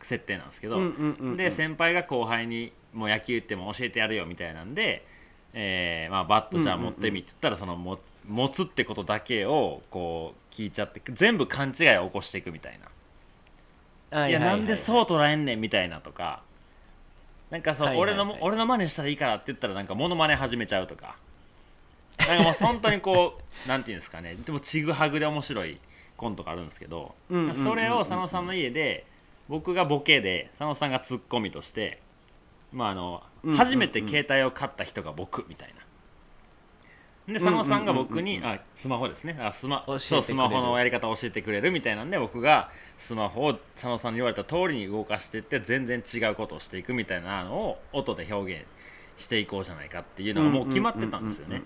[SPEAKER 1] 設定なんですけど、
[SPEAKER 2] うんうんうんうん
[SPEAKER 1] で先輩が後輩にもう野球ってもう教えてやるよみたいなんで、えーまあ、バットじゃあ持ってみって言ったらその持つ持つってことだけをこう聞いちゃって全部勘違いを起こしていくみたいな
[SPEAKER 2] はいい
[SPEAKER 1] や
[SPEAKER 2] はいはい
[SPEAKER 1] なんでそう捉えんねんみたいなとかなんかそう、
[SPEAKER 2] はいはいはい
[SPEAKER 1] 俺のも俺の真似したらいいからって言ったらなんかモノマネ始めちゃうとかなんかもう本当にこう なんていうんですかねでもちぐはぐで面白いコントがあるんですけど、
[SPEAKER 2] うんうんうんうん
[SPEAKER 1] それを佐野さんの家で僕がボケで佐野さんがツッコミとして、まああの
[SPEAKER 2] うんうん
[SPEAKER 1] 初めて携帯を買った人が僕みたいな。で佐野さんが僕に、
[SPEAKER 2] うん
[SPEAKER 1] あスマホですねあスマ
[SPEAKER 2] 教えて
[SPEAKER 1] そうスマホ
[SPEAKER 2] くれ
[SPEAKER 1] の
[SPEAKER 2] る
[SPEAKER 1] やり方を教えてくれるみたいなんで僕がスマホを佐野さんに言われた通りに動かしていって全然違うことをしていくみたいなのを音で表現していこうじゃないかっていうのがもう決まってたんですよね。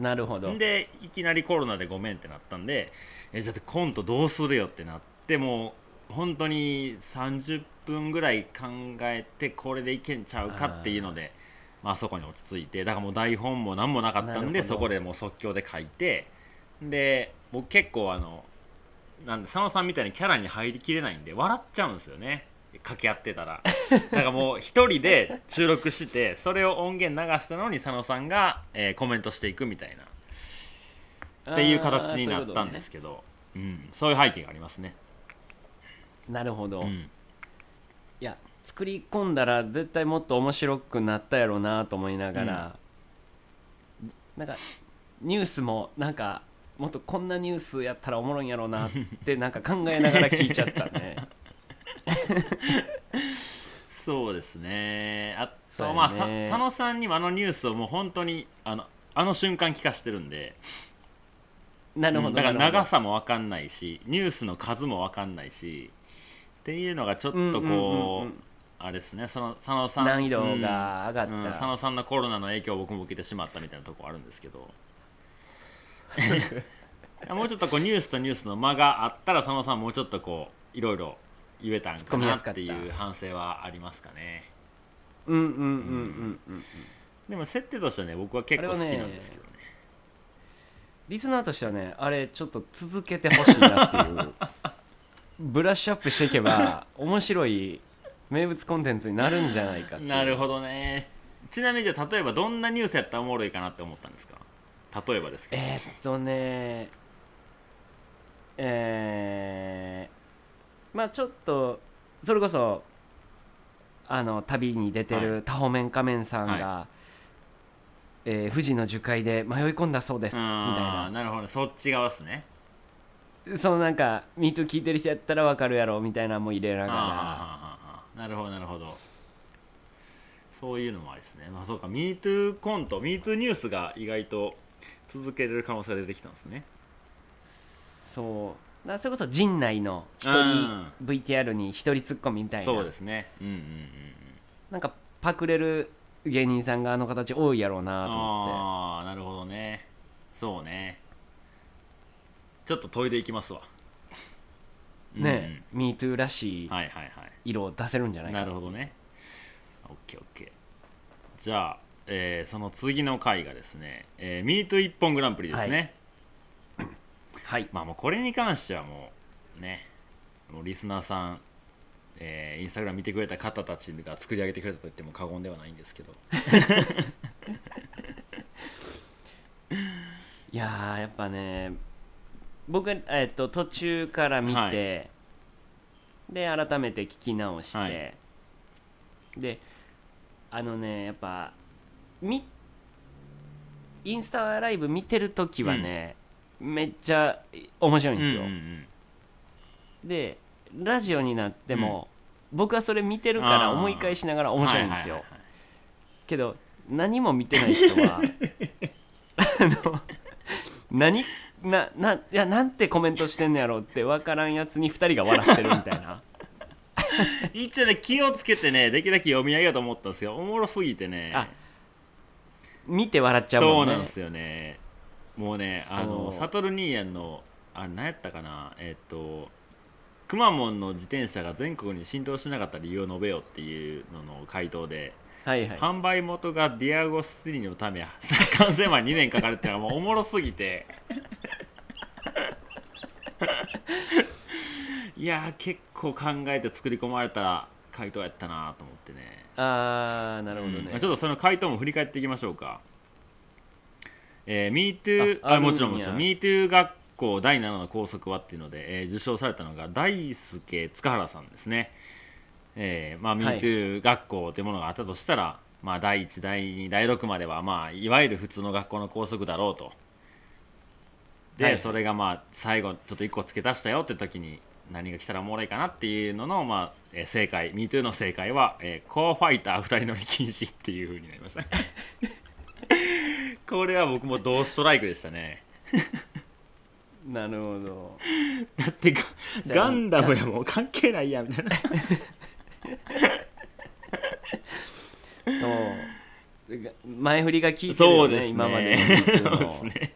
[SPEAKER 2] なるほど
[SPEAKER 1] でいきなりコロナでごめんってなったんでえじゃあコントどうするよってなってもう本当に30分ぐらい考えてこれでいけんちゃうかっていうので。まあそこに落ち着いてだからもう台本も何もなかったん
[SPEAKER 2] なる
[SPEAKER 1] で
[SPEAKER 2] ほど
[SPEAKER 1] そこでもう即興で書いてで僕結構あのなんで佐野さんみたいにキャラに入りきれないんで笑っちゃうんですよね掛け合ってたらだからもう一人で収録してそれを音源流したのに佐野さんが、えーコメントしていくみたいなっていう形になったんですけどうん、そういう背景がありますね、
[SPEAKER 2] あーそういうことねなるほど、
[SPEAKER 1] う
[SPEAKER 2] い
[SPEAKER 1] ん、
[SPEAKER 2] や作り込んだら絶対もっと面白くなったやろうなと思いながら、なんかニュースもなんかもっとこんなニュースやったらおもろいんやろう なってなんか考えながら聞いちゃったね
[SPEAKER 1] そうですねあと、
[SPEAKER 2] そうやね
[SPEAKER 1] まあさ佐野さんにもあのニュースをもう本当にあのあの瞬間聞かしてるんで
[SPEAKER 2] なるほど、
[SPEAKER 1] うんだから
[SPEAKER 2] なるほ
[SPEAKER 1] 長さも分かんないしニュースの数も分かんないしっていうのがちょっと
[SPEAKER 2] うんうんうん
[SPEAKER 1] こ
[SPEAKER 2] う
[SPEAKER 1] うんあれですねその佐野さ
[SPEAKER 2] ど
[SPEAKER 1] ん
[SPEAKER 2] 難易度が上がっ
[SPEAKER 1] うんうん佐
[SPEAKER 2] た、
[SPEAKER 1] 野さんのコロナの影響を僕も受けてしまったみたいなとこあるんですけ どもうちょっとこうニュースとニュースの間があったら佐野さんもうちょっとこういろいろ言えたん
[SPEAKER 2] 突っ込
[SPEAKER 1] か
[SPEAKER 2] みや
[SPEAKER 1] な
[SPEAKER 2] すか
[SPEAKER 1] った
[SPEAKER 2] っ
[SPEAKER 1] ていう反省はありますかね
[SPEAKER 2] うんうんうんうんうん
[SPEAKER 1] でも設定としてはね僕は結構好きなんですけどね
[SPEAKER 2] リスナーとしてはねあれちょっと続けてほしいなっていう ブラッシュアップしていけば面白い名物コンテンツになるんじゃないかっていう
[SPEAKER 1] なるほどねちなみにじゃあ例えばどんなニュースやったらおもろいかなって思ったんですか例えばですけど
[SPEAKER 2] えー、っとねえー、まあちょっとそれこそあの旅に出て
[SPEAKER 1] は
[SPEAKER 2] る多方面仮面さんが、えー富士の樹海で迷い込んだそうですみたい
[SPEAKER 1] あーな
[SPEAKER 2] な
[SPEAKER 1] るほどねそっち側ですね
[SPEAKER 2] そのなんか「ミート聞いてる人やったらわかるやろみたいなのも入れな
[SPEAKER 1] あー
[SPEAKER 2] が
[SPEAKER 1] はーは
[SPEAKER 2] ら
[SPEAKER 1] ーはーなるほどなるほどそういうのもありですねまあそうか MeToo コント MeToo ニュースが意外と続けれる可能性が出てきたんですね
[SPEAKER 2] そうだからそれこそ陣内の一
[SPEAKER 1] うん
[SPEAKER 2] 人 VTR に一人ツッコミみたいな
[SPEAKER 1] そうですねうんうんうんうん
[SPEAKER 2] なんかパクれる芸人さんがあの形多いやろうなと思っ
[SPEAKER 1] ああーなるほどねそうねちょっと研いでいきますわ
[SPEAKER 2] てね「MeToo」らし
[SPEAKER 1] う
[SPEAKER 2] い
[SPEAKER 1] んうんはいはいはい
[SPEAKER 2] 色を出せるんじゃないか
[SPEAKER 1] なるほどね。オッケーオッケー。じゃあ、えーその次の回がですね、えー、ミート一本グランプリですね。
[SPEAKER 2] はいはい
[SPEAKER 1] まあもうこれに関してはもうね、もうリスナーさん、えーインスタグラム見てくれた方たちが作り上げてくれたと言っても過言ではないんですけど。
[SPEAKER 2] いやーやっぱね僕、えっと途中から見て、
[SPEAKER 1] はい
[SPEAKER 2] で改めて聞き直して、
[SPEAKER 1] はい
[SPEAKER 2] であのねやっぱみインスタライブ見てる時はね、めっちゃ面白いんですよ、
[SPEAKER 1] うんうんうん
[SPEAKER 2] でラジオになっても、僕はそれ見てるから
[SPEAKER 1] あー
[SPEAKER 2] 思い返しながら面白いんですよ、
[SPEAKER 1] ははは
[SPEAKER 2] けど何も見てない人はあの何なないやなんてコメントしてんのやろうって分からんやつに2人が笑ってるみたい な
[SPEAKER 1] はい一応ね気をつけてねできるだけ読み上げようと思ったんですけどおもろすぎてね
[SPEAKER 2] あ見て笑っちゃう
[SPEAKER 1] そ
[SPEAKER 2] も
[SPEAKER 1] うん
[SPEAKER 2] ね
[SPEAKER 1] なんですよねもうねあの
[SPEAKER 2] そう
[SPEAKER 1] サトルニーヤンのあれ何やったかなえっとくまモンの自転車が全国に浸透しなかった理由を述べよっていうのの回答で、
[SPEAKER 2] はいはい
[SPEAKER 1] 販売元がディアゴスティーニのため完成まで2年かかるっていうのはもうおもろすぎ ていやー結構考えて作り込まれた回答やったなと思ってね
[SPEAKER 2] あーなるほどね、
[SPEAKER 1] うんちょっとその回答も振り返っていきましょうか。えー、MeToo
[SPEAKER 2] あ
[SPEAKER 1] あもちろん
[SPEAKER 2] あ
[SPEAKER 1] も
[SPEAKER 2] るん
[SPEAKER 1] ち
[SPEAKER 2] や
[SPEAKER 1] ろん MeToo 学校第7の校則はっていうので、えー受賞されたのが大輔塚原さんですね。えーまあ、
[SPEAKER 2] はい
[SPEAKER 1] MeToo 学校というものがあったとしたら、まあ、第1第2第6までは、まあ、いわゆる普通の学校の校則だろうと。で、
[SPEAKER 2] はい
[SPEAKER 1] それがまあ最後ちょっと1個付け足したよって時に何が来たらおもろいかなっていうのの、まあえー正解 MeToo の正解は、えーコーファイター2人乗り禁止っていう風になりました これは僕も同ストライクでしたね
[SPEAKER 2] なるほど
[SPEAKER 1] だってガ
[SPEAKER 2] じゃあ
[SPEAKER 1] ガンダムやもん関係ないやみたいな
[SPEAKER 2] そうが前振りが効いてる
[SPEAKER 1] そ
[SPEAKER 2] よ
[SPEAKER 1] う
[SPEAKER 2] ね
[SPEAKER 1] ですね
[SPEAKER 2] 今まで
[SPEAKER 1] そうですね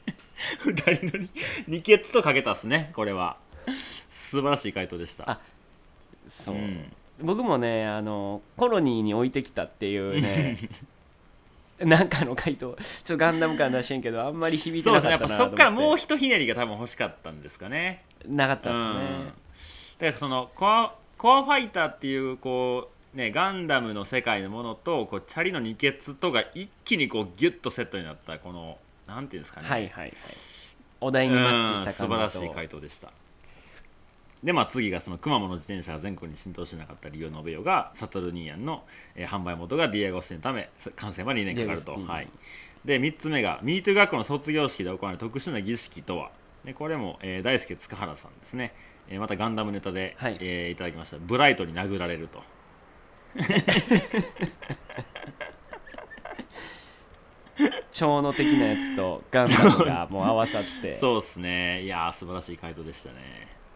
[SPEAKER 1] 2人乗り二ケツとかけたっすねこれは素晴らしい回答でした
[SPEAKER 2] あそう、
[SPEAKER 1] うん
[SPEAKER 2] 僕もねあのコロニーに置いてきたってい うねなんかの回答ちょっとガンダム感出してんけどあんまり響いて
[SPEAKER 1] そうで
[SPEAKER 2] な
[SPEAKER 1] す
[SPEAKER 2] か
[SPEAKER 1] ねや
[SPEAKER 2] っ
[SPEAKER 1] っぱそ
[SPEAKER 2] たなと思
[SPEAKER 1] ってからもうひとひねりが多分欲しかったんですかね
[SPEAKER 2] なかったですね、
[SPEAKER 1] うんだからそのコアコアファイターっていうこうねガンダムの世界のものとこうチャリの二欠とが一気にこうギュッとセットになったこのなんていうんですかね、
[SPEAKER 2] はいはいはいお題
[SPEAKER 1] う
[SPEAKER 2] にマ
[SPEAKER 1] ん
[SPEAKER 2] ッチし
[SPEAKER 1] 素
[SPEAKER 2] た感
[SPEAKER 1] 晴
[SPEAKER 2] じ
[SPEAKER 1] ら
[SPEAKER 2] と
[SPEAKER 1] しい回答でしたでまあ次がその熊本の自転車が全国に浸透しなかった理由を述べようがサトルニーヤンの、えー販売元がディアゴスティーニのため完成まで2年かかると、
[SPEAKER 2] ディアゴスティーニ
[SPEAKER 1] はい、で3つ目が MeToo 学校の卒業式で行われる特殊な儀式とはでこれも、えー大輔塚原さんですね、えーまたガンダムネタで、
[SPEAKER 2] はい
[SPEAKER 1] えーいただきましたブライトに殴られると
[SPEAKER 2] 超能的なやつとガンダムがもう合わさって
[SPEAKER 1] そうですねいやー素晴らしい回答でしたね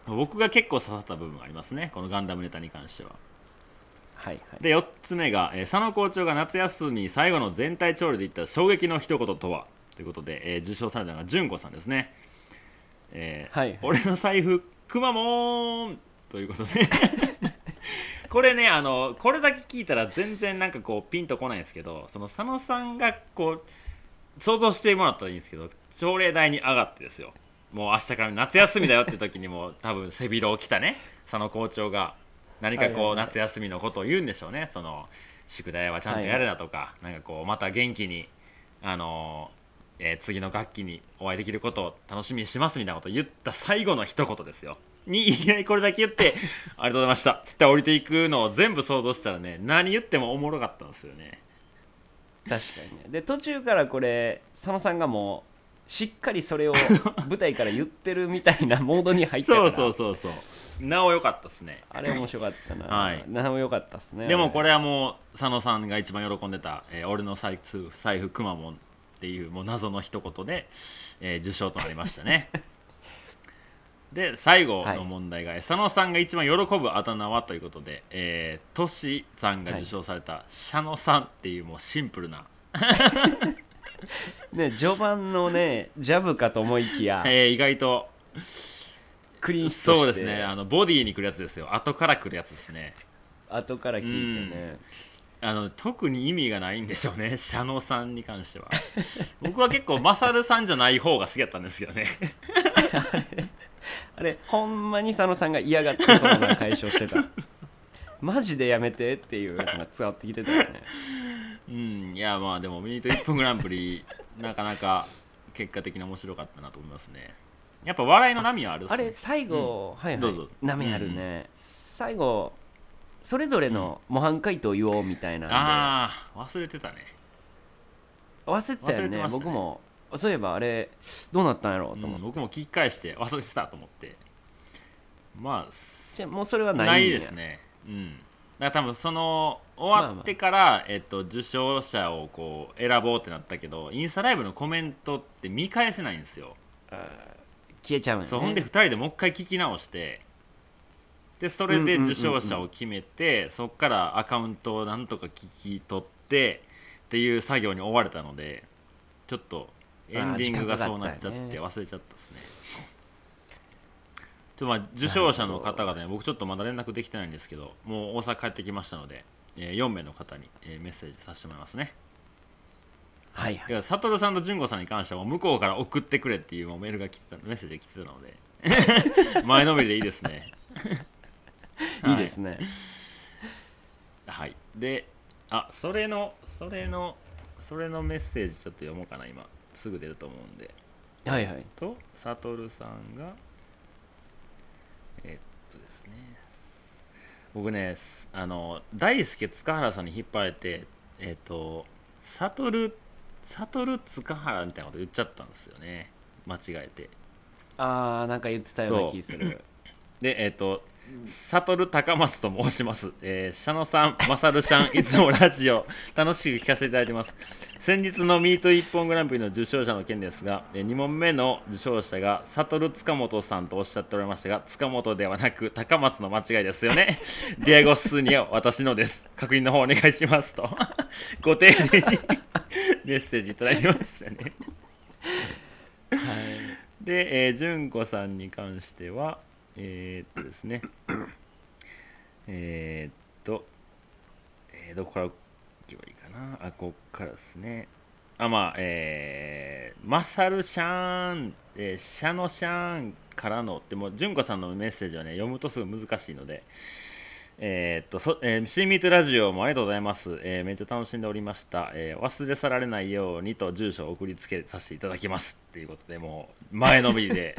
[SPEAKER 1] 僕が結構刺さった部分がありますねこのガンダムネタに関しては
[SPEAKER 2] はいはい
[SPEAKER 1] で4つ目が、えー佐野校長が夏休み最後の全体調理で言った衝撃の一言とはということで、えー受賞されたのが純子さんですね、えー
[SPEAKER 2] はいはい
[SPEAKER 1] 俺の財布くまモンということで これねあのこれだけ聞いたら全然なんかこうピンとこないんですけどその佐野さんがこう想像してもらったらいいんですけど朝礼台に上がってですよもう明日から夏休みだよって時にも 多分背広を着たね佐野校長が何か
[SPEAKER 2] はいはい
[SPEAKER 1] こ
[SPEAKER 2] は
[SPEAKER 1] う
[SPEAKER 2] い
[SPEAKER 1] 夏休みのことを言うんでしょうねその宿題はちゃんとやれだとか、なんかこうまた元気にあのーえー次の楽器にお会いできることを楽しみにしますみたいなことを言った最後の一言ですよにいきなりこれだけ言って 「ありがとうございました」つって降りていくのを全部想像したらね何言ってもおもろかったんですよね
[SPEAKER 2] 確かにねで途中からこれ佐野さんがもうしっかりそれ を舞台から言ってるみたいなモードに入ったから
[SPEAKER 1] そうそうそうそうなお良かったですね
[SPEAKER 2] あれ面白かったな、
[SPEAKER 1] はい
[SPEAKER 2] なお良かったですね
[SPEAKER 1] でもこれ
[SPEAKER 2] は
[SPEAKER 1] はもう佐野さんが一番喜んでた「えー俺の財布財布くまモン」っていうもう謎の一言で、えー受賞となりましたね で最後の問題が、えー佐野さんが一番喜ぶあだ名はということで、えー、トシさんが受賞された「社野さん」っていうもうシンプルな、
[SPEAKER 2] ね序盤のねジャブかと思いきや
[SPEAKER 1] えー意外と
[SPEAKER 2] クリーンヒットして
[SPEAKER 1] そうですねあのボディに来るやつですよ後から来るやつですね
[SPEAKER 2] 後から聞いてね
[SPEAKER 1] あの特に意味がないんでしょうね社野さんに関しては僕は結構マサルさんじゃない方が好きだったんですけどね
[SPEAKER 2] あれほんまに佐野さんが嫌がってそのな解消してた マジでやめてっていうのが伝わってきてたよね
[SPEAKER 1] うんいやまあでも「ミニト1分グランプリ」 なかなか結果的に面白かったなと思いますねやっぱ笑いの波はあるっす
[SPEAKER 2] あ
[SPEAKER 1] ね
[SPEAKER 2] れ最後、はいは
[SPEAKER 1] どう
[SPEAKER 2] い
[SPEAKER 1] ぞ
[SPEAKER 2] なめあるね、最後それぞれの模範解答を言おうみたいなん
[SPEAKER 1] ああ忘れてたね
[SPEAKER 2] で忘れてたよ
[SPEAKER 1] 忘れて
[SPEAKER 2] ね
[SPEAKER 1] ましたね
[SPEAKER 2] 僕もそういえばあれどうなったんやろうと思
[SPEAKER 1] う
[SPEAKER 2] っ
[SPEAKER 1] ん
[SPEAKER 2] て、
[SPEAKER 1] 僕も聞き返して忘れてたと思ってまあ
[SPEAKER 2] じゃあもうそれはないんや
[SPEAKER 1] ないですねうんだから多分その終わってから、えっと、受賞者をこう選ぼうってなったけどインスタライブのコメントって見返せないんですよ、
[SPEAKER 2] 消えちゃうんやね
[SPEAKER 1] そうほんで2人でもう一回聞き直してでそれで受賞者を決めて、そこからアカウントをなんとか聞き取ってっていう作業に追われたのでちょっとエンディングが
[SPEAKER 2] あー
[SPEAKER 1] そうなっちゃっ
[SPEAKER 2] 近くだった
[SPEAKER 1] て
[SPEAKER 2] よ
[SPEAKER 1] 忘れちゃったですねちょっとまあ受賞者の方々に僕ちょっとまだ連絡できてないんですけどもう大阪帰ってきましたので、え4名の方に、えーメッセージさせてもらいますね
[SPEAKER 2] はいはい
[SPEAKER 1] では悟さんと純子さんに関してはもう向こうから送ってくれっていうもうメールが来てたメッセージが来てたので前のめりでいいですね
[SPEAKER 2] いいですね
[SPEAKER 1] はいであそれのそれのそれのメッセージちょっと読もうかな今すぐ出ると思うんで
[SPEAKER 2] はいはい
[SPEAKER 1] とサトルさんがえっとですね僕ねすあの大輔塚原さんに引っ張られてえっとサトルサトル塚原みたいなこと言っちゃったんですよね間違えて
[SPEAKER 2] あーなんか言ってたような気する
[SPEAKER 1] でえっとサトル高松と申します。えー、シャノさん、マサルシャン、いつもラジオ、楽しく聞かせていただいてます。先日のミート一本グランプリの受賞者の件ですが、え2問目の受賞者が、サトル塚本さんとおっしゃっておりましたが、塚本ではなく、高松の間違いですよね。 ディアゴスーニは私のです。確認の方お願いしますと、 ご丁寧にメッセージいただきましたね。で、えー、純子さんに関しては、えー、っとですね、えー、っと、えーどこから行けばいいかな、あ、こっからですね、あ、まあ、えー、マサルシャーン、えーシャノシャーンからのって、もう純子さんのメッセージはね、読むとすぐ難しいので、えーっとそえー、シーミートラジオもありがとうございます。えーめっちゃ楽しんでおりました、えー忘れ去られないようにと住所を送りつけさせていただきます。ということで、もう前のめりで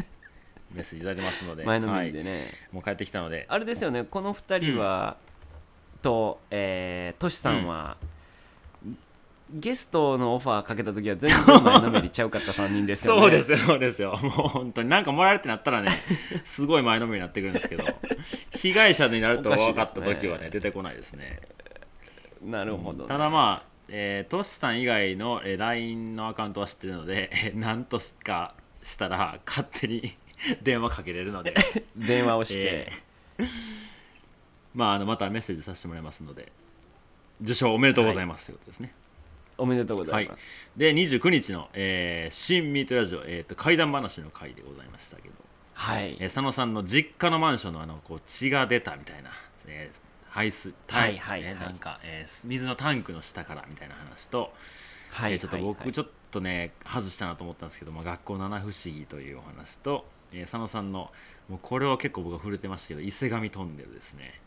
[SPEAKER 1] メッセージいただいてますので、
[SPEAKER 2] 前のめりでね、
[SPEAKER 1] はい、もう帰ってきたので、
[SPEAKER 2] あれですよねこの2人は、とえートシさんは、ゲストのオファーかけた時は全然前のめりちゃうかった3人ですよね
[SPEAKER 1] そうですよ、そうですよ。もう本当に、なんかもらえるってなった らね、すごい前のめりになってくるんですけど、被害者になると
[SPEAKER 2] おかしいで
[SPEAKER 1] 分
[SPEAKER 2] す
[SPEAKER 1] か
[SPEAKER 2] ね
[SPEAKER 1] った時はね、出てこないですね。
[SPEAKER 2] なるほどね、
[SPEAKER 1] ただまあ、えートシさん以外の、えー LINE のアカウントは知ってるので、 えーなんとかしたら勝手に 電話かけれる ので、
[SPEAKER 2] 電話をして、
[SPEAKER 1] えーまあ、あのまたメッセージさせてもらいますので、受賞おめでとうございます、ということですね。
[SPEAKER 2] おめでとうございます、
[SPEAKER 1] で、29日の、えー新ミートラジオ、えーと、怪談話の回でございましたけど、
[SPEAKER 2] はい
[SPEAKER 1] えー佐野さんの実家のマンションのあのこう血が出たみたいな、えー排水
[SPEAKER 2] はいはいは
[SPEAKER 1] ね
[SPEAKER 2] い
[SPEAKER 1] なんか、えー水のタンクの下からみたいな話と、
[SPEAKER 2] は
[SPEAKER 1] えーちょっと僕ち
[SPEAKER 2] ょっ
[SPEAKER 1] ょっとね外したなと思ったんですけど、まあ、学校七不思議というお話と、えー佐野さんのもうこれは結構僕は触れてましたけど伊勢神トンネルですね、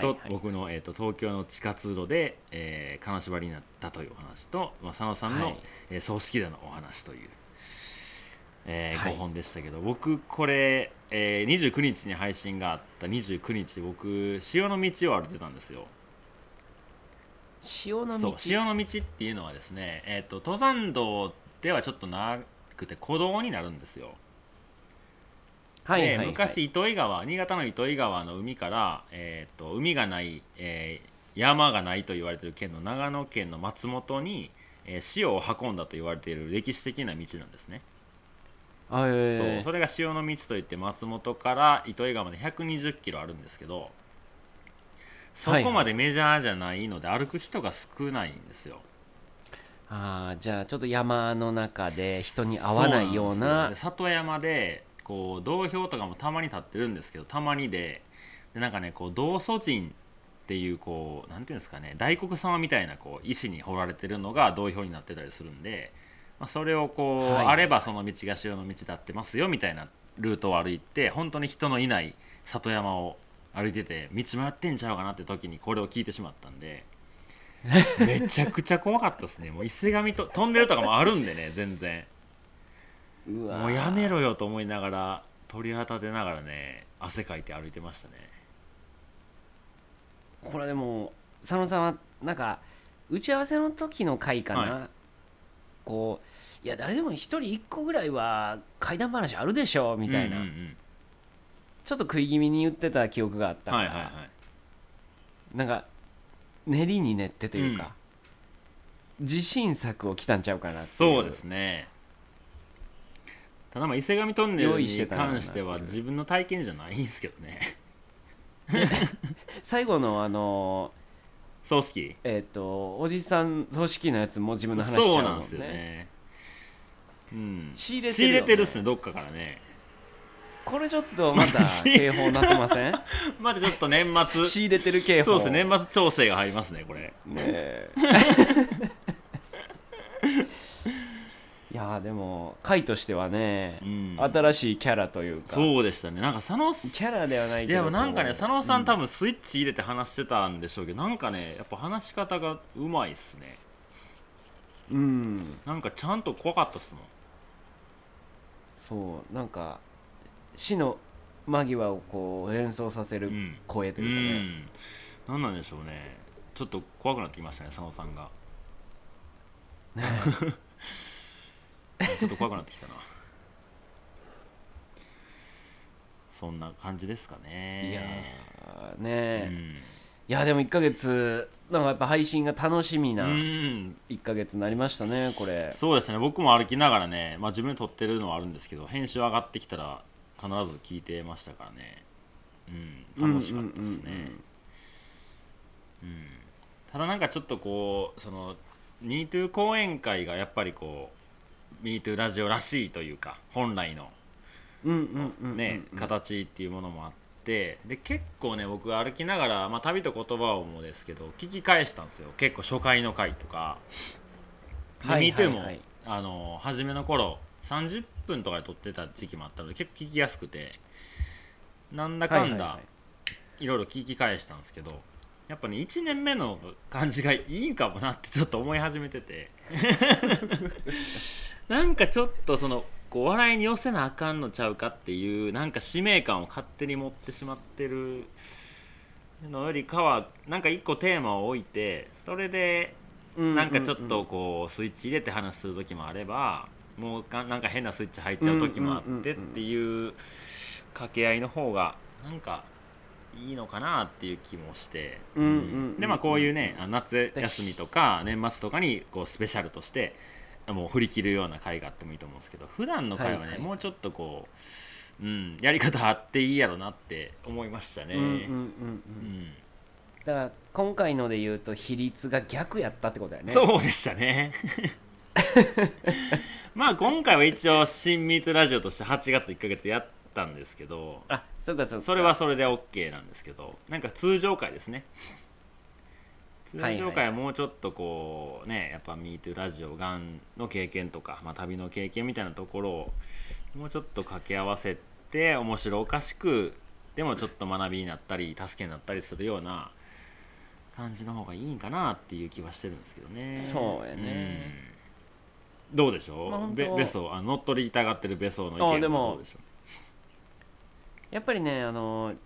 [SPEAKER 2] と
[SPEAKER 1] と僕の、えー、と東京の地下通路で、えー金縛りになったというお話と、まあ、佐野さんの、
[SPEAKER 2] はい
[SPEAKER 1] えー葬式でのお話という、えー
[SPEAKER 2] はい
[SPEAKER 1] 5本でしたけど僕これ、えー29日に配信があった29日僕潮の道を歩いてたんですよ。
[SPEAKER 2] 塩の
[SPEAKER 1] そう
[SPEAKER 2] 道
[SPEAKER 1] 潮の道っていうのはですね、えー、と登山道ではちょっと長くて古道になるんですよ。
[SPEAKER 2] はいはい
[SPEAKER 1] で
[SPEAKER 2] はい
[SPEAKER 1] 昔糸魚川新潟の糸魚川の海から、えー、と海がない、えー山がないと言われている県の長野県の松本に、えー塩を運んだと言われている歴史的な道なんですね、
[SPEAKER 2] あえ
[SPEAKER 1] そうそれが塩の道といって松本から糸魚川まで120キロあるんですけどそこまでメジャーじゃないので歩く人が少ないんですよ、
[SPEAKER 2] あーじゃあちょっと山の中で人に会わないような
[SPEAKER 1] そんですよで里山でこう道標とかもたまに立ってるんですけどたまにででなんかねこう道祖神っていうこうなんていうんですかね大黒様みたいなこう石に彫られてるのが道標になってたりするんで、まあ、それをこう、
[SPEAKER 2] はい
[SPEAKER 1] あればその道が塩の道だってますよみたいなルートを歩いて本当に人のいない里山を歩いてて道迷ってんちゃうかなって時にこれを聞いてしまったんで。 めちゃくちゃ怖かったですねもう伊勢神とトンネルとかもあるんでね全然
[SPEAKER 2] うわー
[SPEAKER 1] もうやめろよと思いながら鳥肌出ながらね汗かいて歩いてましたね
[SPEAKER 2] これでも佐野さんはなんか打ち合わせの時の回かな、
[SPEAKER 1] は
[SPEAKER 2] こういや誰でも一人一個ぐらいは怪談話あるでしょみたいな、
[SPEAKER 1] うんうん
[SPEAKER 2] ちょっと食い気味に言ってた記憶があっ
[SPEAKER 1] う
[SPEAKER 2] た
[SPEAKER 1] ん
[SPEAKER 2] か
[SPEAKER 1] は
[SPEAKER 2] ら、
[SPEAKER 1] いはいはい
[SPEAKER 2] なんか練りに練ってというか、自信作をきたんちゃうかなってい
[SPEAKER 1] そうですねただまあ伊勢神トンネル
[SPEAKER 2] 用意
[SPEAKER 1] に
[SPEAKER 2] してたな
[SPEAKER 1] 関しては自分の体験じゃないんですけどね
[SPEAKER 2] 最後のあのー
[SPEAKER 1] 葬式
[SPEAKER 2] えっ、とおじさん葬式のやつも自分の話しちゃう
[SPEAKER 1] そう
[SPEAKER 2] もん、ね、
[SPEAKER 1] なんですよねうん
[SPEAKER 2] 仕入れて
[SPEAKER 1] 仕
[SPEAKER 2] るよ
[SPEAKER 1] 入
[SPEAKER 2] ね
[SPEAKER 1] れてるっすねどっかから ね
[SPEAKER 2] これちょっとま た警報なってません
[SPEAKER 1] まだちょっと年 末
[SPEAKER 2] 仕入れてる警報
[SPEAKER 1] そうですね年末調整が入りますねこれ
[SPEAKER 2] ねえ いやーでも回としてはね、
[SPEAKER 1] うん
[SPEAKER 2] 新しいキャラというか
[SPEAKER 1] そうでしたねなんか佐野
[SPEAKER 2] キャラではない
[SPEAKER 1] い
[SPEAKER 2] けど
[SPEAKER 1] やでもなんかね
[SPEAKER 2] こう
[SPEAKER 1] 佐野さ
[SPEAKER 2] うん
[SPEAKER 1] 多分スイッチ入れて話してたんでしょうけど、なんかねやっぱ話し方がうまいっすね
[SPEAKER 2] うん
[SPEAKER 1] なんかちゃんと怖かったっすもん
[SPEAKER 2] そうなんか死の間際をこう連想させる
[SPEAKER 1] うん
[SPEAKER 2] 声と
[SPEAKER 1] う
[SPEAKER 2] いうかね、
[SPEAKER 1] ん何なんでしょうねちょっと怖くなってきましたね佐野さんが ちょっと怖くなってきたなそんな感じですかね
[SPEAKER 2] いやーね、
[SPEAKER 1] う
[SPEAKER 2] い
[SPEAKER 1] ん
[SPEAKER 2] やでも1ヶ月なんかやっぱ配信が楽しみ
[SPEAKER 1] う
[SPEAKER 2] なん1ヶ月になりましたねこれ
[SPEAKER 1] そうですね僕も歩きながらね、まあ、自分で撮ってるのはあるんですけど編集上がってきたら必ず聞いてましたからね、うん、楽しかったですね、
[SPEAKER 2] うんうんうんうん
[SPEAKER 1] ただなんかちょっとこうその MeToo 講演会がやっぱりこう MeToo ラジオらしいというか本来の
[SPEAKER 2] うんうんうんうん
[SPEAKER 1] ね、形っていうものもあってで結構ね僕歩きながら、まあ、旅と言葉をもですけど聞き返したんですよ結構初回の回とか「で
[SPEAKER 2] はい
[SPEAKER 1] MeToo」
[SPEAKER 2] は
[SPEAKER 1] も
[SPEAKER 2] いはい
[SPEAKER 1] あの初めの頃30分とかで撮ってた時期もあったので結構聞きやすくてなんだかんだ、
[SPEAKER 2] はいはいはい
[SPEAKER 1] いろいろ聞き返したんですけどやっぱね1年目の感じがいいんかもなってちょっと思い始めててなんかちょっとそのこう笑いに寄せなあかんのちゃうかっていうなんか使命感を勝手に持ってしまってるのよりかはなんか一個テーマを置いてそれでなんかちょっとこうスイッチ入れて話する時もあればもうかなんか変なスイッチ入っちゃう時もあってっていう掛け合いの方がなんかいいのかなっていう気もして、
[SPEAKER 2] うんうんうん
[SPEAKER 1] でまあこういうねあ夏休みとか年末とかにこうスペシャルとしてもう振り切るような回があってもいいと思うんですけど普段の回はね、
[SPEAKER 2] はいはい
[SPEAKER 1] もうちょっとこう、うん、やり方あっていいやろなって思いましたね。
[SPEAKER 2] うんうんうん
[SPEAKER 1] う
[SPEAKER 2] う
[SPEAKER 1] んん
[SPEAKER 2] だから今回ので言うと比率が逆やったってことだよね
[SPEAKER 1] そうでしたねまあ今回は一応新ミートラジオとして8月1ヶ月やったんですけど
[SPEAKER 2] あそうかそうか
[SPEAKER 1] それはそれで OK なんですけどなんか通常回ですね通
[SPEAKER 2] はい
[SPEAKER 1] 常回はもうちょっとこうねやっぱ MeToo ラジオがんの経験とか、まあ、旅の経験みたいなところをもうちょっと掛け合わせて面白おかしくでもちょっと学びになったり助けになったりするような感じの方がいいんかなっていう気はしてるんですけどね
[SPEAKER 2] そうやね
[SPEAKER 1] うんどうでしょう、
[SPEAKER 2] まあ本当
[SPEAKER 1] べベソあ乗っ取りたがってるベソの意見
[SPEAKER 2] あでも
[SPEAKER 1] はどうでしょ
[SPEAKER 2] やっぱりねあのー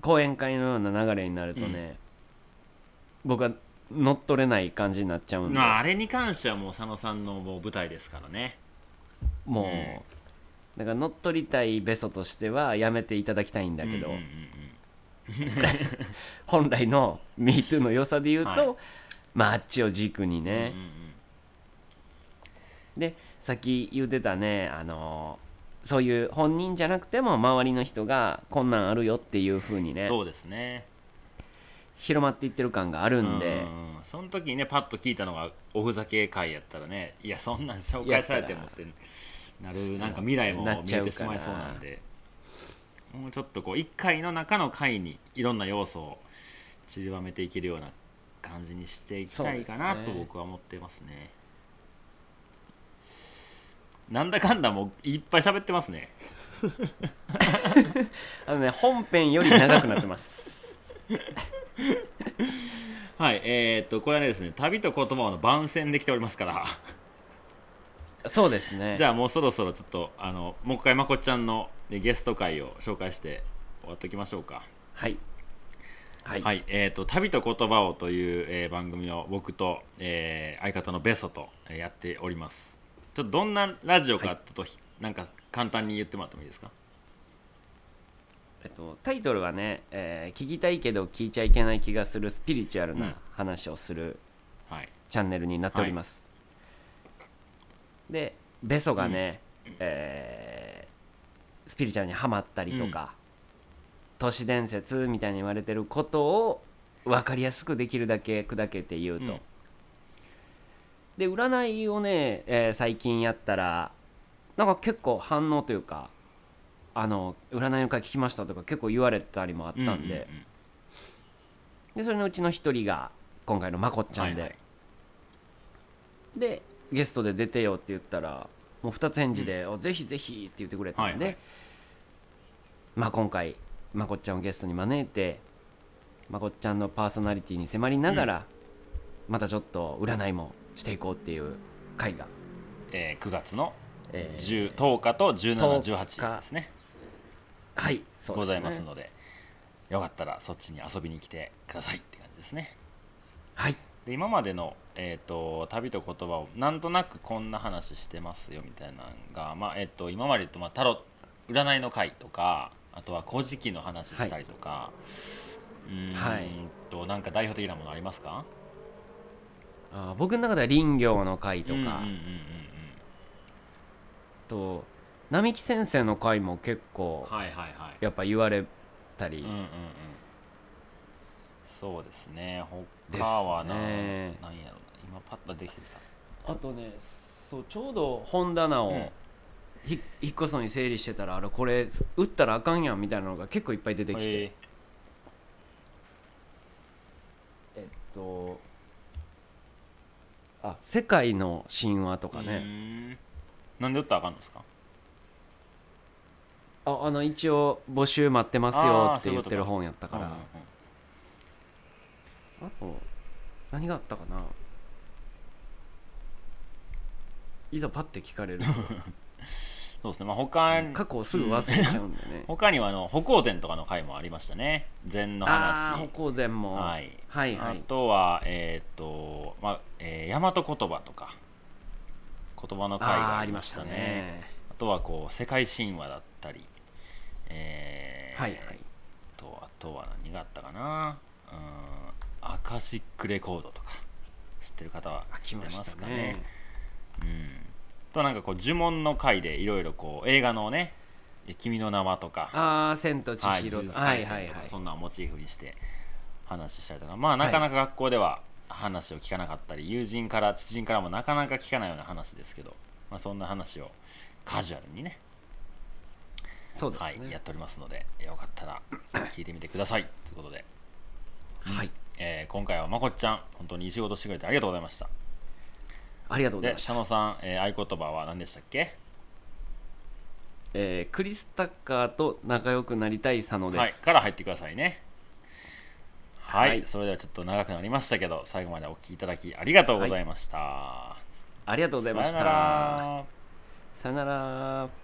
[SPEAKER 2] 講演会のような流れになるとね、僕は乗っ取れない感じになっちゃう
[SPEAKER 1] うん
[SPEAKER 2] で、
[SPEAKER 1] まあ、あれに関してはもう佐野さんのもう舞台ですからね
[SPEAKER 2] もう、
[SPEAKER 1] うん
[SPEAKER 2] だから乗っ取りたいベソとしてはやめていただきたいんだけど、
[SPEAKER 1] うんうんうん
[SPEAKER 2] 本来の「MeToo」の良さで言うと、
[SPEAKER 1] はい
[SPEAKER 2] まああっちを軸に
[SPEAKER 1] うん
[SPEAKER 2] ね、
[SPEAKER 1] うんうん
[SPEAKER 2] でさっき言ってたねあのーそういう本人じゃなくても周りの人がこんなんあるよっていう風にね
[SPEAKER 1] そうですね
[SPEAKER 2] 広まっていってる感があるん
[SPEAKER 1] う
[SPEAKER 2] で
[SPEAKER 1] んその時にねパッと聞いたのがおふざけ会やったらねいやそんなん紹介されてもってなるなんか未来も
[SPEAKER 2] なっ
[SPEAKER 1] 見
[SPEAKER 2] ちゃ
[SPEAKER 1] え
[SPEAKER 2] うか
[SPEAKER 1] てし
[SPEAKER 2] ら
[SPEAKER 1] まいそうなんでもうちょっとこう1回の中の回にいろんな要素を散りばめていけるような感じにしていきたいかな
[SPEAKER 2] そうで
[SPEAKER 1] と
[SPEAKER 2] すね
[SPEAKER 1] 僕は思ってますねなんだかんだもういっぱい喋ってますね
[SPEAKER 2] あのね本編より長くなってます
[SPEAKER 1] はいえーっとこれはねですね旅と言葉の番宣できておりますから
[SPEAKER 2] そうですね
[SPEAKER 1] じゃあもうそろそろちょっとあのもう一回まこちゃんのねゲスト会を紹介して終わっておきましょうか。
[SPEAKER 2] はいは、
[SPEAKER 1] はいい、えーと「旅と言葉を」という、えー番組を僕と、えー相方のベソとえーやっております。ちょっとどんなラジオかちょっとひ、なんか簡単に言ってもらってもいいですか。
[SPEAKER 2] えっと、タイトルはね、えー聞きたいけど聞いちゃいけない気がするスピリチュアル
[SPEAKER 1] うん
[SPEAKER 2] な話をする
[SPEAKER 1] はい。
[SPEAKER 2] チャンネルになっております、でベソがね、えースピリチュアルにハマったりとか、都市伝説みたいに言われてることを分かりやすくできるだけ砕けて言うと、
[SPEAKER 1] うん
[SPEAKER 2] で占いをね、えー最近やったらなんか結構反応というかあの占いの会聞きましたとか結構言われたりもあったんで,、でそれのうちの一人が今回のまこっちゃんで、
[SPEAKER 1] はいは
[SPEAKER 2] でゲストで出てよって言ったらもう2つ返事で、おぜひぜひって言ってくれたんで、
[SPEAKER 1] はいはい
[SPEAKER 2] まあ、今回まこっちゃんをゲストに招いてまこっちゃんのパーソナリティに迫りながら、またちょっと占いもしていこうっていう回が、
[SPEAKER 1] えー9月の
[SPEAKER 2] えー
[SPEAKER 1] 10 10日と17、
[SPEAKER 2] 10
[SPEAKER 1] 18ですね
[SPEAKER 2] はいそうですね
[SPEAKER 1] ございますのでよかったらそっちに遊びに来てくださいって感じですね
[SPEAKER 2] はい
[SPEAKER 1] で今までの、えー、と旅と言葉をなんとなくこんな話してますよみたいなのが、まあえー、と今までと、まあ、タロ占いの回とかあとは「古事記」の話したりとか、うーん
[SPEAKER 2] はい
[SPEAKER 1] となんか代表的なものありますか
[SPEAKER 2] あー僕の中では林業の回とか、
[SPEAKER 1] うんうんうんうん
[SPEAKER 2] と並木先生の回も結構
[SPEAKER 1] うんはいはいはい
[SPEAKER 2] やっぱ言われたり、
[SPEAKER 1] うんうんうんそうですね
[SPEAKER 2] で
[SPEAKER 1] 他
[SPEAKER 2] す
[SPEAKER 1] はな
[SPEAKER 2] ね
[SPEAKER 1] なんやろな今パッとできてきた
[SPEAKER 2] あとねそうちょうど本棚を、
[SPEAKER 1] うん
[SPEAKER 2] ひ引っ越すのに整理してたらあれこれ打ったらあかんやんみたいなのが結構いっぱい出てきて、
[SPEAKER 1] えー
[SPEAKER 2] えっとあ世界の神話とか
[SPEAKER 1] う
[SPEAKER 2] ね、
[SPEAKER 1] ーんなんで打ったらあかんのですか
[SPEAKER 2] ああの一応募集待ってますよ
[SPEAKER 1] あー
[SPEAKER 2] って言ってる本やったか
[SPEAKER 1] う
[SPEAKER 2] ら
[SPEAKER 1] ん
[SPEAKER 2] あ
[SPEAKER 1] うんうん
[SPEAKER 2] と何があったかないざパッて聞かれ ると
[SPEAKER 1] そうですねまあ他に
[SPEAKER 2] 過去をすぐ忘れちゃうん でね
[SPEAKER 1] 他にはあの歩行禅とかの回もありましたね禅の
[SPEAKER 2] ああ
[SPEAKER 1] 話
[SPEAKER 2] 歩行前も、
[SPEAKER 1] はい
[SPEAKER 2] はいは
[SPEAKER 1] あ
[SPEAKER 2] い
[SPEAKER 1] とはえっ、とまあ、えー、大和言葉とか言葉の回
[SPEAKER 2] あ
[SPEAKER 1] が
[SPEAKER 2] ー
[SPEAKER 1] あ
[SPEAKER 2] あ
[SPEAKER 1] り
[SPEAKER 2] り
[SPEAKER 1] ま
[SPEAKER 2] ま
[SPEAKER 1] し
[SPEAKER 2] したた
[SPEAKER 1] ね
[SPEAKER 2] ね
[SPEAKER 1] あとはこう世界神話だったりえー、
[SPEAKER 2] はいはい
[SPEAKER 1] あとあとは何があったかなうんアカシックレコードとか知ってる方は
[SPEAKER 2] あ
[SPEAKER 1] 知っ
[SPEAKER 2] 来
[SPEAKER 1] て
[SPEAKER 2] まし
[SPEAKER 1] ます
[SPEAKER 2] た
[SPEAKER 1] か
[SPEAKER 2] ね
[SPEAKER 1] ねうんあとはなんかこう呪文の回でいろいろこう映画のね「君の名は」とか
[SPEAKER 2] ああ千と千
[SPEAKER 1] はい、
[SPEAKER 2] 尋
[SPEAKER 1] 呪
[SPEAKER 2] と
[SPEAKER 1] 術
[SPEAKER 2] か
[SPEAKER 1] 廻戦とかそんなんをモチーフにして話したりとかまあなかなか学校では話を聞かなかったり、友人から知人からもなかなか聞かないような話ですけど、まあ、そんな話をカジュアルにね
[SPEAKER 2] そうです
[SPEAKER 1] はい、や
[SPEAKER 2] ね
[SPEAKER 1] っておりますのでよかったら聞いてみてくださいということで、
[SPEAKER 2] はい
[SPEAKER 1] えー今回はまこっちゃん本当にいい仕事してくれてありがとうございました
[SPEAKER 2] ありがとうござい
[SPEAKER 1] で
[SPEAKER 2] まし
[SPEAKER 1] 佐
[SPEAKER 2] た
[SPEAKER 1] 野さん、えー合言葉は何でしたっけ
[SPEAKER 2] えークリスタッカーと仲良くなりたい佐野で
[SPEAKER 1] はい
[SPEAKER 2] す
[SPEAKER 1] から入ってくださいねはい、
[SPEAKER 2] はい
[SPEAKER 1] それではちょっと長くなりましたけど最後までお聞きいただきありがとうございました、
[SPEAKER 2] ありがとうございました
[SPEAKER 1] さよなら
[SPEAKER 2] さよなら